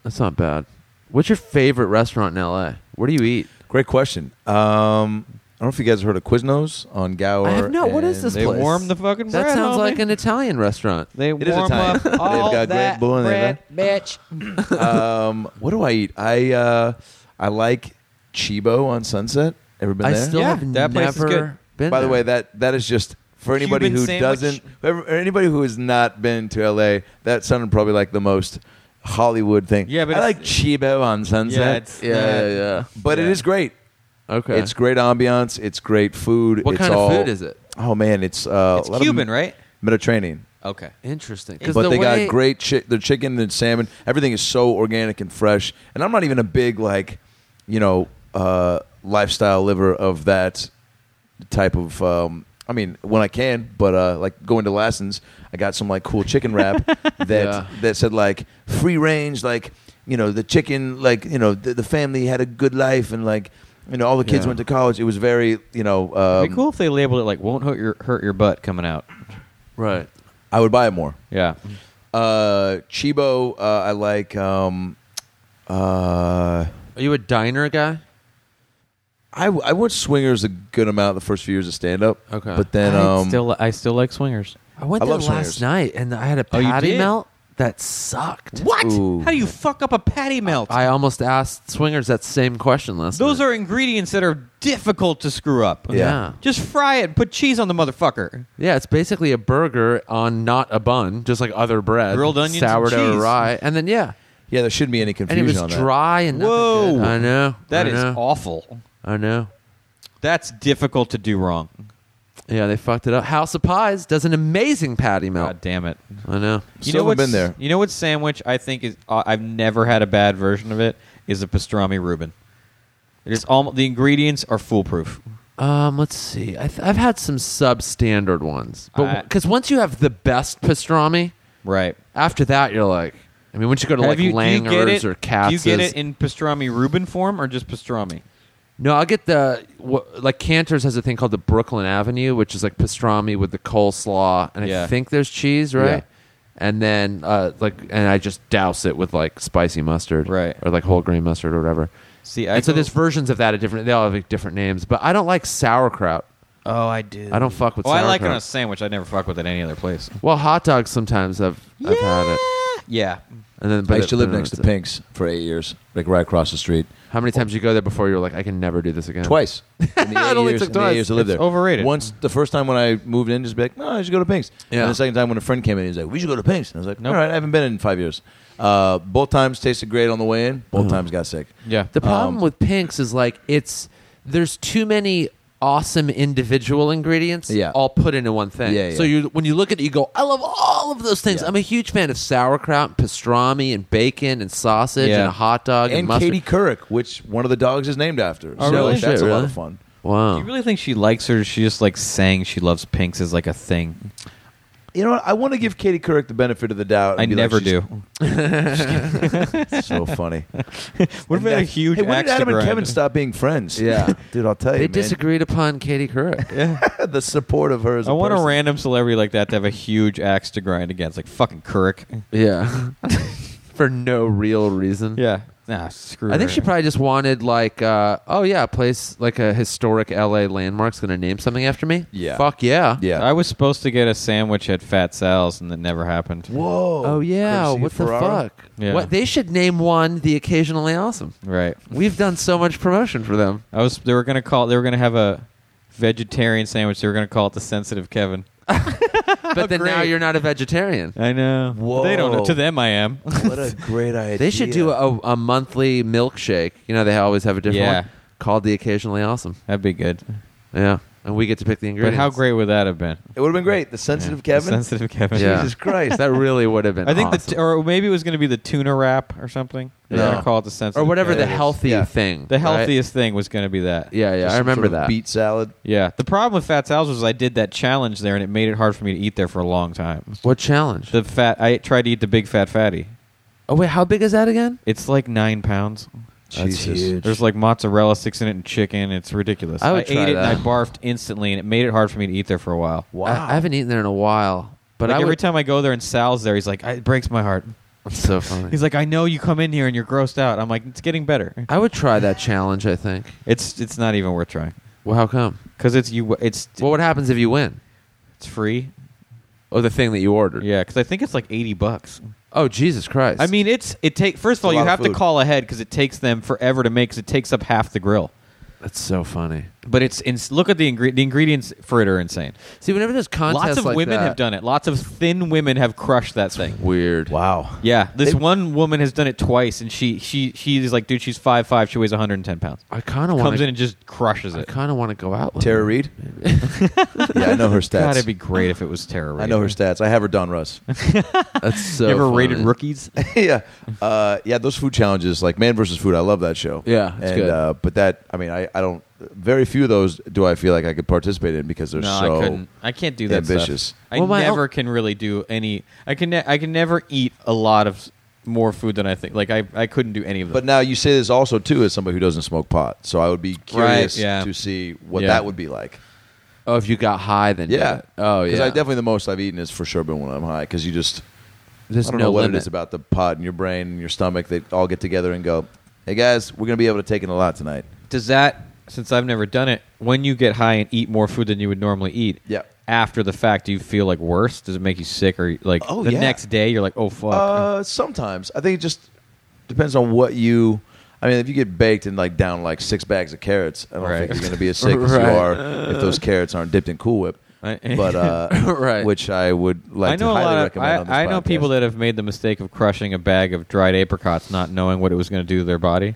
That's not bad. What's your favorite restaurant in LA? Where do you eat?
Great question. Um, I don't know if you guys heard of Quiznos on Gower.
I have not. What is
and-
this
They
place?
warm the fucking bread.
That sounds
homie.
like an Italian restaurant.
They
is
warm
Italian.
up
They've
all
got great
that
bull in there,
bread, bitch.
um, what do I eat? I uh, I like Chibo on Sunset. Ever been
I
there?
still
Yeah,
have
that place is
never
good.
been
By the
there.
way, that that is just for anybody
Cuban
who
sandwich.
doesn't, whoever, or anybody who has not been to L.A. That sounded probably like the most Hollywood thing.
Yeah, but
I
it's-
like Chibo on Sunset.
Yeah, it's-
yeah,
that-
yeah, yeah.
but it
yeah.
is great.
Okay.
It's great ambiance. It's great food.
What
it's
kind of
all-
food is it?
Oh man, it's uh,
It's
a lot of
Cuban, right?
Mediterranean.
Okay.
Interesting. 'Cause
But
the
they
way-
got great chi- their chicken and salmon. Everything is so organic and fresh. And I'm not even a big like, you know, uh, lifestyle liver of that type of. Um, I mean, when I can, but uh, like going to Lassen's, I got some like cool chicken wrap that
Yeah.
that said like free range, like you know the chicken, like you know the, the family had a good life and like you know all the kids
Yeah.
went to college. It was very you know. Um,
It'd be cool if they labeled it like "won't hurt your hurt your butt" coming out.
Right.
I would buy it more.
Yeah.
Uh, Chibo, uh, I like. Um, uh,
Are you a diner guy?
I I went swingers a good amount the first few years of stand up.
Okay.
but then
I
um,
still I still like swingers.
I went
I
there
love
last
Swingers.
night and I had a
Oh, you
patty
did?
melt that sucked.
What?
Ooh.
How do you fuck up a patty melt?
I almost asked swingers that same question last
Those
night.
are ingredients that are difficult to screw up.
Yeah.
Just fry it. Put cheese on the motherfucker.
Yeah, it's basically a burger on not a bun, just like other bread.
Grilled onions and
sourdough
cheese.
rye, and then yeah,
yeah, there shouldn't be any
and it
confusion
was
on that.
dry and nothing
Whoa.
good. I know
That
I
is
know,
awful.
I know.
That's difficult to do wrong.
Yeah, they fucked it up. House of Pies does an amazing patty melt.
God damn it.
I know.
You
Still
know
haven't
what's-
been there.
You know what sandwich I think is uh, I've never had a bad version of it is a pastrami Reuben. It is almost the ingredients are foolproof.
Um, let's see. I th- I've had some substandard ones, but
I-
because once you have the best pastrami,
Right.
after that you're like, I mean, once you go to like
Have you, do you get
Langers
it?
or Katz's,
Do you get it in pastrami Reuben form or just pastrami?
No, I'll get the wha- like Cantor's has a thing called the Brooklyn Avenue, which is like pastrami with the coleslaw, and I
Yeah.
think there's cheese, right?
Yeah.
And then uh, like, and I just douse it with like spicy mustard,
Right.
or like whole grain mustard or whatever.
See, I
And so
go-
there's versions of that at different. They all have like, different names, but I don't like sauerkraut.
Oh, I do.
I don't fuck with
Oh, I
sauerkraut.
like it on a sandwich. I never fuck with it any other place.
well, hot dogs sometimes I've I've had it,
Yeah.
and then but
I used to
it-
live
but
next to
it's-
Pink's for eight years, like right across the street.
How many times you go there before you're like, I can never do this again?
Twice. In the eight
It only
years,
took
in the eight
twice.
years to live
It's
there.
overrated.
Once the first time when I moved in, just be like, no, I should go to Pink's.
Yeah.
And the second time when a friend came in, he was like, we should go to Pink's. And I was like,
Nope.
all right, I haven't been in five years. Uh, both times tasted great on the way in.
Uh-huh.
Both times got sick.
Yeah.
The problem
Um,
with pinks is like it's there's too many awesome individual ingredients
Yeah.
all put into one thing.
Yeah, yeah.
So you when you look at it, you go, I love all of those things.
Yeah.
I'm a huge fan of sauerkraut, and pastrami, and bacon, and sausage,
Yeah.
and a hot dog, and,
and
mustard.
Katie Couric, which one of the dogs is named after.
Oh,
so
really?
like, that's
Shit,
a lot
really?
of fun.
Wow.
Do you really think she likes her? She just like saying she loves pinks is like a thing.
You know what? I want to give Katie Couric the benefit of the doubt. and
I
be like,
never
she's-
do.
so funny.
What about a huge
Hey, when
axe
did Adam
to
and
grind?
Kevin stop being friends?
Yeah.
dude, I'll tell you.
they
man.
disagreed upon Katie Couric.
the support of her. As
I want
person.
a random celebrity like that to have a huge axe to grind against, like fucking Kirk.
yeah. For no real reason.
Yeah. Nah, screw.
I think
her.
she probably just wanted like, uh, oh yeah, a place like a historic LA landmark's going to name something after me.
Yeah.
Fuck yeah.
Yeah.
I was supposed to get a sandwich at Fat Sal's, and that never happened.
Whoa.
Oh yeah,
Courtesy
what
of
the
Ferrara.
fuck?
Yeah.
What they should name one the occasionally awesome.
Right.
We've done so much promotion for them.
I was. They were gonna call. They were gonna have a vegetarian sandwich. They were gonna call it the sensitive Kevin.
But then now
Great.
you're not a vegetarian.
I know. They don't know.
Whoa.
To them, I am.
What a great idea.
They should do a, a monthly milkshake. You know, they always have a different
Yeah.
one called the occasionally awesome.
That'd be good.
Yeah. And we get to pick the
But
ingredients.
how great would that have been?
It would have been great. The sensitive
Yeah.
Kevin.
Sensitive Kevin.
Yeah.
Jesus Christ.
that really would have been
I think the
awesome.
t- or maybe it was going to be the tuna wrap or something. They were
No.
gonna call it the sensitive
or whatever the
Kevin.
healthy
Yeah.
thing.
The
right?
healthiest thing was going to be that.
Yeah, yeah.
Just
I
some
remember
sort of
that.
beet salad.
Yeah. The problem with Fat Sal's was I did that challenge there, and it made it hard for me to eat there for a long time.
What challenge?
The fat I tried to eat the big fat fatty.
oh wait, how big is that again?
It's like nine pounds.
Jesus.
There's like mozzarella sticks in it and chicken. It's ridiculous.
I would
ate
try
it
that.
and I barfed instantly, and it made it hard for me to eat there for a while.
I, I haven't eaten there in a while. But
Like
I
every
would,
time I go there and Sal's there, he's like, "I- it breaks my heart.
That's so funny.
He's like, I know you come in here and you're grossed out. I'm like, it's getting better.
I would try that challenge. I think.
It's it's not even worth trying
Well, how come?
because it's you. It's
Well, what happens if you win?
it's free.
Oh, the thing that you ordered.
Yeah, because I think it's like eighty bucks.
Oh, Jesus Christ.
I mean, it's it take. First of all,
a
you
lot of
have to
food.
call ahead because it takes them forever to make. Because it takes up half the grill.
that's so funny.
But it's ins- look at the ingre- the ingredients for it are insane.
See, whenever there's contests
Lots of
like
women
that-
have done it. Lots of thin women have crushed that thing.
Weird.
Wow.
Yeah, this
They-
one woman has done it twice, and she she she's like, dude, she's five five, she weighs 110 pounds.
I kind of want
Comes in
to.
and just crushes
I
it.
kind of want to go out. With
Tara
her.
Reid? yeah, I know her
God,
stats.
it'd be great if it was terror.
I know her
rated.
stats. I have her Don Russ.
That's so.
You ever rated
funny.
rookies?
yeah, uh, yeah. Those food challenges, like Man versus Food, I love that show.
Yeah, it's
and,
good.
Uh, but that, I mean, I, I don't. Very few of those do I feel like I could participate in because they're
No,
so.
I couldn't. I can't do that. stuff.
ambitious.
I
Well, my
never
own-
can really do any. I can. Ne- I can never eat a lot of s- more food than I think. Like I, I couldn't do any of them.
But now you say this also too as somebody who doesn't smoke pot, so I would be curious
yeah.
to see what
Yeah.
that would be like.
Oh, if you got high, then
Yeah.
did it. Oh yeah.
Because I definitely the most I've eaten is for sure been when I'm high because you just
There's
I don't
no
know what
limit.
it is about the pot in your brain and your stomach. They all get together and go, "Hey guys, we're gonna be able to take in a lot tonight."
does that? Since I've never done it, when you get high and eat more food than you would normally eat,
Yeah.
After the fact, do you feel like worse? Does it make you sick or like
Oh,
the
yeah.
next day you're like, oh fuck?
Uh, sometimes I think it just depends on what you. I mean, if you get baked and like down like six bags of carrots, I don't
Right.
think you're going to be as sick as you
Right.
are if those carrots aren't dipped in Cool Whip.
I-
But uh,
Right.
which I would like
I know
to
a
highly
lot of
recommend. on this
I, I know
podcast.
people that have made the mistake of crushing a bag of dried apricots, not knowing what it was going to do to their body,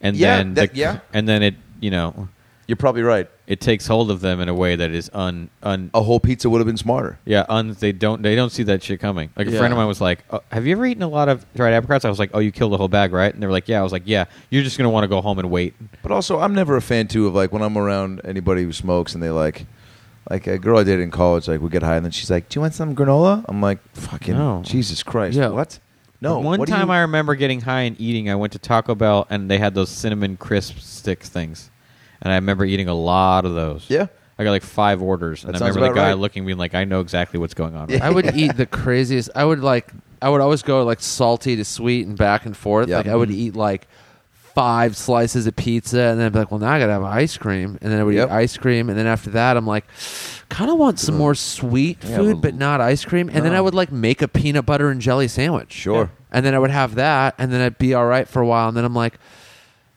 and
Yeah,
then
that-
the-
yeah.
and then it you know
You're probably right.
it takes hold of them in a way that is un un
A whole pizza would have been smarter.
yeah un they don't they don't see that shit coming. Like a friend
Yeah.
of mine was like, oh, "Have you ever eaten a lot of dried apricots?" I was like, "Oh, you killed the whole bag, right?" And they were like, "Yeah." I was like, "Yeah, you're just going to want to go home and wait."
But also, I'm never a fan too of like when I'm around anybody who smokes and they like, like a girl I dated in college, like we get high and then she's like, "Do you want some granola?" I'm like, "Fucking
No.
Jesus Christ,
Yeah.
what?" No.
One
what do
time
you-
I remember getting high and eating. I went to Taco Bell and they had those cinnamon crisp sticks things, and I remember eating a lot of those.
Yeah.
I got like five orders, and
That
I
sounds
remember the
about
guy
right.
looking at me like, "I know exactly what's going on."
I would eat the craziest. I would like. I would always go like salty to sweet and back and forth.
Yeah.
Like I would eat like five slices of pizza and then I'd be like, well, now I gotta have ice cream. And then I would
Yep. Mm-hmm.
eat ice cream. And then after that, I'm like, kind of want some more sweet
Yeah,
food,
well,
but not ice cream. And then I
no.
would like make a peanut butter and jelly sandwich.
Sure.
And then I would have that, and then I'd be all right for a while. And then I'm like.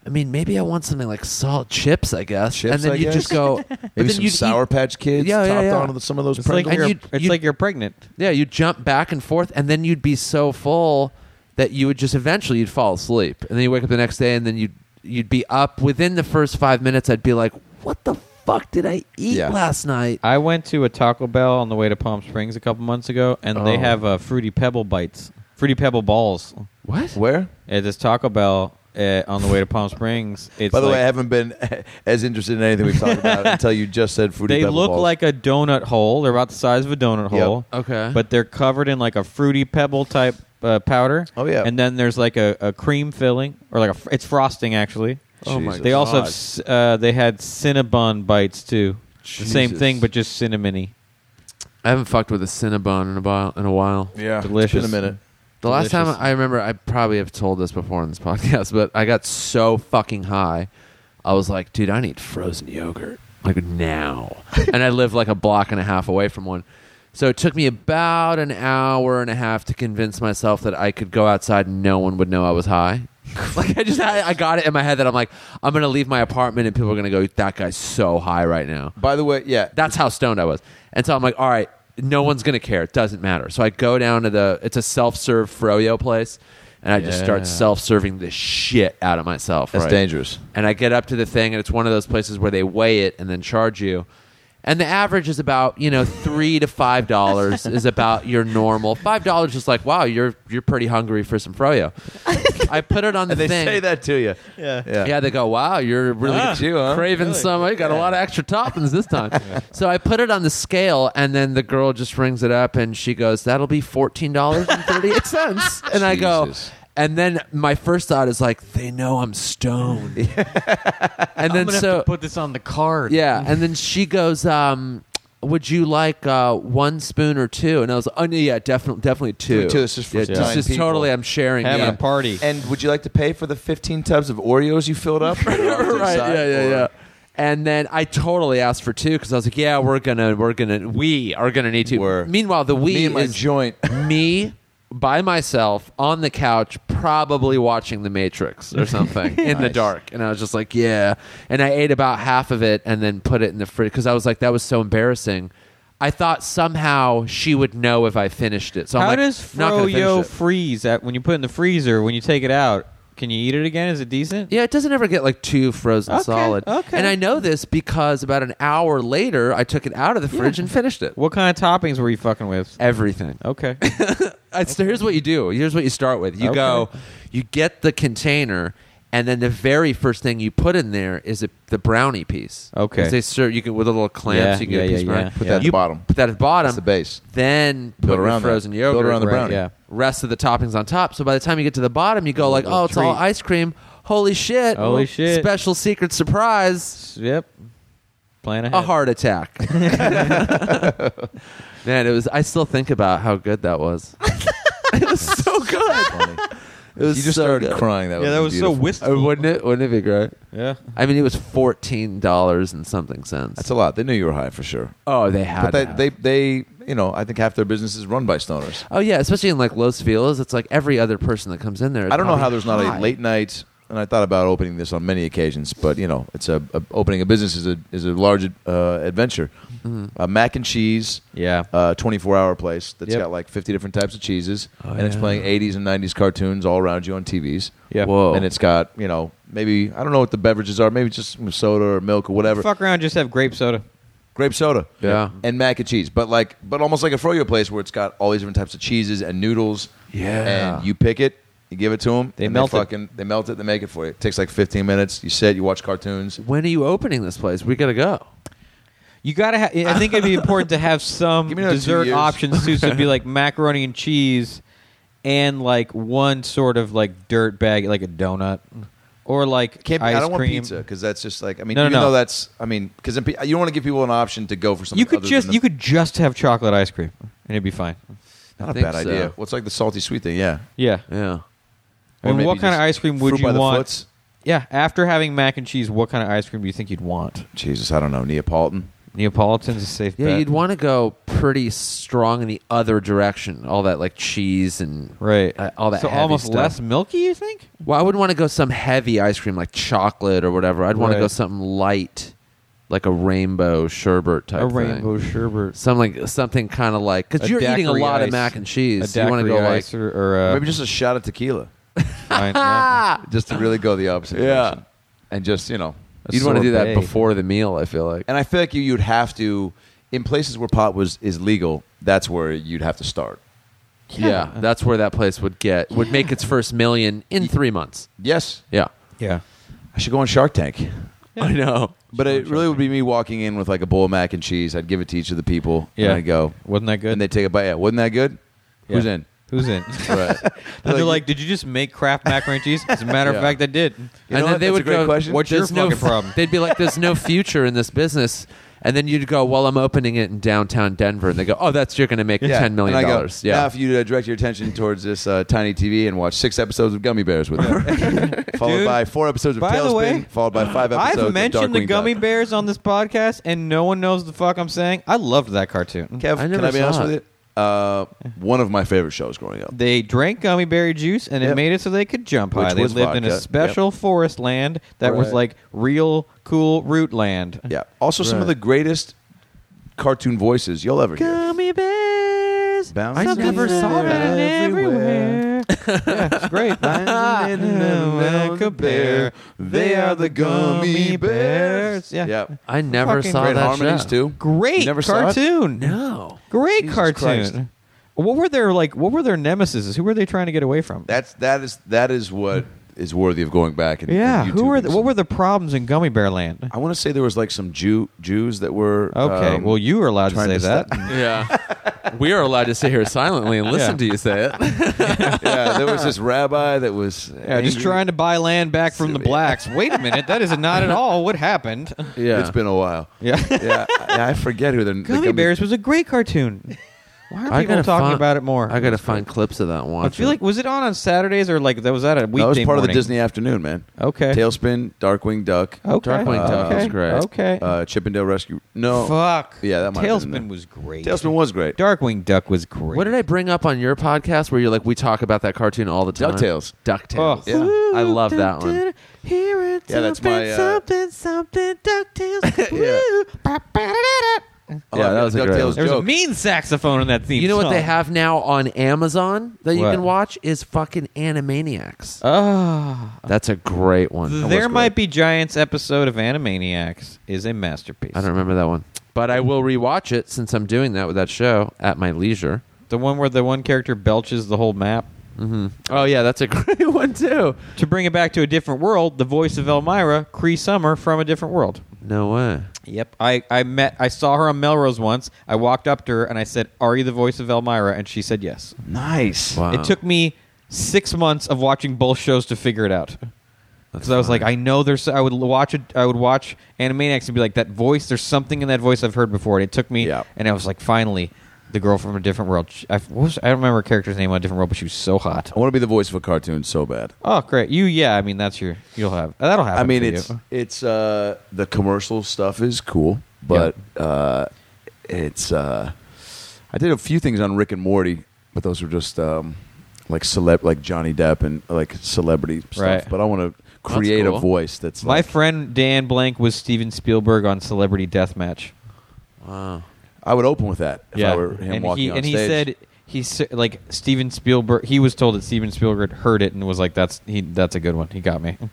I mean, maybe I want something like salt chips, I guess.
Chips,
and then
I
you just
guess.
go. but
Maybe
then
some
you'd
Sour
eat-
Patch Kids
Yeah, yeah,
topped
yeah.
on with some of those
It's like
Pringles.
And
you're,
you'd-
it's
you'd-
like you're pregnant.
Yeah, you jump back and forth, and then you'd be so full that you would just eventually you'd fall asleep, and then you wake up the next day, and then you'd you'd be up within the first five minutes. I'd be like, "What the fuck did I eat
Yeah.
last night?"
I went to a Taco Bell on the way to Palm Springs a couple months ago, and they
Oh.
have uh, fruity pebble bites, fruity pebble balls
What?
Where?
at this Taco Bell uh, on the way to Palm Springs. It's
By the way, I
like-
haven't been as interested in anything we've talked about until you just said fruity.
they
Pebble
look
Balls.
like a donut hole. They're about the size of a donut
Yep.
hole.
Okay.
But they're covered in like a fruity pebble type uh, powder.
Oh, yeah.
And then there's like a, a cream filling or like a fr- it's frosting actually.
Oh my
Jesus.
They also have
God.
s- uh, they had Cinnabon bites too. The same
Jesus.
thing but just cinnamony.
I haven't fucked with a Cinnabon in a while. In a while.
yeah,
delicious.
It's been a minute.
The last time
Delicious.
I remember, I probably have told this before on this podcast, but I got so fucking high, I was like, dude, I need frozen yogurt like now, and I live like a block and a half away from one. So it took me about an hour and a half to convince myself that I could go outside and no one would know I was high. like I just, I, I got it in my head that I'm like, I'm gonna leave my apartment and people are gonna go, that guy's so high right now.
By the way, yeah,
That's how stoned I was. And so I'm like, all right, no one's gonna care. It doesn't matter. So I go down to the it's a self serve froyo place, and I just
Yeah.
start self serving the shit out of myself.
that's
right?
dangerous.
And I get up to the thing, and it's one of those places where they weigh it and then charge you. And the average is about you know three to five dollars is about your normal five dollars is like wow you're you're pretty hungry for some froyo. I put it on the
And they
thing.
say that to you. Yeah, yeah.
Yeah, they go, wow, you're really
Ah, you, huh?
craving some. You got a lot of extra toppings this time. So I put it on the scale, and then the girl just rings it up, and she goes, that'll be $14.38. and I go,
Jesus.
and then my first thought is like, they know I'm stoned. and then so,
put this on the card.
yeah, and then she goes, um, would you like uh, one spoon or two? And I was like, oh, no, yeah, definitely, definitely two.
Two, it's just for
yeah, just-
nine
just
people.
totally, I'm sharing.
Having
yeah.
a party.
And would you like to pay for the 15 tubs of Oreos you filled up? right,
right, yeah, yeah, yeah. And then I totally asked for two because I was like, yeah, we're gonna, we're gonna, we are gonna need to.
We're-
Meanwhile, the we
Me and my
is
joint.
me by myself on the couch, probably watching The Matrix or something in the dark. And I was just like, yeah. And I ate about half of it and then put it in the fridge because I was like, that was so embarrassing. I thought somehow she would know if I finished it. So I'm
How
like,
does
not gonna finish
froyo
it.
freeze at when you put it in the freezer? When you take it out, can you eat it again? Is it decent?
Yeah, it doesn't ever get like too frozen
Okay,
solid.
okay.
And I know this because about an hour later, I took it out of the fridge and finished it.
What kind of toppings were you fucking with?
Everything.
Okay.
I, so here's what you do. Here's what you start with. You go, you get the container, and then the very first thing you put in there is a, the brownie piece.
Okay.
'Cause They serve you can with a little clamp.
Yeah,
so you can get
yeah,
a piece
yeah,
of brownie.
yeah.
Put that at the
You
bottom.
Put that at the bottom.
That's the base.
Then put
Build
your
around that.
frozen
Build
yogurt.
around the
right,
brownie.
Yeah. Rest of the toppings on top. So by the time you get to the bottom, you go like,
little
oh, it's all
treat.
ice cream. Holy shit!
Holy shit.
Special secret surprise
yep. Plan ahead.
a heart attack. Man, it was. I still think about how good that was. it was so good. It
You
was
just
so
started
good.
crying. That
yeah, that was so
beautiful.
Uh,
wistful.
wouldn't it? Wouldn't it be great?
Yeah.
I mean, it was fourteen dollars and something cents.
That's a lot. They knew you were high for sure.
oh, they had.
But they,
that.
they, they, you know, I think half their business is run by stoners.
oh yeah, especially in like Los Feliz, it's like every other person that comes in there. is
I don't know
probably
how there's not
high.
a late night. And I thought about opening this on many occasions, but you know, it's a, a opening a business is a is a large uh, adventure.
Mm-hmm.
Uh, mac and cheese,
Yeah.
uh, 24 hour place that's
Yep.
got like 50 different types of cheeses,
Oh,
and it's
yeah.
playing 80s and 90s cartoons all around you on TVs.
Yeah.
Whoa.
And it's got you know maybe I don't know what the beverages are, maybe just some soda or milk or whatever,
Fuck around, just have grape soda.
grape soda,
Yeah.
and mac and cheese, but like but almost like a froyo place where it's got all these different types of cheeses and noodles.
Yeah.
and you pick it. You give it to them.
They melt it.
they fucking, They melt it. They make it for you. It takes like 15 minutes. You sit. You watch cartoons.
When are you opening this place? We gotta go.
You gotta. Ha- I think it'd be important to have some
Give me another two
dessert
years.
options too. So it'd be like macaroni and cheese, and like one sort of like dirt bag, like a donut, or like
Can't be,
ice
I don't want
cream.
pizza because that's just like I mean
No, no,
even
no.
though that's I mean because you don't want to give people an option to go for something.
You could
other
just
than
you could just have chocolate ice cream, and it'd be fine.
the,
I
not a
think
bad
so.
idea. What's like the salty sweet thing? Yeah.
Yeah.
Yeah.
Or
And
maybe
what kind of
just
ice cream would
fruit
you
by the
want?
foots?
Yeah. After having mac and cheese, what kind of ice cream do you think you'd want?
Jesus, I don't know Neapolitan.
Neapolitan's a safe
Yeah,
bet.
you'd want to go pretty strong in the other direction. All that like cheese and
right
uh, all that.
So
heavy
almost
stuff.
less milky, you think?
Well, I wouldn't want to go some heavy ice cream like chocolate or whatever. I'd want
Right.
to go something light, like a rainbow sherbet type.
a
thing.
rainbow sherbet.
Some like something kind of like because
A
you're eating a
daiquiri
lot
ice.
of mac and
A
cheese. so you want to go
daiquiri
like
ice or, or uh,
Maybe just a shot of tequila,
wine, yeah.
just to really go the opposite.
Yeah.
direction. and just you know, a
you'd want to do that
sorbet.
before the meal. I feel like.
And I feel like you, you'd have to, in places where pot was is legal, that's where you'd have to start.
yeah. that's where that place would get would make its first million in three months.
Yes,
Yeah,
yeah.
I should go on Shark Tank.
I know.
But it really would be me walking in with like a bowl of mac and cheese. I'd give it to each of the people.
Yeah.
and I'd go,
Wasn't that good?
and they take a bite. Yeah, wasn't that good?
Yeah.
Who's in?
Who's in?
Right.
And they're
Like-
like, did you just make Kraft macaroni and cheese? As a matter of
Yeah.
fact, I did.
You know
and then
what?
they
That's a
would
great
go,
question.
What's your
"There's no
fucking
f-
problem?"
They'd be like, "There's no future in this business," and then you'd go, "Well, I'm opening it in downtown Denver," and they go, "Oh, that's you're going to make ten million
And I go,
dollars." Yeah,
Now, if you uh, direct your attention towards this uh, tiny TV and watch six episodes of Gummy Bears with it, followed
Dude,
by four episodes of
by the
Tailspin,
way,
followed by five episodes.
I've
of
mentioned the
Darkwing
gummy
Duck.
bears on this podcast, and no one knows the fuck I'm saying. I loved that cartoon.
Kev,
I
can
never
I be
saw
honest with
it.
you? Uh, one of my favorite shows growing up.
They drank gummy berry juice, and
Yep.
it made it so they could jump
Which
high. They
was
lived in a
vodka.
special forest land that was
Right.
like real cool root land.
Yeah. Also, some of
Right.
the greatest cartoon voices you'll ever hear.
Gummy bears.
Bounce
I
something
never saw
running
that.
everywhere. yeah, it's great. like a bear. They are the gummy bears. Yeah.
Yeah.
I never
Fucking
saw
Great
that
harmonies
show.
too.
Great
You never saw it?
cartoon.
No,
Great
Jesus
cartoon.
Christ.
What were their like what were their nemesis? Who were they trying to get away from?
That's that is that is what is worthy of going back and
Yeah,
and
who were the,
YouTubing
what were
some-
the problems in Gummy Bear Land?
I want to say there was like some Jew Jews that were
Okay,
um,
well you were allowed to
trying
say
to
that.
Yeah. we are allowed to sit here silently and listen
Yeah.
to you say it.
yeah, there was this rabbi that was
Yeah, just
angry.
trying to buy land back from the blacks. Wait a minute, that is not at all what happened.
yeah.
It's been a while.
Yeah.
yeah, I, I forget who the the
Gummy Bears was a great cartoon. Why are people talking
find-
about it more?
I gotta find clips of that and watch.
I feel
it.
like was it on on Saturdays or like that was that a weekday
That was part of the
morning?
Disney afternoon, man.
Okay.
Tailspin, Darkwing Duck,
Okay.
Darkwing Duck
okay.
was great.
Okay.
uh, Chippendale Rescue. No,
Fuck.
Yeah, that might have been
Tailspin
there.
was great.
Tailspin was great.
Darkwing Duck was great.
What did I bring up on your podcast where you're like, we talk about that cartoon all the time?
DuckTales.
DuckTales.
Oh.
I love that one.
Here it's
Yeah, that's my, uh,
something, something, DuckTales. Woo. Ba, ba, da, da, da.
Oh,
Yeah, that
I
was a
got
great
DuckTales
one.
There was a
joke.
mean saxophone in that theme.
You know what
song.
they have now on Amazon that you
What?
can watch is fucking Animaniacs.
Ah,
That's a great one.
the there might be giants episode of Animaniacs is a masterpiece.
I don't remember that one, but I will rewatch it since I'm doing that with that show at my leisure.
The one where the one character belches the whole map.
Oh yeah, that's a great one too.
To bring it back to a different world, the voice of Elmira, Cree Summer from a different world.
No way.
Yep. I, I met I saw her on Melrose once. I walked up to her and I said, Are you the voice of Elmira? And she said yes.
Nice.
Wow.
It took me six months of watching both shows to figure it out. Because I was like, I know there's. I would l- watch it. I would watch Animaniacs and be like, that voice. There's something in that voice I've heard before. And it took me,
Yeah.
and I was like, finally, the girl from a different world. She- I, what was, I don't remember her character's name on a different world, but she was so hot.
I want to be the voice of a cartoon so bad.
Oh, great. You, yeah. I mean, that's your. You'll have. That'll happen.
I mean,
for
it's
you.
it's uh, the commercial stuff is cool, but uh, it's uh, I did a few things on Rick and Morty, but those were just um, like celeb, like Johnny Depp and like celebrity stuff.
Right.
But I want to create
cool.
a voice that's
my
like,
friend Dan Blank was Steven Spielberg on Celebrity Deathmatch.
Wow.
I would open with that if I were him
and
walking
he,
on
and
stage.
he said he s- like Steven Spielberg. He was told that Steven Spielberg heard it and was like, "That's he. That's a good one. He got me."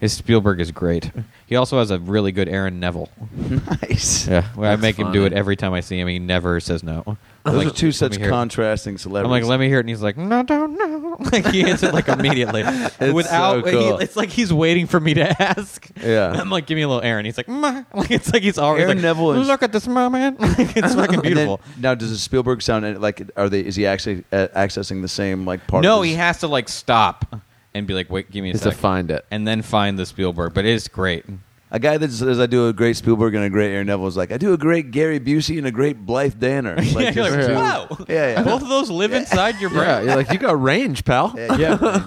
His Spielberg is great. He also has a really good Aaron Neville.
nice.
Yeah, where I
That's
make him do it
funny.
every time I see him. He never says no. I'm
Those
like,
are
"Let
two
me
such
hear it."
contrasting
I'm
celebrities.
like, let me hear it, and he's like, no, don't know. Like he hits it like immediately, without.
so cool.
he- it's like he's waiting for me to ask.
Yeah.
I'm like, give me a little Aaron. He's like, "Meh." like it's like he's already
Aaron
like,
Neville is-
Look at this moment. Like, it's fucking
And then-
beautiful.
now, does the Spielberg sound eh, like? Are they? Is he actually uh, accessing the same like part?
No,
of his-
he has to like stop and be like, wait, give me a
Is to
second,
find it.
and then find the Spielberg. But it is great.
A guy that says I do a great Spielberg and a great Aaron Neville is like I do a great Gary Busey and a great Blythe Danner. Like,
yeah, you're like,
just two-
wow,
Yeah, yeah.
Both of those live inside your
Yeah,
brain.
you're like you got range, pal.
Yeah, yeah.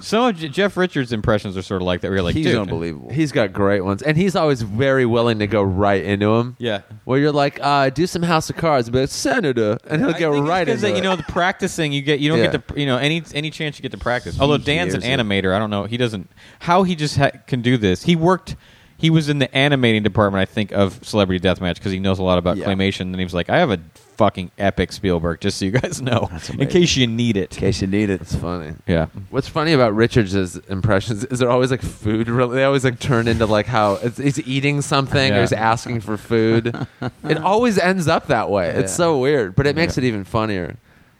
Some of Je- Jeff Richards' impressions are sort of like that. Where you're like,
he's
dude,
unbelievable.
He's got great ones, and he's always very willing to go right into him.
Yeah.
where you're like, uh, do some House of Cards, but Senator, and he'll
I
get
think it's
right
'cause
into
that,
it.
you know the practicing you get you don't
Yeah.
get to you know any any chance you get to practice. Although Dan's an
hears it.
animator, I don't know he doesn't how he just ha- can do this. He worked. He was in the animating department, I think, of Celebrity Deathmatch because he knows a lot about
Yeah.
claymation. And he was like, "I have a fucking epic Spielberg, just so you guys know, in case you need it."
in case you need it.
it's funny.
Yeah,
What's funny about Richards' impressions is they're always like food. rela- They always like turn into like how it's, he's eating something
Yeah.
or he's asking for food. it always ends up that way. It's
Yeah.
so weird, but it makes it even funnier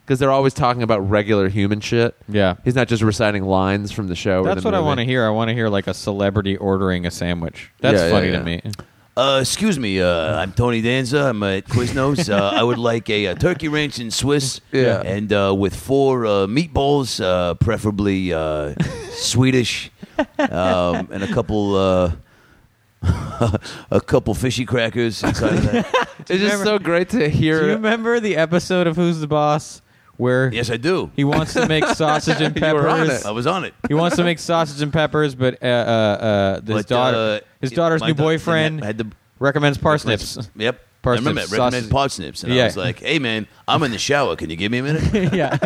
because they're always talking about regular human shit.
yeah.
He's not just reciting lines from the show. or
That's
the
what I
movie.
want to hear. I want to hear like a celebrity ordering a sandwich. That's
Yeah, yeah,
funny
yeah.
to me.
Uh, excuse me, uh, I'm Tony Danza. I'm at Quiznos. Uh, I would like a, uh turkey ranch and Swiss,
Yeah.
and uh, with four uh, meatballs, uh, preferably uh, Swedish, um, and a couple uh, a couple fishy crackers inside of that.
It's just
remember-
so great to
Do you
hear.
remember the episode of Who's the Boss where
Yes, I do.
he wants to make sausage and
You
peppers?
were on it.
I was on it.
He wants to make sausage and peppers, but uh, uh, uh, his
But,
daughter,
uh,
his daughter's
my
new
da-
boyfriend,
had the-
recommends parsnips.
Yep.
Parsnips,
I remember that. Recommended
sausage.
parsnips. And
Yeah.
I was like, hey, man, I'm in the shower. Can you give me a minute?
yeah,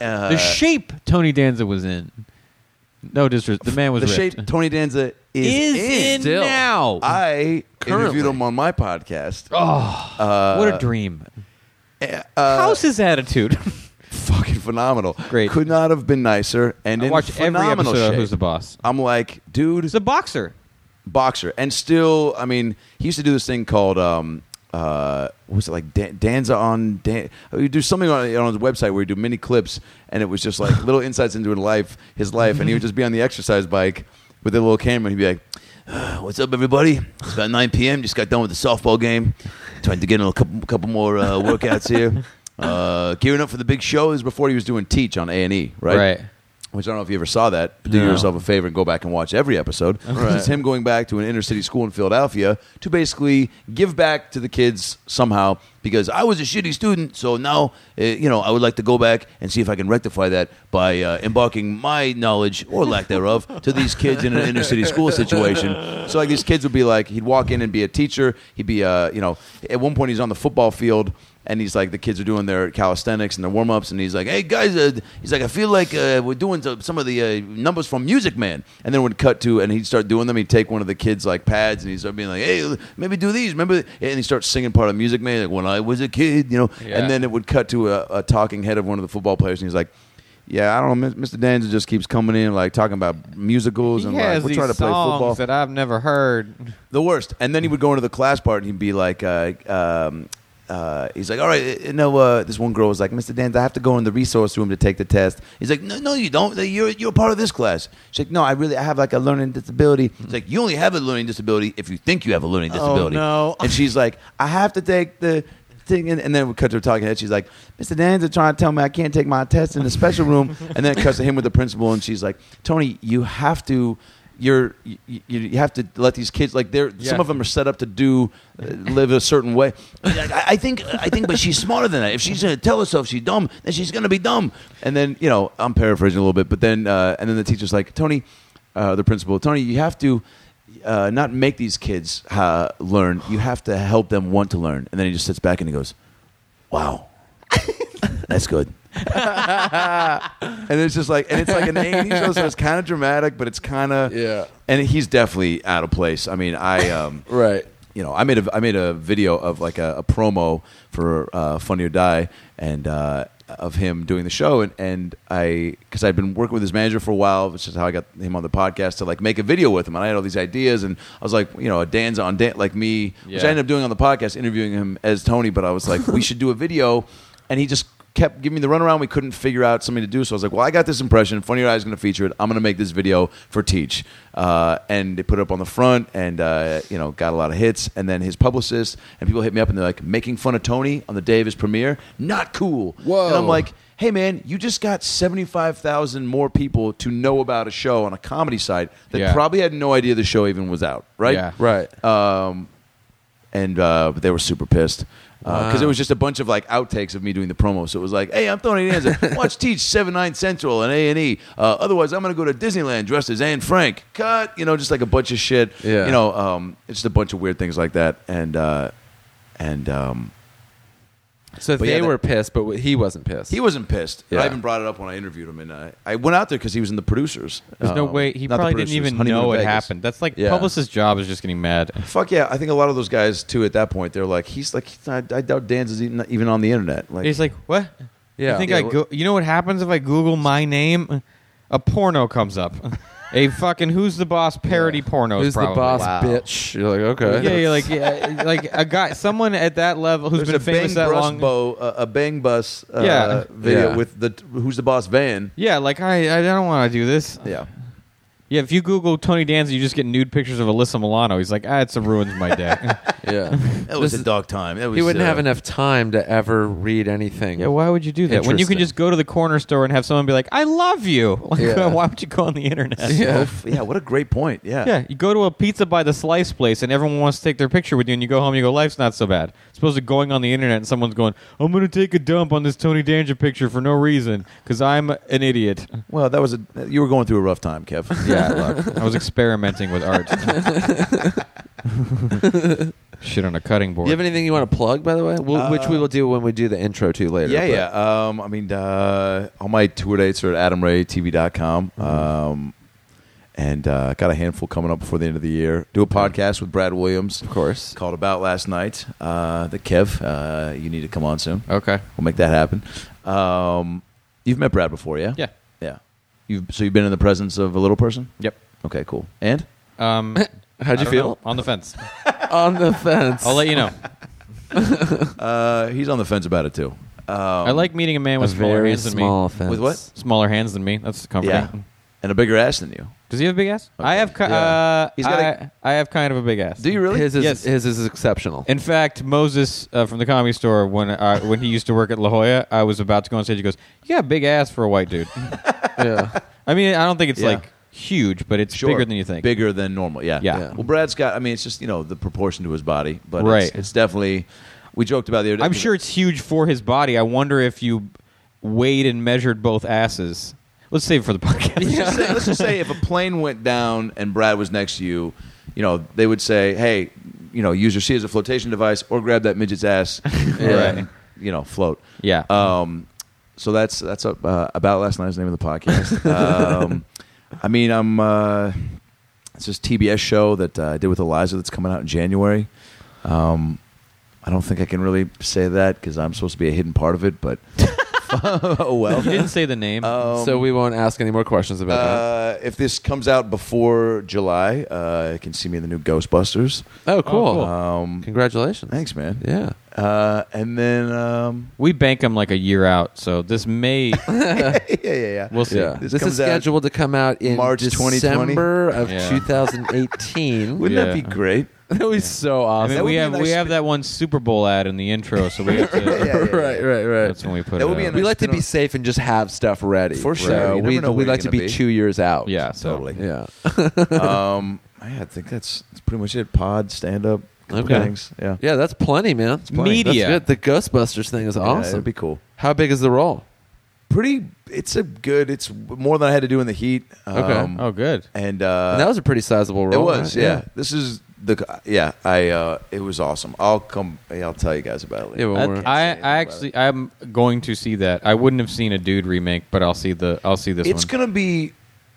Uh,
the shape Tony Danza was in. No disrespect, the man was
The
ripped.
shape Tony Danza is,
is in
still.
now.
I
Currently.
interviewed him on my podcast.
Oh. what a dream!
Uh,
How's his attitude?
fucking phenomenal.
Great.
Could not have been nicer. And
I
in
watch every
phenomenal
episode of
shape.
Who's the Boss.
I'm like, dude,
He's a boxer.
boxer, and still, I mean, he used to do this thing called um, uh, what was it like Dan- Danza on Dan- uh, you do something on, on his website where you do mini clips, and it was just like little insights into his life, his life, and he would just be on the exercise bike with a little camera, and he'd be like. "Uh, What's up, everybody? It's about 9 p.m. Just got done with the softball game. Trying to get in a couple, couple more uh, workouts here. Uh, gearing up for the big show. This is before he was doing Teach on A&E, right?
Right.
Which I don't know if you ever saw that. But do
No.
yourself a favor and go back and watch every episode. Because It's him going back to an inner city school in Philadelphia to basically give back to the kids somehow. Because I was a shitty student, so now uh, you know I would like to go back and see if I can rectify that by uh, embarking my knowledge or lack thereof to these kids in an inner city school situation. So like these kids would be like, he'd walk in and be a teacher. He'd be uh, you know at one point he's on the football field and he's like the kids are doing their calisthenics and their warm ups, and he's like, "Hey guys," uh, he's like, "I feel like uh, we're doing some- some of the uh, numbers from Music Man," and then would cut to, and he'd start doing them. He'd take one of the kids like pads, and he'd start being like, "Hey, maybe do these." Remember, and he starts singing part of Music Man, like when I was a kid, you know.
Yeah.
And then it would cut to a, a talking head of one of the football players, and he's like. Yeah, I don't know. Mis- Mr. Danza just keeps coming in, like talking about musicals
He
and
has
like we're
these
trying to play
songs
football.
that I've never heard.
The worst. And then he would go into the class part and he'd be like, uh, um, uh, he's like, all right, uh, no. Uh, this one girl was like, Mr. Danz, I have to go in the resource room to take the test. He's like, no, no, you don't. You're you're part of this class. She's like, no, I really, I have like a learning disability. He's like, you only have a learning disability if you think you have a learning disability.
no.
And she's like, I have to take the thing, and, and then we cut to her talking head. She's like, Mr. Danza trying to tell me I can't take my test in the special room, and then it cuts to him with the principal, and she's like, Tony, you have to. You're you, you you have to let these kids like they're some
Yeah.
of them are set up to do uh, live a certain way. Like, I, I think I think, but she's smarter than that. If she's gonna tell herself she's dumb, then she's gonna be dumb. And then you know I'm paraphrasing a little bit, but then uh, and then the teacher's like Tony, uh, the principal Tony, you have to uh, not make these kids uh, learn. You have to help them want to learn. And then he just sits back and he goes, "Wow, that's good." and it's just like, and it's like an eighties show, so it's kind of dramatic, but it's kind of
Yeah.
And he's definitely out of place. I mean, I um,
Right.
you know, I made a I made a video of like a, a promo for uh, Funny or Die, and uh, of him doing the show, and and I because I'd been working with his manager for a while, which is how I got him on the podcast to like make a video with him, and I had all these ideas, and I was like, you know, a Dan's on Dan like me, which
Yeah.
I ended up doing on the podcast, interviewing him as Tony, but I was like, we should do a video, and he just. Kept giving me the runaround. We couldn't figure out something to do, so I was like, "Well, I got this impression. Funny or Die is going to feature it. I'm going to make this video for Teach." Uh, and they put it up on the front, and uh, you know, got a lot of hits. And then his publicist and people hit me up, and they're like, "Making fun of Tony on the day of his premiere, not cool."
Whoa.
And I'm like, "Hey, man, you just got seventy five thousand more people to know about a show on a comedy site that
Yeah.
probably had no idea the show even was out, right?"
Yeah.
Right.
Um, and uh, they were super pissed because
Wow.
it was just a bunch of like outtakes of me doing the promo. So it was like, "Hey, I'm Tony Danza. Watch Teach Seven Nine Central and A and E. Uh, otherwise, I'm going to go to Disneyland dressed as Anne Frank. Cut. You know, just like a bunch of shit.
Yeah.
You know, um, it's just a bunch of weird things like that. And uh, and um,
So
But
they
yeah, that-
were pissed, but w- he wasn't pissed.
he wasn't pissed.
Yeah.
I even brought it up when I interviewed him, and I, I went out there because he was in the producers.
There's no
Um,
way he
not the
probably didn't
producers,
even
Honeymoon in
know it
Vegas.
happened. That's like
Yeah.
publicist's job is just getting mad.
Fuck yeah! I think a lot of those guys too. At that point, they're like, he's like, he's not- I doubt Dan's is even, even on the internet. Like,
He's like, "What?
Yeah.
You think
Yeah,
I
wh-
go- You know what happens if I Google my name? A porno comes up. A fucking Who's the Boss parody porno.
Who's
probably.
the boss,
Wow.
bitch? You're like, okay.
Yeah, you're like yeah, like a guy, someone at that level who's been
there's a bang
famous that
bus
long.
bo- a, a bang bus uh,
Yeah.
video
Yeah.
with the who's the boss van.
Yeah, like I, I don't want to do this.
Yeah,
Yeah, if you Google Tony Danza, you just get nude pictures of Alyssa Milano. He's like, ah, it's a ruins my day.
yeah.
that was
This
a
is-
dog time. That was,
He wouldn't
uh,
have enough time to ever read anything.
yeah, why would you do that? When you can
Interesting.
just go to the corner store and have someone be like, I love you. Like,
Yeah.
why would you go on the internet?
Yeah.
Oh, f- yeah, what a great point. Yeah,
Yeah, you go to a pizza by the slice place and everyone wants to take their picture with you, and you go home and you go, life's not so bad. As opposed to going on the internet and someone's going, I'm going to take a dump on this Tony Danger picture for no reason because I'm an idiot.
Well, that was a you were going through a rough time, Kev. Good luck.
I was experimenting with art. Shit on a cutting board.
You have anything you want to plug, by the way? We'll, which we will do when we do the intro to later.
Yeah,
but-
yeah. Um, I mean, uh, all my tour dates are at adamraytv.com. Um, and uh, got a handful coming up before the end of the year. Do a podcast with Brad Williams, of
course.
Called About Last Night. Uh, the Kev, uh, you need to come on soon.
Okay.
We'll make that happen. Um, you've met Brad before, yeah?
Yeah.
yeah. You've, so you've been in the presence of a little person.
Yep.
Okay, cool. And
Um,
How'd
I
you
don't
feel?
know. On the fence.
On the fence.
I'll let you know.
uh, he's on the fence about it too. Uh,
I like meeting a man with smaller hands
Oh. small
than me.
fence.
With what?
Smaller hands than me. That's comforting.
Yeah, and a bigger ass than you.
Does he have a big ass? I have. Ki-
Yeah.
uh,
He's got a-
I- I have kind of a big ass.
Do you really?
His is,
Yes.
his is exceptional.
In fact, Moses uh, from the Comedy Store, when uh, when he used to work at La Jolla, I was about to go on stage. He goes, "You got a big ass for a white dude."
yeah.
I mean, I don't think it's
Yeah.
like huge, but it's
Sure.
bigger than you think.
Bigger than normal. Yeah.
Yeah.
Yeah.
Well, Brad's got. I mean, it's just you know the proportion to his body, but
Right.
it's, it's definitely. We joked about the other day.
I'm sure it's huge for his body. I wonder if you weighed and measured both asses. Let's save it for the podcast.
Let's just say- let's just say if a plane went down and Brad was next to you, you know, they would say, "Hey, you know, use your seat as a flotation device, or grab that midget's ass, and,
Right.
you know, float."
Yeah.
Um, so that's that's up, uh, about last night's name of the podcast. um, I mean, I'm. Uh, it's this TBS show that uh, I did with Eliza that's coming out in January. Um, I don't think I can really say that because I'm supposed to be a hidden part of it, but oh well.
you didn't say the name.
so we won't ask any more questions about
Uh, if this comes out before July, uh, you can see me in the new Ghostbusters.
that. Oh, cool.
cool.
Um,
Congratulations.
thanks, man.
Yeah.
Uh, and then, um,
we bank him like a year out, so this may
yeah, yeah, yeah.
we'll see.
Yeah.
This
This,
comes
is
out
scheduled to come out in
March 2020?
December of
Yeah.
2018.
Wouldn't that be
Yeah.
great?
that would be so
I
awesome.
mean,
That would
we
be a
have
nice
we have
spe-
that one Super Bowl ad in the intro, so we have to.
yeah, yeah.
right, right, right.
That's when we put
That
it.
would be a
up.
we
nice
like to
to know.
be safe and just have stuff ready.
For
So
sure. You never
we
know
we
where
like to
you're
be,
gonna be.
two years out.
yeah, so.
Totally.
Yeah.
um, yeah, I think that's, that's pretty much it. Pod, stand up,
Okay.
things. Yeah,
Yeah, that's plenty, man. That's plenty.
Media.
That's good. The Ghostbusters thing is
Yeah,
awesome.
it'd be cool.
How big is the role?
Pretty. It's a good. It's more than I had to do in the heat.
Okay.
Um,
Oh, good.
And uh,
And that was a pretty sizable role.
It was,
right?
yeah. This is the yeah. I uh, it was awesome. I'll come. I'll tell you guys about it. Later.
Yeah, well,
I,
we're-
I, I
anything about
actually I'm going to see that. I wouldn't have seen a dude remake, but I'll see the I'll see this
it's
one.
gonna be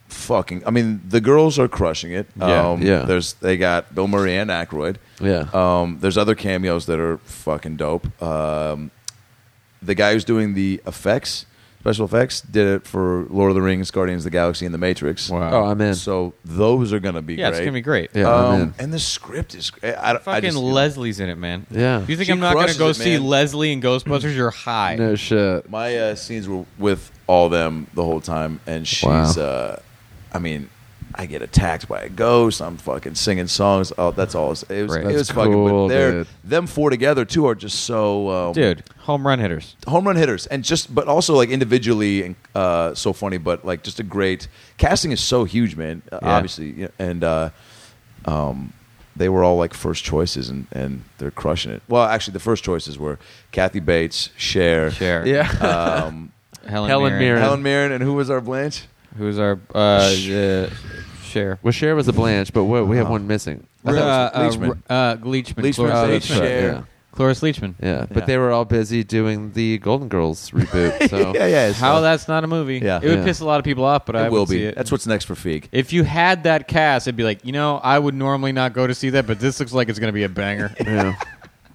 fucking. I mean, the girls are crushing it.
Yeah,
um,
yeah.
There's they got Bill Murray and Aykroyd.
Yeah.
Um, there's other cameos that are fucking dope. Um, the guy who's doing the effects, special effects, did it for Lord of the Rings, Guardians of the Galaxy, and The Matrix.
Wow.
Oh, I'm in.
So those are gonna be
yeah,
great.
it's gonna be great. Uh,
Yeah, I'm in.
Um, and the script is. I, I, I
Fucking
just-
Leslie's in it, man.
Yeah.
You think
She
I'm not gonna
crushes
go
it,
see
man.
Leslie in Ghostbusters? You're high.
No shit.
My uh, scenes were with all them the whole time, and she's.
Wow.
Uh, I mean, I get attacked by a ghost. I'm fucking singing songs. Oh, that's all. It was, it was,
Right.
it was
That's
fucking.
cool,
but they're,
dude.
them four together too are just so um,
Dude, home run hitters.
home run hitters, and just but also like individually and uh, so funny. But like just a great casting is so huge, man. Uh,
Yeah.
Obviously, you know, and uh, um, they were all like first choices, and and they're crushing it. Well, actually, the first choices were Kathy Bates, Cher,
Share.
Yeah.
Um,
Helen,
Helen
Mirren,
Mirren.
Helen Mirren, and who was our Blanche?
who's our uh, uh share.
Well, Cher was a Blanche, but what, we have one missing.
I thought it was
uh,
Leachman.
uh, uh, Gleachman.
Leachman,
Cloris
oh,
that's right,
Cher.
yeah.
Cloris Leachman.
Yeah, but
Yeah.
they were all busy doing the Golden Girls reboot. So
yeah, yeah. it's-
How that's not a movie.
Yeah.
It would
Yeah.
piss a lot of people off, but
it
I
will
would
be.
see it.
That's what's next for Feig.
If you had that cast, it'd be like, you know, I would normally not go to see that, but this looks like it's going to be a banger.
yeah.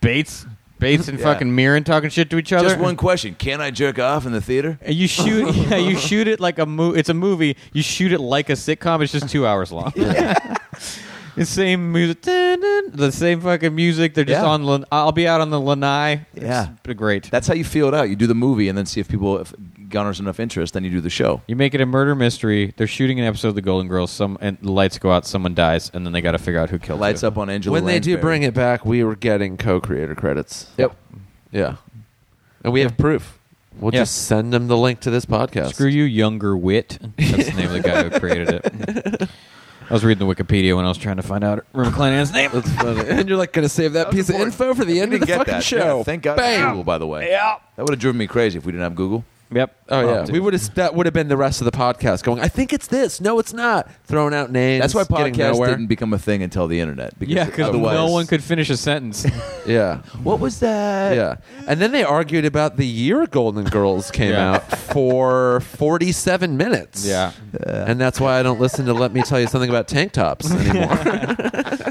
Bates, Bates, and
Yeah.
fucking Mirren talking shit to each other.
Just one question: Can I jerk off in the theater?
And You shoot, yeah, you shoot it like a movie. It's a movie. You shoot it like a sitcom. It's just two hours long. the same music, dun, dun, the same fucking music. They're just
Yeah.
on. Lan- I'll be out on the lanai. It's
Yeah.
b- great.
That's how you feel it out. You do the movie, and then see if people if garners enough interest. Then you do the show.
you make it a murder mystery. They're shooting an episode of The Golden Girls. Some and the lights go out. Someone dies, and then they got to figure out who killed.
Lights
who.
up on Angela.
When they do
Lansbury.
bring it back, we were getting co-creator credits.
Yep.
Yeah, and we have proof. We'll
Yeah.
just send them the link to this podcast.
Screw you, younger wit. That's the name of the guy who created it. I was reading the Wikipedia when I was trying to find out Rima Clanahan's name.
That's funny. and you're like going to save that, piece
important.
of info for the end
We
of the
didn't get
fucking
that.
show.
Yeah, thank God for
Bam.
Google, by the way. Yeah. That would have driven me crazy if we didn't have Google.
Yep.
Oh yeah,
dude.
we would have. That would have been the rest of the podcast. Going, I think it's this. No, it's not. Throwing out names.
That's why
getting
podcasts
nowhere.
didn't become a thing until the internet. Because
Yeah, because
otherwise-
no one could finish a sentence.
Yeah,
What was that?
yeah. And then they argued about the year Golden Girls came
Yeah.
out for 47 minutes.
Yeah.
and that's why I don't listen to Let Me Tell You Something About Tank Tops anymore.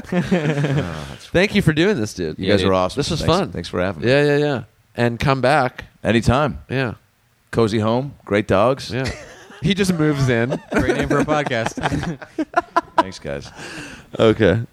Thank you for doing this, dude.
You guys
dude.
are awesome.
This was
Thanks-
fun.
Thanks for having me.
Yeah, yeah, yeah. And come back.
Anytime.
Yeah,
Cozy home. Great dogs.
yeah. he just moves in.
Great name for a podcast.
Thanks, guys.
okay.